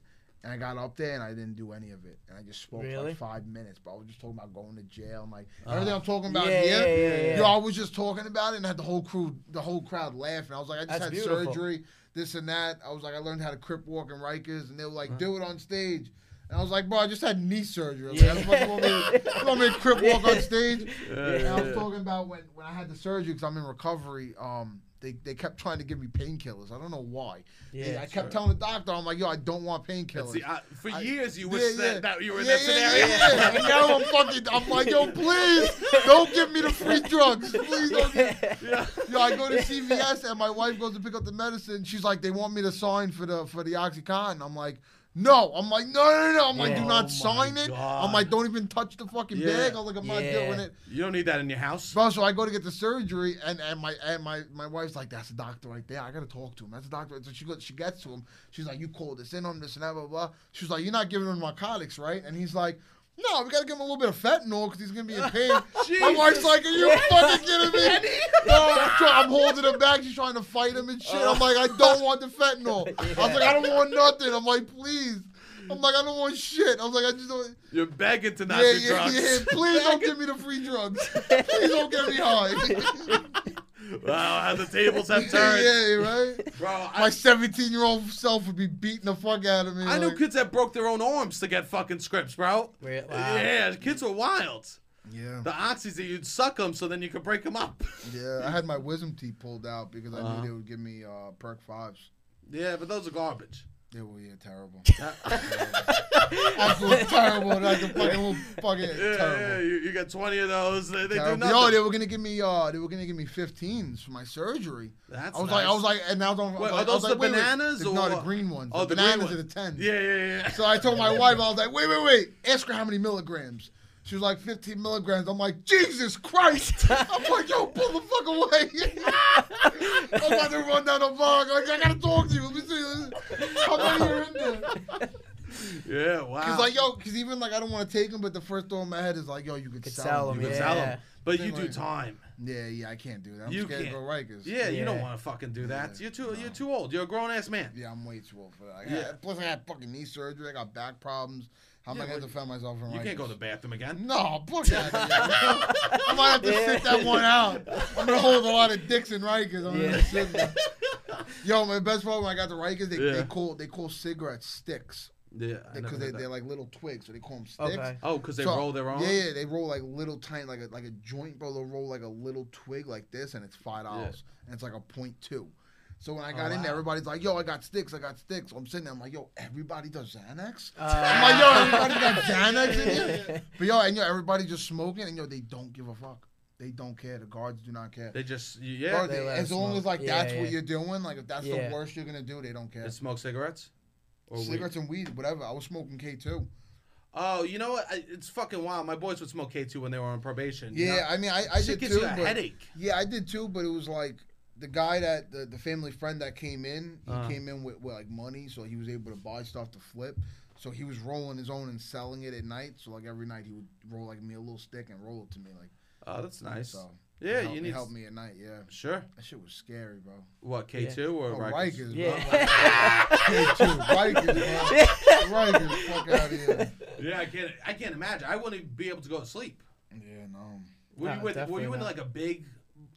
Speaker 3: and I got up there and I didn't do any of it. And I just spoke for
Speaker 2: Really? Ah.
Speaker 3: like five minutes, but I was just talking about going to jail and like everything I'm talking about
Speaker 2: Yeah,
Speaker 3: here.
Speaker 2: yeah, yeah, yeah.
Speaker 3: Yo, I was just talking about it and had the whole crew the whole crowd laughing. I was like, I just
Speaker 2: That's
Speaker 3: had
Speaker 2: beautiful.
Speaker 3: surgery, this and that. I was like, I learned how to crip walk in Rikers and they were like,
Speaker 2: Uh-huh.
Speaker 3: do it on stage. And I was like, bro, I just had knee surgery. I was like, I want me, you want me to crip walk on stage? And I was talking about when, when I had the surgery because I'm in recovery. Um, they, they kept trying to give me painkillers. I don't know why.
Speaker 2: Yeah,
Speaker 3: Yeah, I kept telling the doctor, I'm like, yo, I don't want painkillers.
Speaker 1: See, I, for
Speaker 3: I-
Speaker 1: years you
Speaker 3: Yeah,
Speaker 1: wished
Speaker 3: yeah.
Speaker 1: That, that you were in
Speaker 3: Yeah,
Speaker 1: that
Speaker 3: yeah,
Speaker 1: scenario.
Speaker 3: yeah, yeah. And now I'm fucking. I'm like, yo, please don't give me the free drugs. Please don't. Give Yo, I go to CVS and my wife goes to pick up the medicine. She's like, they want me to sign for the for the OxyContin. I'm like. No, I'm like no, no, no. I'm like,
Speaker 2: Yeah.
Speaker 3: do
Speaker 1: Oh
Speaker 3: not sign
Speaker 1: my
Speaker 3: it.
Speaker 1: God.
Speaker 3: I'm like, don't even touch the fucking
Speaker 1: Yeah.
Speaker 3: bag. I'm like, I'm not
Speaker 2: Yeah.
Speaker 3: doing it.
Speaker 1: You don't need that in your house.
Speaker 3: Bro, so I go to get the surgery, and, and my and my, my wife's like, "That's a doctor right there. I gotta talk to him. That's a doctor." So she goes, she gets to him. She's like, "You called this in on this and that, blah blah." blah." She's like, "You're not giving him narcotics, right?" And he's like, "No, we gotta give him a little bit of fentanyl because he's gonna be in pain." my wife's
Speaker 1: Jesus.
Speaker 3: like, "Are you fucking kidding me?" No, I'm, try- I'm holding him back. She's trying to fight him and shit. I'm like, "I don't want the fentanyl." I was like, "I don't want nothing." I'm like, "Please." I'm like, "I don't want shit." I was like, "I just don't."
Speaker 1: You're begging to not
Speaker 3: yeah,
Speaker 1: do
Speaker 3: yeah,
Speaker 1: drugs.
Speaker 3: yeah. Please don't give me the free drugs. Please don't get me high.
Speaker 1: Wow, how the tables have
Speaker 3: yeah,
Speaker 1: turned.
Speaker 3: yeah, right.
Speaker 1: Bro,
Speaker 3: My
Speaker 1: I,
Speaker 3: 17 year old self would be beating the fuck out of me.
Speaker 1: I knew
Speaker 3: like-
Speaker 1: kids that broke their own arms to get fucking scripts, bro.
Speaker 2: Re- wow.
Speaker 1: Yeah, kids were wild.
Speaker 3: Yeah,
Speaker 1: The oxys that you'd suck them so then you could break them up.
Speaker 3: yeah. I had my wisdom teeth pulled out because I
Speaker 1: Uh-huh.
Speaker 3: knew they would give me uh, perk fives.
Speaker 1: Yeah, but those are garbage.
Speaker 3: They were yeah, terrible. Absolutely terrible. Like the fucking little fucking
Speaker 1: Yeah, yeah,
Speaker 3: terrible.
Speaker 1: you, you got 20 of those. They, they do
Speaker 3: terrible.
Speaker 1: nothing.
Speaker 3: Yo, they were gonna give me uh, they were gonna give me 15s for my surgery.
Speaker 1: That's
Speaker 3: I
Speaker 1: nice.
Speaker 3: was like, I was like, and now don't.
Speaker 1: Wait,
Speaker 3: like,
Speaker 1: are
Speaker 3: I was
Speaker 1: those
Speaker 3: like,
Speaker 1: the
Speaker 3: wait, wait.
Speaker 1: bananas
Speaker 3: The- No,
Speaker 1: or-
Speaker 3: the green ones.
Speaker 1: Oh, the
Speaker 3: the,
Speaker 1: green
Speaker 3: bananas
Speaker 1: one.
Speaker 3: are the 10s.
Speaker 1: yeah, yeah, yeah.
Speaker 3: So I told my wife, I was like, wait, wait, wait. Ask her how many milligrams. She was like, 15 milligrams. I'm like, Jesus Christ. I'm like, yo, pull the fuck away. I'm about to run down the block. Like, I gotta talk to you. Let me see. How many are in there?
Speaker 1: Yeah, wow.
Speaker 3: Cause like, yo, cause even like, I don't want to take them, but the first thought in my head is like, yo, you could,
Speaker 2: Could
Speaker 3: sell
Speaker 2: sell
Speaker 3: them.
Speaker 1: You
Speaker 2: yeah.
Speaker 1: can sell 'em, But you
Speaker 3: Thing
Speaker 1: do
Speaker 3: like-
Speaker 1: time.
Speaker 3: Yeah, yeah, I can't do that. I'm
Speaker 1: You
Speaker 3: scared
Speaker 1: can't.
Speaker 3: to go Rikers.
Speaker 1: Yeah, you don't
Speaker 2: Yeah.
Speaker 1: want to fucking do that.
Speaker 3: Yeah,
Speaker 1: you're too
Speaker 3: no.
Speaker 1: you're too old. You're a grown ass man.
Speaker 3: Yeah, I'm way too old for that. I
Speaker 1: Yeah.
Speaker 3: had- plus, I had fucking knee surgery. I got back problems. How am
Speaker 1: Yeah,
Speaker 3: I gonna
Speaker 1: but
Speaker 3: defend myself from
Speaker 1: You can't go
Speaker 3: Rikers?
Speaker 1: to the bathroom again.
Speaker 3: No, fuck that. I might have to sit that one out. I'm gonna hold a lot of dicks and Rikers. I'm
Speaker 2: Yeah.
Speaker 3: gonna sit there. Yo, my best part when I got the Rikers, they,
Speaker 1: Yeah.
Speaker 3: they call they call cigarettes sticks
Speaker 1: Yeah, I never
Speaker 3: because they,
Speaker 1: heard that.
Speaker 3: they're like little twigs, so they call them sticks.
Speaker 2: Okay.
Speaker 1: Oh, because they
Speaker 3: So-
Speaker 1: roll their own.
Speaker 3: Yeah, yeah, they roll like little tiny, like a, like a joint, bro. They'll roll like a little twig like this, and it's five dollars, and it's like a point two. So when I
Speaker 1: Oh,
Speaker 3: got in
Speaker 2: wow.
Speaker 3: there, everybody's like, "Yo, I got sticks, I got sticks." I'm sitting there, I'm like, "Yo, everybody does Xanax." I'm like, "Yo, everybody got
Speaker 2: Uh,
Speaker 3: Xanax in here." But yo, and yo, everybody just smoking, and yo, they don't give a fuck. They don't care. The guards do not care.
Speaker 1: They just
Speaker 3: Bro,
Speaker 1: yeah.
Speaker 2: they
Speaker 3: they-
Speaker 2: let
Speaker 3: as
Speaker 2: us
Speaker 3: long
Speaker 2: smoke.
Speaker 3: as like
Speaker 2: Yeah,
Speaker 3: that's
Speaker 2: yeah.
Speaker 3: what you're doing, like if that's
Speaker 2: Yeah.
Speaker 3: the worst you're gonna do, they don't care.
Speaker 1: They smoke cigarettes. Or weed?
Speaker 3: Cigarettes and weed, whatever. I was smoking K two.
Speaker 1: Oh, you know what? I, it's fucking wild. My boys would smoke K2 when they were on probation. you
Speaker 3: Yeah,
Speaker 1: know?
Speaker 3: I mean, I, I
Speaker 1: shit
Speaker 3: did
Speaker 1: gives
Speaker 3: too.
Speaker 1: you a
Speaker 3: but-
Speaker 1: headache.
Speaker 3: Yeah, I did too, but it was like the guy that the, the family friend that came in, he
Speaker 2: Uh.
Speaker 3: came in with, with like money, so he was able to buy stuff to flip. So he was rolling his own and selling it at night. So like every night he would roll like me a little stick and roll it to me like
Speaker 1: Oh, that's nice.
Speaker 3: so. it
Speaker 1: yeah,
Speaker 3: helped-
Speaker 1: you
Speaker 3: it
Speaker 1: need
Speaker 3: helped me at night. Yeah,
Speaker 1: Sure.
Speaker 3: that shit was scary, bro.
Speaker 1: What
Speaker 2: Yeah.
Speaker 1: K2 or
Speaker 3: Oh,
Speaker 1: Rikers?
Speaker 3: Rikers, bro.
Speaker 2: Yeah.
Speaker 3: K2, Rikers, bro. Rikers, fuck out of here.
Speaker 1: Yeah, I can't. I can't imagine. I wouldn't be able to go to sleep.
Speaker 3: Yeah, no.
Speaker 1: Were
Speaker 2: No,
Speaker 1: you with? Were
Speaker 2: definitely
Speaker 1: you in
Speaker 2: not.
Speaker 1: like a big?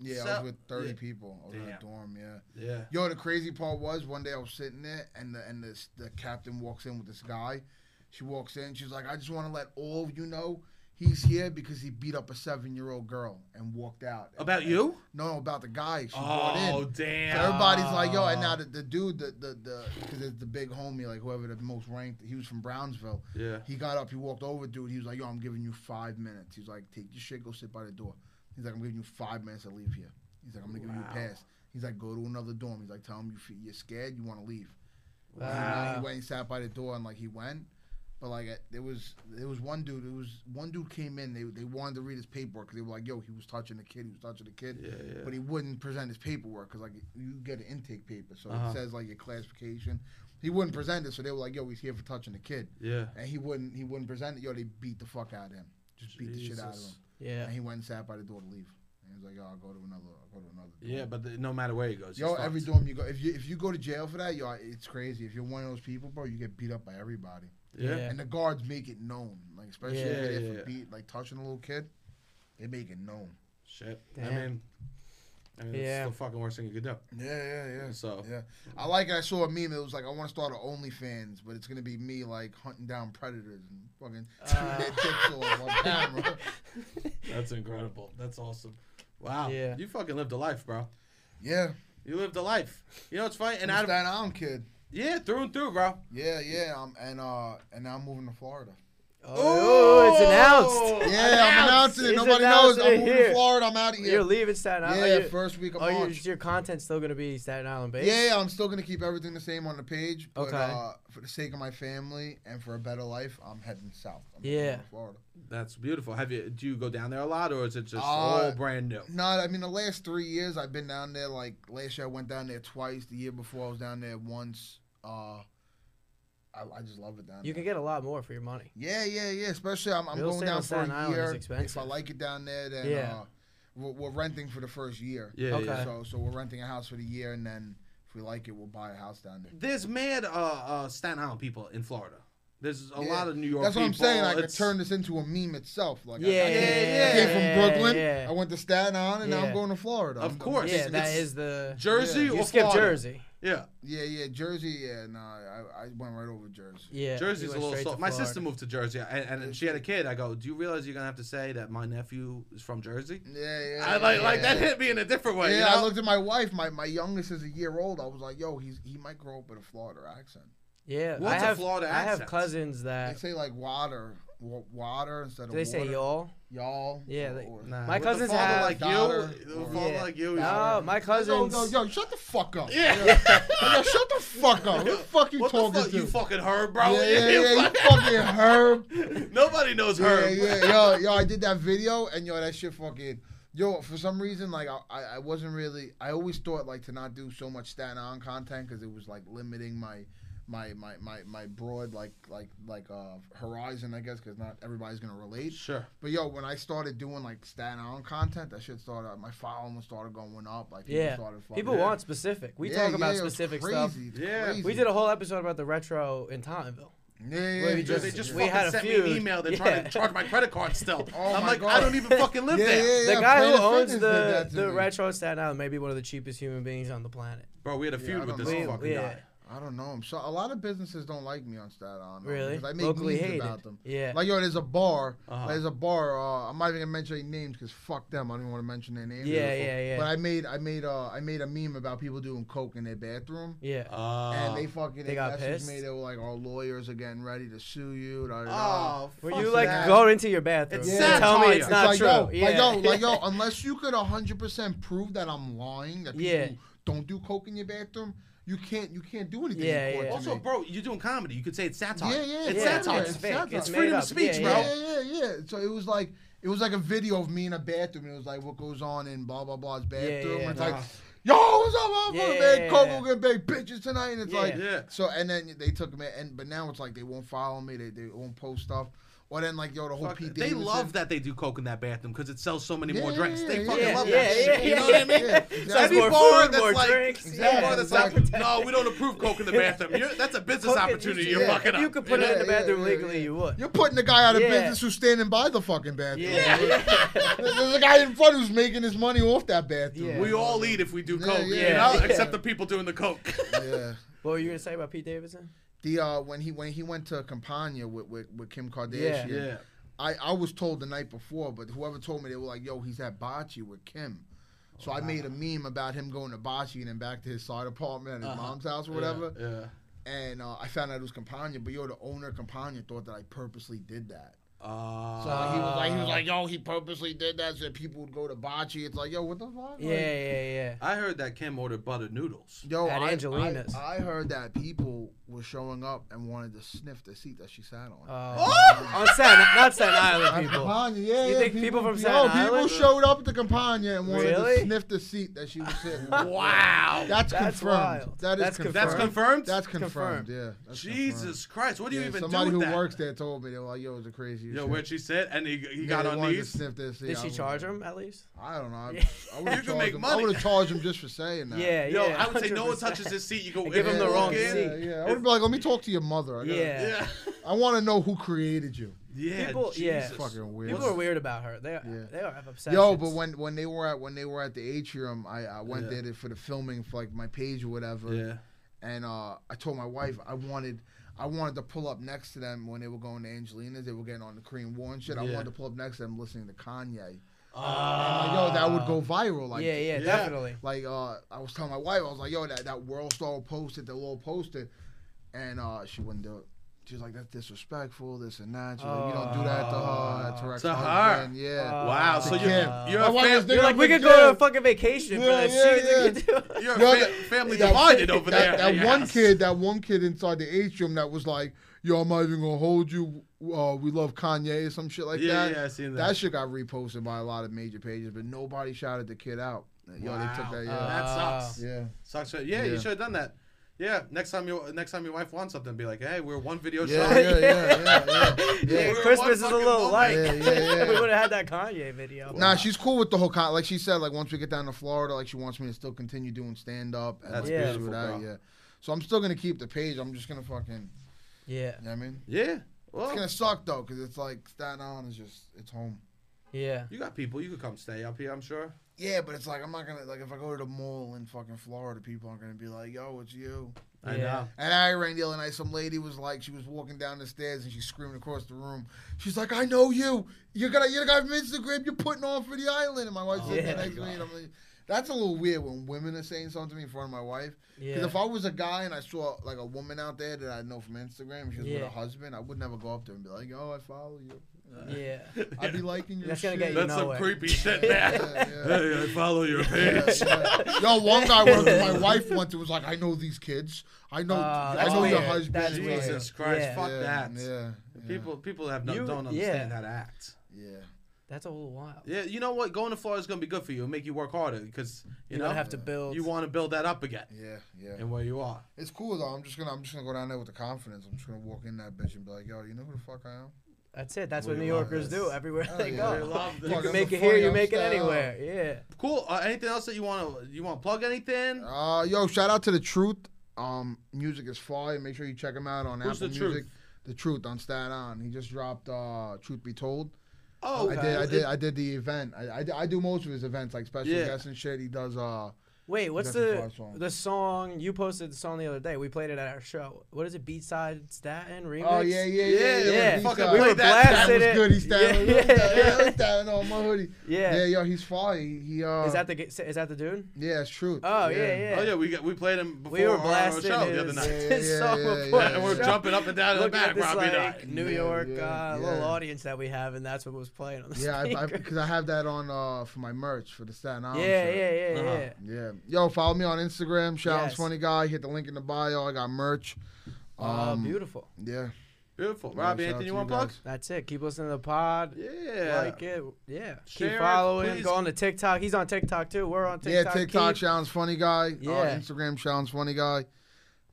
Speaker 3: Yeah, I
Speaker 1: cell?
Speaker 3: was with 30
Speaker 1: Yeah.
Speaker 3: people. I was in a
Speaker 1: Damn.
Speaker 3: dorm, yeah.
Speaker 1: Yeah.
Speaker 3: Yo, the crazy part was one day I was sitting there and the and this the captain walks in with this guy. She walks in, she's like, I just want to let all of you know he's here because he beat up a seven year old girl and walked out.
Speaker 1: About
Speaker 3: And-
Speaker 1: you?
Speaker 3: No, about the guy she brought
Speaker 1: Oh
Speaker 3: in. So
Speaker 1: damn!
Speaker 3: everybody's like, yo, and now the, the dude, the the the because it's the big homie, like whoever the most ranked, he was from Brownsville.
Speaker 1: Yeah.
Speaker 3: He got up, he walked over, dude. He was like, yo, I'm giving you five minutes. He's like, take your shit, go sit by the door. He's like, I'm giving you five minutes to leave here. He's like, I'm gonna give you
Speaker 1: Wow.
Speaker 3: a pass. He's like, go to another dorm. He's like, tell him you fe- you're scared, you want to leave. And he
Speaker 2: Wow.
Speaker 3: went and sat by the door and like he went, but like it- there was there was one dude. It was one dude came in. They they wanted to read his paperwork because they were like, yo, he was touching the kid. He was touching the kid.
Speaker 1: Yeah, yeah.
Speaker 3: But he wouldn't present his paperwork because like you get an intake paper, so
Speaker 1: Uh-huh.
Speaker 3: it says like your classification. He wouldn't present it, so they were like, yo, he's here for touching the kid
Speaker 1: Yeah.
Speaker 3: and he wouldn't he wouldn't present it. Yo, they beat the fuck out of him. Just beat the shit out of him.
Speaker 1: Jesus.
Speaker 2: Yeah.
Speaker 3: And he went and sat by the door to leave. And he was like, "Yo, I'll go to another. I'll go to another." dorm."
Speaker 1: Yeah, but the, no matter where he goes,
Speaker 3: Yo,
Speaker 1: he's
Speaker 3: every
Speaker 1: fucked.
Speaker 3: dorm you go, if you if you go to jail for that, yo, it's crazy. If you're one of those people, bro, you get beat up by everybody,
Speaker 1: Yeah.
Speaker 2: Yeah.
Speaker 3: and the guards make it known. Like especially if
Speaker 2: Yeah,
Speaker 3: they're
Speaker 1: yeah,
Speaker 3: for
Speaker 1: yeah.
Speaker 3: beat, like touching a little kid, they make it known.
Speaker 1: Shit. I
Speaker 2: Damn.
Speaker 1: mean, I mean,
Speaker 2: Yeah.
Speaker 1: it's the fucking worst thing you could do.
Speaker 3: Yeah, yeah, yeah.
Speaker 1: So
Speaker 3: Yeah, I like. it. I saw a meme. It was like, I want to start an OnlyFans, but it's gonna be me like hunting down predators and fucking
Speaker 2: Uh.
Speaker 3: their tits off on camera.
Speaker 1: that's incredible. That's awesome. Wow.
Speaker 2: Yeah.
Speaker 1: You fucking lived a life, bro.
Speaker 3: Yeah,
Speaker 1: You lived a life. You know it's funny, and
Speaker 3: and
Speaker 1: out of
Speaker 3: Staten Island kid.
Speaker 1: yeah, through and through, bro.
Speaker 3: Yeah, yeah, um, and uh, and now I'm moving to Florida.
Speaker 2: Oh, it's
Speaker 1: Oh!
Speaker 2: announced.
Speaker 3: Yeah, I'm announcing it.
Speaker 2: He's
Speaker 3: Nobody knows.
Speaker 2: announcing
Speaker 3: I'm
Speaker 2: it
Speaker 3: moving
Speaker 2: here.
Speaker 3: to Florida. I'm out of
Speaker 2: You're
Speaker 3: here.
Speaker 2: leaving Staten Island.
Speaker 3: Yeah,
Speaker 2: Are you-
Speaker 3: first week of
Speaker 2: are you-
Speaker 3: March.
Speaker 2: is your content's still gonna be Staten Island oh, based?
Speaker 3: Yeah, yeah, I'm still gonna keep everything the same on the page, but
Speaker 2: Okay.
Speaker 3: uh, for the sake of my family and for a better life, I'm heading south. I'm moving
Speaker 2: Yeah.
Speaker 3: to Florida.
Speaker 1: That's beautiful. Have you? Do you go down there a lot, or is it just
Speaker 3: Uh,
Speaker 1: all brand new?
Speaker 3: No, I mean the last three years I've been down there. Like last year I went down there twice. The year before I was down there once. Uh, I, I just love it down
Speaker 2: You
Speaker 3: there.
Speaker 2: can get a lot more for your money.
Speaker 3: Yeah, yeah, yeah. Especially I'm, I'm
Speaker 2: Real
Speaker 3: going
Speaker 2: estate
Speaker 3: down
Speaker 2: on
Speaker 3: for a
Speaker 2: Staten Island is
Speaker 3: year. If I
Speaker 2: expensive.
Speaker 3: like it down there, then
Speaker 2: Yeah.
Speaker 3: uh, we're, we're renting for the first year.
Speaker 1: Yeah.
Speaker 2: Okay.
Speaker 1: yeah.
Speaker 3: So so we're renting a house for the year, and then if we like it, we'll buy a house down there.
Speaker 1: There's mad uh, uh, Staten Island people in Florida. There's a
Speaker 3: Yeah.
Speaker 1: lot of New York.
Speaker 3: That's what I'm
Speaker 1: people.
Speaker 3: saying. I could
Speaker 1: It's-
Speaker 3: turn this into a meme itself. Like I-
Speaker 2: Yeah,
Speaker 3: I,
Speaker 1: yeah,
Speaker 3: I
Speaker 2: yeah,
Speaker 3: came from Brooklyn.
Speaker 2: yeah.
Speaker 3: I went to Staten Island, and now
Speaker 2: Yeah.
Speaker 3: I'm going to Florida.
Speaker 1: Of
Speaker 3: I'm- I'm
Speaker 1: course.
Speaker 2: Yeah,
Speaker 3: taking
Speaker 2: that
Speaker 3: this-
Speaker 2: is the.
Speaker 1: Jersey
Speaker 3: Yeah.
Speaker 1: or
Speaker 2: You skip
Speaker 1: Florida?
Speaker 2: Jersey.
Speaker 1: Yeah,
Speaker 3: Yeah, yeah, Jersey. Yeah, no, I, I went right over Jersey.
Speaker 2: Yeah.
Speaker 1: Jersey's
Speaker 2: you
Speaker 1: a
Speaker 2: went
Speaker 1: little
Speaker 2: straight
Speaker 1: soft.
Speaker 2: to
Speaker 1: My
Speaker 2: Florida.
Speaker 1: sister moved to Jersey, and, and she had a kid. I go, do you realize you're gonna have to say that my nephew is from Jersey?
Speaker 3: Yeah, yeah.
Speaker 1: I like like
Speaker 3: yeah.
Speaker 1: that hit me in a different way.
Speaker 3: Yeah,
Speaker 1: you
Speaker 3: I
Speaker 1: know?
Speaker 3: looked at my wife. My my youngest is a year old. I was like, yo, he's he might grow up with a Florida accent.
Speaker 2: Yeah. I
Speaker 1: What's a
Speaker 2: have,
Speaker 1: Florida
Speaker 2: I have
Speaker 1: accent?
Speaker 2: cousins
Speaker 3: They
Speaker 2: that.
Speaker 3: say like water, wa- water instead of
Speaker 2: Do they
Speaker 3: water.
Speaker 2: say y'all?
Speaker 3: y'all. Oh,
Speaker 2: Yeah,
Speaker 3: or-
Speaker 2: they-
Speaker 3: or-
Speaker 1: Nah, with
Speaker 2: My
Speaker 1: a
Speaker 2: cousins
Speaker 1: father
Speaker 2: have-
Speaker 1: like
Speaker 3: Daughter
Speaker 1: you, with a
Speaker 3: or-
Speaker 1: father
Speaker 2: Yeah.
Speaker 1: like you. you
Speaker 2: No,
Speaker 1: know.
Speaker 2: Oh, my
Speaker 3: Yo,
Speaker 2: cousins.
Speaker 3: yo, yo, shut the fuck up.
Speaker 1: Yeah.
Speaker 3: yo, shut the fuck up. Who the fuck you
Speaker 1: what
Speaker 3: talking
Speaker 1: the fuck?
Speaker 3: to?
Speaker 1: You fucking Herb, bro.
Speaker 3: yeah, yeah, yeah, you fucking herb.
Speaker 1: Nobody knows
Speaker 3: Yeah,
Speaker 1: Herb.
Speaker 3: yeah, yo, yo, I did that video and yo, that shit fucking. Yo, for some reason, like I- I, I wasn't really. I always thought like to not do so much Staten Island content because it was like limiting my, my, my, my, my broad like like like uh horizon, I guess, because not everybody's gonna relate.
Speaker 1: Sure.
Speaker 3: But yo, when I started doing like Staten Island content, that shit started. My following started going up. Like people
Speaker 2: yeah.
Speaker 3: started. fucking-
Speaker 2: People want specific. We
Speaker 3: Yeah,
Speaker 2: talk
Speaker 3: yeah,
Speaker 2: about
Speaker 3: it was
Speaker 2: specific
Speaker 3: crazy,
Speaker 2: stuff.
Speaker 3: it's
Speaker 1: Yeah.
Speaker 3: crazy.
Speaker 2: We did a whole episode about the retro in Thomasville.
Speaker 3: Yeah, yeah,
Speaker 2: Where
Speaker 3: yeah.
Speaker 2: we
Speaker 1: they just
Speaker 2: we
Speaker 1: fucking
Speaker 2: had a
Speaker 1: sent me
Speaker 2: feud.
Speaker 1: an email. They're
Speaker 2: Yeah.
Speaker 1: trying to charge my credit card still.
Speaker 3: Oh
Speaker 1: I'm
Speaker 3: my
Speaker 1: like, I
Speaker 3: God.
Speaker 1: don't even fucking live
Speaker 3: yeah,
Speaker 1: there.
Speaker 3: yeah, yeah.
Speaker 2: the guy who
Speaker 3: Planet
Speaker 2: owns
Speaker 3: Fitness did
Speaker 2: the
Speaker 3: that to
Speaker 2: the
Speaker 3: me.
Speaker 2: retro Staten Island may be one of the cheapest human beings on the planet.
Speaker 1: Bro, we had a feud
Speaker 3: I
Speaker 1: with
Speaker 3: don't
Speaker 1: this
Speaker 3: know.
Speaker 1: fucking
Speaker 2: Yeah.
Speaker 1: guy.
Speaker 3: I don't know. I'm so a lot of businesses don't like me on Staten Island
Speaker 2: Really?
Speaker 3: because I make
Speaker 2: Locally
Speaker 3: memes
Speaker 2: hated.
Speaker 3: about them.
Speaker 2: Yeah.
Speaker 3: Like yo, there's a bar.
Speaker 1: Uh-huh.
Speaker 3: There's a bar. Uh, I'm not even gonna mention any names because fuck them. I don't even want to mention their names.
Speaker 2: Yeah, yeah, yeah.
Speaker 3: But I made I made uh I made a meme about people doing coke in their bathroom.
Speaker 2: yeah.
Speaker 1: Uh,
Speaker 3: and they fucking
Speaker 2: They got
Speaker 3: messaged
Speaker 2: pissed?
Speaker 3: me. They were like, "Our lawyers are getting ready to sue you." Da, da, da.
Speaker 1: oh,
Speaker 2: Were
Speaker 1: fuck
Speaker 2: you like
Speaker 1: that.
Speaker 2: going into your bathroom?
Speaker 1: It's
Speaker 2: and Tell me
Speaker 1: satire.
Speaker 2: it's
Speaker 1: It's
Speaker 2: not
Speaker 3: like,
Speaker 2: true.
Speaker 3: Yo,
Speaker 2: yeah.
Speaker 3: like yo, like yo, unless you could hundred percent prove that I'm lying, that people
Speaker 2: Yeah.
Speaker 3: don't do coke in your bathroom, you can't you can't do anything
Speaker 2: Yeah,
Speaker 3: in court
Speaker 2: yeah.
Speaker 3: to
Speaker 1: Also,
Speaker 3: me.
Speaker 1: bro, you're doing comedy. You could say it's satire.
Speaker 3: Yeah, yeah,
Speaker 1: It's
Speaker 3: yeah,
Speaker 1: satire.
Speaker 3: yeah,
Speaker 2: It's,
Speaker 3: it's
Speaker 2: fake.
Speaker 3: satire.
Speaker 2: It's
Speaker 3: It's
Speaker 2: made
Speaker 1: freedom
Speaker 2: up.
Speaker 1: of speech,
Speaker 2: yeah,
Speaker 1: bro.
Speaker 2: Yeah.
Speaker 3: Yeah, yeah, yeah. So it was like it was like a video of me in a bathroom. It was like what goes on in blah blah blah's bathroom.
Speaker 2: yeah.
Speaker 3: It's
Speaker 1: Wow.
Speaker 3: like, yo, what's up, motherfucker?
Speaker 2: Yeah, yeah,
Speaker 3: man?
Speaker 2: yeah,
Speaker 3: Coco
Speaker 2: yeah.
Speaker 3: gonna bake bitches tonight, and it's like,
Speaker 1: Yeah.
Speaker 3: So and then they took me, and but now it's like they won't follow me. They they won't post stuff. Or then like yo, the whole
Speaker 1: Fuck,
Speaker 3: Pete
Speaker 1: they
Speaker 3: Davidson-
Speaker 1: love that they do coke in that bathroom because it sells so many more
Speaker 3: Yeah,
Speaker 1: drinks. They
Speaker 3: yeah,
Speaker 1: fucking
Speaker 2: yeah,
Speaker 1: love
Speaker 2: yeah,
Speaker 1: that
Speaker 2: yeah,
Speaker 1: shit. You know
Speaker 2: yeah.
Speaker 1: what I mean?
Speaker 3: Yeah,
Speaker 1: So
Speaker 3: exactly.
Speaker 1: any
Speaker 2: more
Speaker 1: bar
Speaker 2: food,
Speaker 1: that's
Speaker 2: more
Speaker 1: like,
Speaker 2: drinks.
Speaker 1: any
Speaker 2: Yeah,
Speaker 1: bar that's
Speaker 3: exactly.
Speaker 1: like, no, we don't approve coke in the bathroom. You're, that's a business
Speaker 2: Coke is
Speaker 1: opportunity.
Speaker 2: usually-
Speaker 1: You're
Speaker 2: yeah.
Speaker 1: fucking up.
Speaker 2: You could put it in the
Speaker 3: Yeah, yeah,
Speaker 2: bathroom
Speaker 3: yeah,
Speaker 2: legally.
Speaker 3: yeah.
Speaker 2: You would.
Speaker 3: You're putting the guy out of
Speaker 2: Yeah.
Speaker 3: business who's standing by the fucking bathroom.
Speaker 2: Yeah.
Speaker 3: There's there's a guy in front who's making his money off that bathroom.
Speaker 2: Yeah.
Speaker 1: We all eat if we do
Speaker 3: Yeah,
Speaker 1: coke, you
Speaker 2: yeah,
Speaker 1: know,
Speaker 2: yeah.
Speaker 1: except the people doing the coke.
Speaker 3: yeah.
Speaker 2: What were you gonna say about Pete Davidson?
Speaker 3: The uh, when he when he went to Campania with with, with Kim
Speaker 2: Yeah.
Speaker 3: Kardashian, I, I was told the night before, but whoever told me they were like, "Yo, he's at Bocce with Kim." So I made a meme about him going to Bocce and then back to his side apartment at his
Speaker 1: Uh-huh.
Speaker 3: mom's house or whatever.
Speaker 1: Yeah.
Speaker 3: And uh, I found out it was Campania, but yo, the owner of Campania thought that I purposely did that.
Speaker 1: Uh,
Speaker 3: So like, he was like, he
Speaker 2: Uh.
Speaker 3: was like, "Yo, he purposely did that so that people would go to Bocce." It's like, yo, what the fuck? Like,
Speaker 2: Yeah, yeah, yeah.
Speaker 1: I heard that Kim ordered buttered noodles.
Speaker 3: Yo,
Speaker 2: At
Speaker 3: I,
Speaker 2: Angelina's.
Speaker 3: I, I heard that people were showing up and wanted to sniff the seat that she sat on.
Speaker 2: Uh,
Speaker 1: Oh!
Speaker 2: On Staten, not Staten
Speaker 3: At
Speaker 2: Island people.
Speaker 3: Campania, yeah,
Speaker 2: You
Speaker 3: yeah,
Speaker 2: think people from Staten
Speaker 3: yo,
Speaker 2: Island?
Speaker 3: people showed up at the Campania and wanted
Speaker 2: Really?
Speaker 3: to sniff the seat that she was sitting on.
Speaker 1: Wow.
Speaker 3: That's,
Speaker 2: That's
Speaker 3: confirmed.
Speaker 2: wild.
Speaker 3: That is
Speaker 2: That's
Speaker 3: confirmed.
Speaker 1: That's confirmed?
Speaker 3: That's confirmed. Yeah. that's confirmed.
Speaker 1: Jesus Christ. What do you
Speaker 3: Yeah,
Speaker 1: even
Speaker 3: somebody
Speaker 1: do
Speaker 3: who
Speaker 1: with that?
Speaker 3: works there told me they were like, "Yo, it's a crazy."
Speaker 1: Yo,
Speaker 3: shit.
Speaker 1: where'd she sit? And he, he
Speaker 3: Yeah,
Speaker 1: got
Speaker 3: they
Speaker 1: on
Speaker 3: wanted to
Speaker 1: knees.
Speaker 3: sniff this.
Speaker 2: Did she charge him at least?
Speaker 3: I don't know. I,
Speaker 2: Yeah.
Speaker 3: I would
Speaker 1: You
Speaker 3: have
Speaker 1: can
Speaker 3: charged
Speaker 1: make
Speaker 3: him. I
Speaker 1: money.
Speaker 3: would have charged him just for saying that.
Speaker 2: Yeah,
Speaker 1: Yo,
Speaker 2: yeah.
Speaker 1: I would say no one touches
Speaker 2: 100%.
Speaker 1: his seat. You go
Speaker 2: And give
Speaker 1: if
Speaker 2: him
Speaker 1: you
Speaker 2: the
Speaker 1: walk
Speaker 2: wrong
Speaker 1: in-
Speaker 2: seat.
Speaker 3: Yeah, yeah. I would be like, "Let me talk to your mother." I gotta-
Speaker 2: Yeah.
Speaker 1: Yeah.
Speaker 3: I want to know who created you.
Speaker 1: Yeah.
Speaker 2: People- yeah.
Speaker 1: Jesus.
Speaker 3: Fucking weird.
Speaker 2: People are weird about her. They are,
Speaker 3: Yeah.
Speaker 2: they are obsessed.
Speaker 3: Yo, but when when they were at when they were at the atrium, I, I went
Speaker 1: Yeah.
Speaker 3: there to, for the filming for like my page or whatever.
Speaker 1: Yeah.
Speaker 3: And uh, I told my wife I wanted I wanted to pull up next to them when they were going to Angelina's. They were getting on the Korean War and shit. I
Speaker 1: Yeah.
Speaker 3: wanted to pull up next to them listening to Kanye.
Speaker 1: Uh,
Speaker 3: like, yo, that would go viral. Like
Speaker 2: yeah, yeah,
Speaker 1: Yeah.
Speaker 2: definitely.
Speaker 3: like uh, I was telling my wife, I was like, yo, that, that world star posted, the little posted, and uh, she wouldn't do it. She was like, that's disrespectful, this and that. She's like, you don't do that to her. That's her ex
Speaker 1: Oh, To her.
Speaker 3: husband. Yeah.
Speaker 1: wow.
Speaker 2: Uh,
Speaker 1: So
Speaker 3: to
Speaker 1: you're,
Speaker 3: Kim.
Speaker 1: you're,
Speaker 3: My
Speaker 1: a
Speaker 3: wife
Speaker 1: fam-
Speaker 3: is
Speaker 2: You're
Speaker 3: You're
Speaker 2: like,
Speaker 3: like
Speaker 2: we
Speaker 3: the
Speaker 2: could go on a
Speaker 3: kid.
Speaker 2: fucking vacation
Speaker 3: Yeah,
Speaker 2: for that.
Speaker 3: yeah,
Speaker 2: she,
Speaker 3: yeah.
Speaker 2: You could do
Speaker 1: you're a
Speaker 3: Yo,
Speaker 1: fa-
Speaker 3: that-
Speaker 1: family
Speaker 3: that-
Speaker 1: divided over there.
Speaker 3: that, that
Speaker 1: Yes.
Speaker 3: one kid, that one kid inside the atrium that was like, yo, I'm not even gonna hold you. Uh, we love Kanye or some shit like
Speaker 1: Yeah,
Speaker 3: that.
Speaker 1: yeah, I seen that.
Speaker 3: shit got reposted by a lot of major pages, but nobody shouted the kid out. Yo, they
Speaker 1: Wow.
Speaker 3: took that. Yeah.
Speaker 1: That
Speaker 2: Uh,
Speaker 1: sucks.
Speaker 3: yeah.
Speaker 1: Sucks. Yeah, you
Speaker 3: Yeah.
Speaker 1: should have done that. Yeah, next time your next time your wife wants something, be like, "Hey, we're one video
Speaker 3: Yeah,
Speaker 1: shy."
Speaker 3: yeah, yeah, yeah, yeah.
Speaker 2: Yeah,
Speaker 1: We're one
Speaker 2: Christmas is a
Speaker 1: fucking
Speaker 2: little
Speaker 1: moment.
Speaker 2: light.
Speaker 3: Yeah, yeah, yeah.
Speaker 2: we would have had that Kanye video.
Speaker 3: Nah, she's cool with the whole con. Like she said, like once we get down to Florida, like she wants me to still continue doing stand up.
Speaker 1: That's
Speaker 3: like,
Speaker 2: beautiful,
Speaker 3: pursue that,
Speaker 1: bro.
Speaker 3: Yeah. So I'm still gonna keep the page. I'm just gonna fucking.
Speaker 2: Yeah,
Speaker 3: You know what I mean,
Speaker 1: Yeah.
Speaker 3: it's
Speaker 1: Well,
Speaker 3: gonna suck though, cause it's like Staten Island is just it's home.
Speaker 2: yeah.
Speaker 1: you got people. You could come stay up here. I'm sure.
Speaker 3: Yeah, but it's like I'm not gonna like if I go to the mall in fucking Florida, people aren't gonna be like, "Yo, it's you."
Speaker 1: I
Speaker 2: Yeah.
Speaker 1: know.
Speaker 3: And I ran the other night. Some lady was like, she was walking down the stairs and she's screaming across the room. She's like, "I know you. You're gonna, you're gonna have Instagram. You're putting on for the island." And my wife
Speaker 2: Oh,
Speaker 3: said
Speaker 2: yeah.
Speaker 3: that next to me, and I'm like, "That's a little weird when women are saying something to me in front of my wife." Because
Speaker 2: Yeah.
Speaker 3: if I was a guy and I saw like a woman out there that I know from Instagram, and she was with
Speaker 2: Yeah.
Speaker 3: a husband, I would never go up to her and be like, "Yo, I follow you."
Speaker 2: Yeah.
Speaker 3: I'd be liking your
Speaker 2: That's gonna
Speaker 3: shit.
Speaker 2: get you
Speaker 1: That's some
Speaker 2: nowhere.
Speaker 1: creepy shit,
Speaker 3: Yeah,
Speaker 1: man.
Speaker 3: yeah.
Speaker 1: Hey, I follow your page.
Speaker 3: Yeah, yeah. Yo, one guy went up to my wife once and was like, "I know these kids. I know,
Speaker 2: Uh,
Speaker 3: I
Speaker 1: that's
Speaker 3: know your
Speaker 1: weird.
Speaker 3: husband."
Speaker 2: That's weird.
Speaker 1: Jesus Christ,
Speaker 2: Yeah.
Speaker 1: fuck
Speaker 3: yeah,
Speaker 1: that.
Speaker 3: Yeah,
Speaker 1: People, people have no,
Speaker 2: You-
Speaker 1: don't
Speaker 2: yeah.
Speaker 1: understand that act.
Speaker 3: yeah.
Speaker 2: That's a little wild.
Speaker 1: Yeah, you know what? Going to Florida is gonna be good for you. It'll make you work harder because you,
Speaker 2: You
Speaker 1: know
Speaker 2: don't have to build.
Speaker 1: you want to build that up again.
Speaker 3: Yeah, yeah.
Speaker 1: And where you are.
Speaker 3: It's cool though. I'm just gonna I'm just gonna go down there with the confidence. I'm just gonna walk in that bitch and be like, yo, you know who the fuck I am?
Speaker 2: That's it. That's
Speaker 1: We
Speaker 2: what New
Speaker 1: love
Speaker 2: Yorkers
Speaker 1: this.
Speaker 2: do everywhere
Speaker 3: Oh,
Speaker 2: they
Speaker 3: yeah.
Speaker 2: go.
Speaker 3: We
Speaker 1: love this.
Speaker 2: You
Speaker 1: Fuck,
Speaker 2: can
Speaker 1: I'm
Speaker 2: make
Speaker 3: a
Speaker 2: it here. You
Speaker 3: funny
Speaker 2: make it
Speaker 3: upstyle.
Speaker 2: anywhere. Yeah.
Speaker 1: Cool. Uh, anything else that you want to you want to plug? Anything?
Speaker 3: Uh, yo, shout out to the Truth. Um, music is fire. Make sure you check him out on
Speaker 1: Who's
Speaker 3: Apple
Speaker 1: The Truth?
Speaker 3: Music. The Truth on Staten Island. He just dropped uh, Truth Be Told.
Speaker 1: oh,
Speaker 3: I did I did I did the event. I, I, I do most of his events like special
Speaker 1: Yeah.
Speaker 3: guests and shit. He does uh
Speaker 2: Wait, what's
Speaker 3: Nothing
Speaker 2: the
Speaker 3: Far song.
Speaker 2: the song you posted the song the other day? We played it at our show. What is it? Beatside Statin remix.
Speaker 3: Oh yeah, yeah,
Speaker 1: Yeah,
Speaker 3: yeah.
Speaker 1: yeah.
Speaker 3: yeah.
Speaker 1: Fucking
Speaker 3: Fucking
Speaker 1: we
Speaker 3: we
Speaker 1: were
Speaker 3: that, that
Speaker 2: blasting
Speaker 3: was
Speaker 2: it.
Speaker 3: good. He's standing.
Speaker 2: Yeah.
Speaker 3: Yeah, yeah. yeah. standing on my hoodie.
Speaker 2: Yeah.
Speaker 3: Yeah. yo, he's fire. He, he uh.
Speaker 2: Is that the g- is that the dude?
Speaker 3: Yeah, it's true.
Speaker 2: Oh yeah, yeah.
Speaker 1: Oh yeah, we got, we played him before
Speaker 2: We were
Speaker 1: our show
Speaker 2: blasting
Speaker 1: the
Speaker 2: his,
Speaker 1: other night.
Speaker 2: his
Speaker 3: Yeah, yeah,
Speaker 2: song
Speaker 3: yeah,
Speaker 2: before.
Speaker 3: yeah,
Speaker 1: and we're
Speaker 2: the
Speaker 3: yeah.
Speaker 2: show.
Speaker 1: jumping up and down in the
Speaker 2: Looking
Speaker 1: back,
Speaker 2: at this
Speaker 1: Robbie and I.
Speaker 2: like New
Speaker 3: Yeah,
Speaker 2: York
Speaker 3: yeah,
Speaker 2: uh, little
Speaker 3: yeah.
Speaker 2: audience that we have, and that's what was playing on the
Speaker 3: Yeah,
Speaker 2: speaker.
Speaker 3: I because I, have that on uh for my merch for the Staten Island.
Speaker 2: yeah,
Speaker 3: shirt.
Speaker 2: yeah, yeah, yeah,
Speaker 1: Uh-huh.
Speaker 3: Yeah. Yo, follow me on Instagram. Shout
Speaker 2: Yes.
Speaker 3: out funny guy. Hit the link in the bio. I got merch. Um,
Speaker 2: oh, beautiful.
Speaker 3: Yeah.
Speaker 1: Beautiful.
Speaker 3: Yeah,
Speaker 1: Robbie,
Speaker 3: shout
Speaker 1: anything
Speaker 3: out to
Speaker 1: you
Speaker 3: you
Speaker 1: want to plug?
Speaker 3: guys.
Speaker 2: That's it. Keep listening to the pod.
Speaker 1: Yeah.
Speaker 2: Like it. Yeah.
Speaker 1: Share
Speaker 2: Keep
Speaker 1: it,
Speaker 2: following.
Speaker 1: please.
Speaker 2: Go on to TikTok. He's on TikTok too. We're on
Speaker 3: Yeah,
Speaker 2: TikTok.
Speaker 3: TikTok
Speaker 2: Keep-
Speaker 3: sounds funny guy.
Speaker 2: Yeah.
Speaker 3: Uh, Instagram sounds funny guy.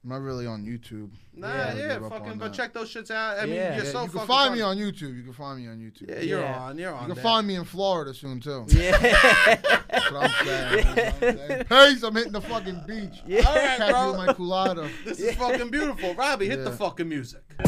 Speaker 3: I'm not really on YouTube.
Speaker 1: Nah,
Speaker 2: Yeah,
Speaker 1: yeah,
Speaker 3: I give up
Speaker 1: fucking
Speaker 3: on
Speaker 1: go
Speaker 3: that.
Speaker 1: check those shits out. I mean,
Speaker 2: Yeah.
Speaker 1: you're
Speaker 3: Yeah,
Speaker 1: so
Speaker 3: you can
Speaker 1: fucking
Speaker 3: find
Speaker 1: funny.
Speaker 3: me on YouTube. You can find me on YouTube.
Speaker 1: Yeah, you're
Speaker 2: Yeah.
Speaker 1: on. You're on.
Speaker 3: You can
Speaker 1: there.
Speaker 3: find me in Florida soon too.
Speaker 2: Yeah.
Speaker 3: That's what I'm saying. That's what I'm saying. Peace, I'm hitting the fucking beach.
Speaker 2: yeah.
Speaker 1: All right,
Speaker 3: Catch you with
Speaker 1: bro.
Speaker 3: my culotta.
Speaker 1: This is fucking beautiful. Robbie, hit the
Speaker 3: Yeah.
Speaker 1: fucking music.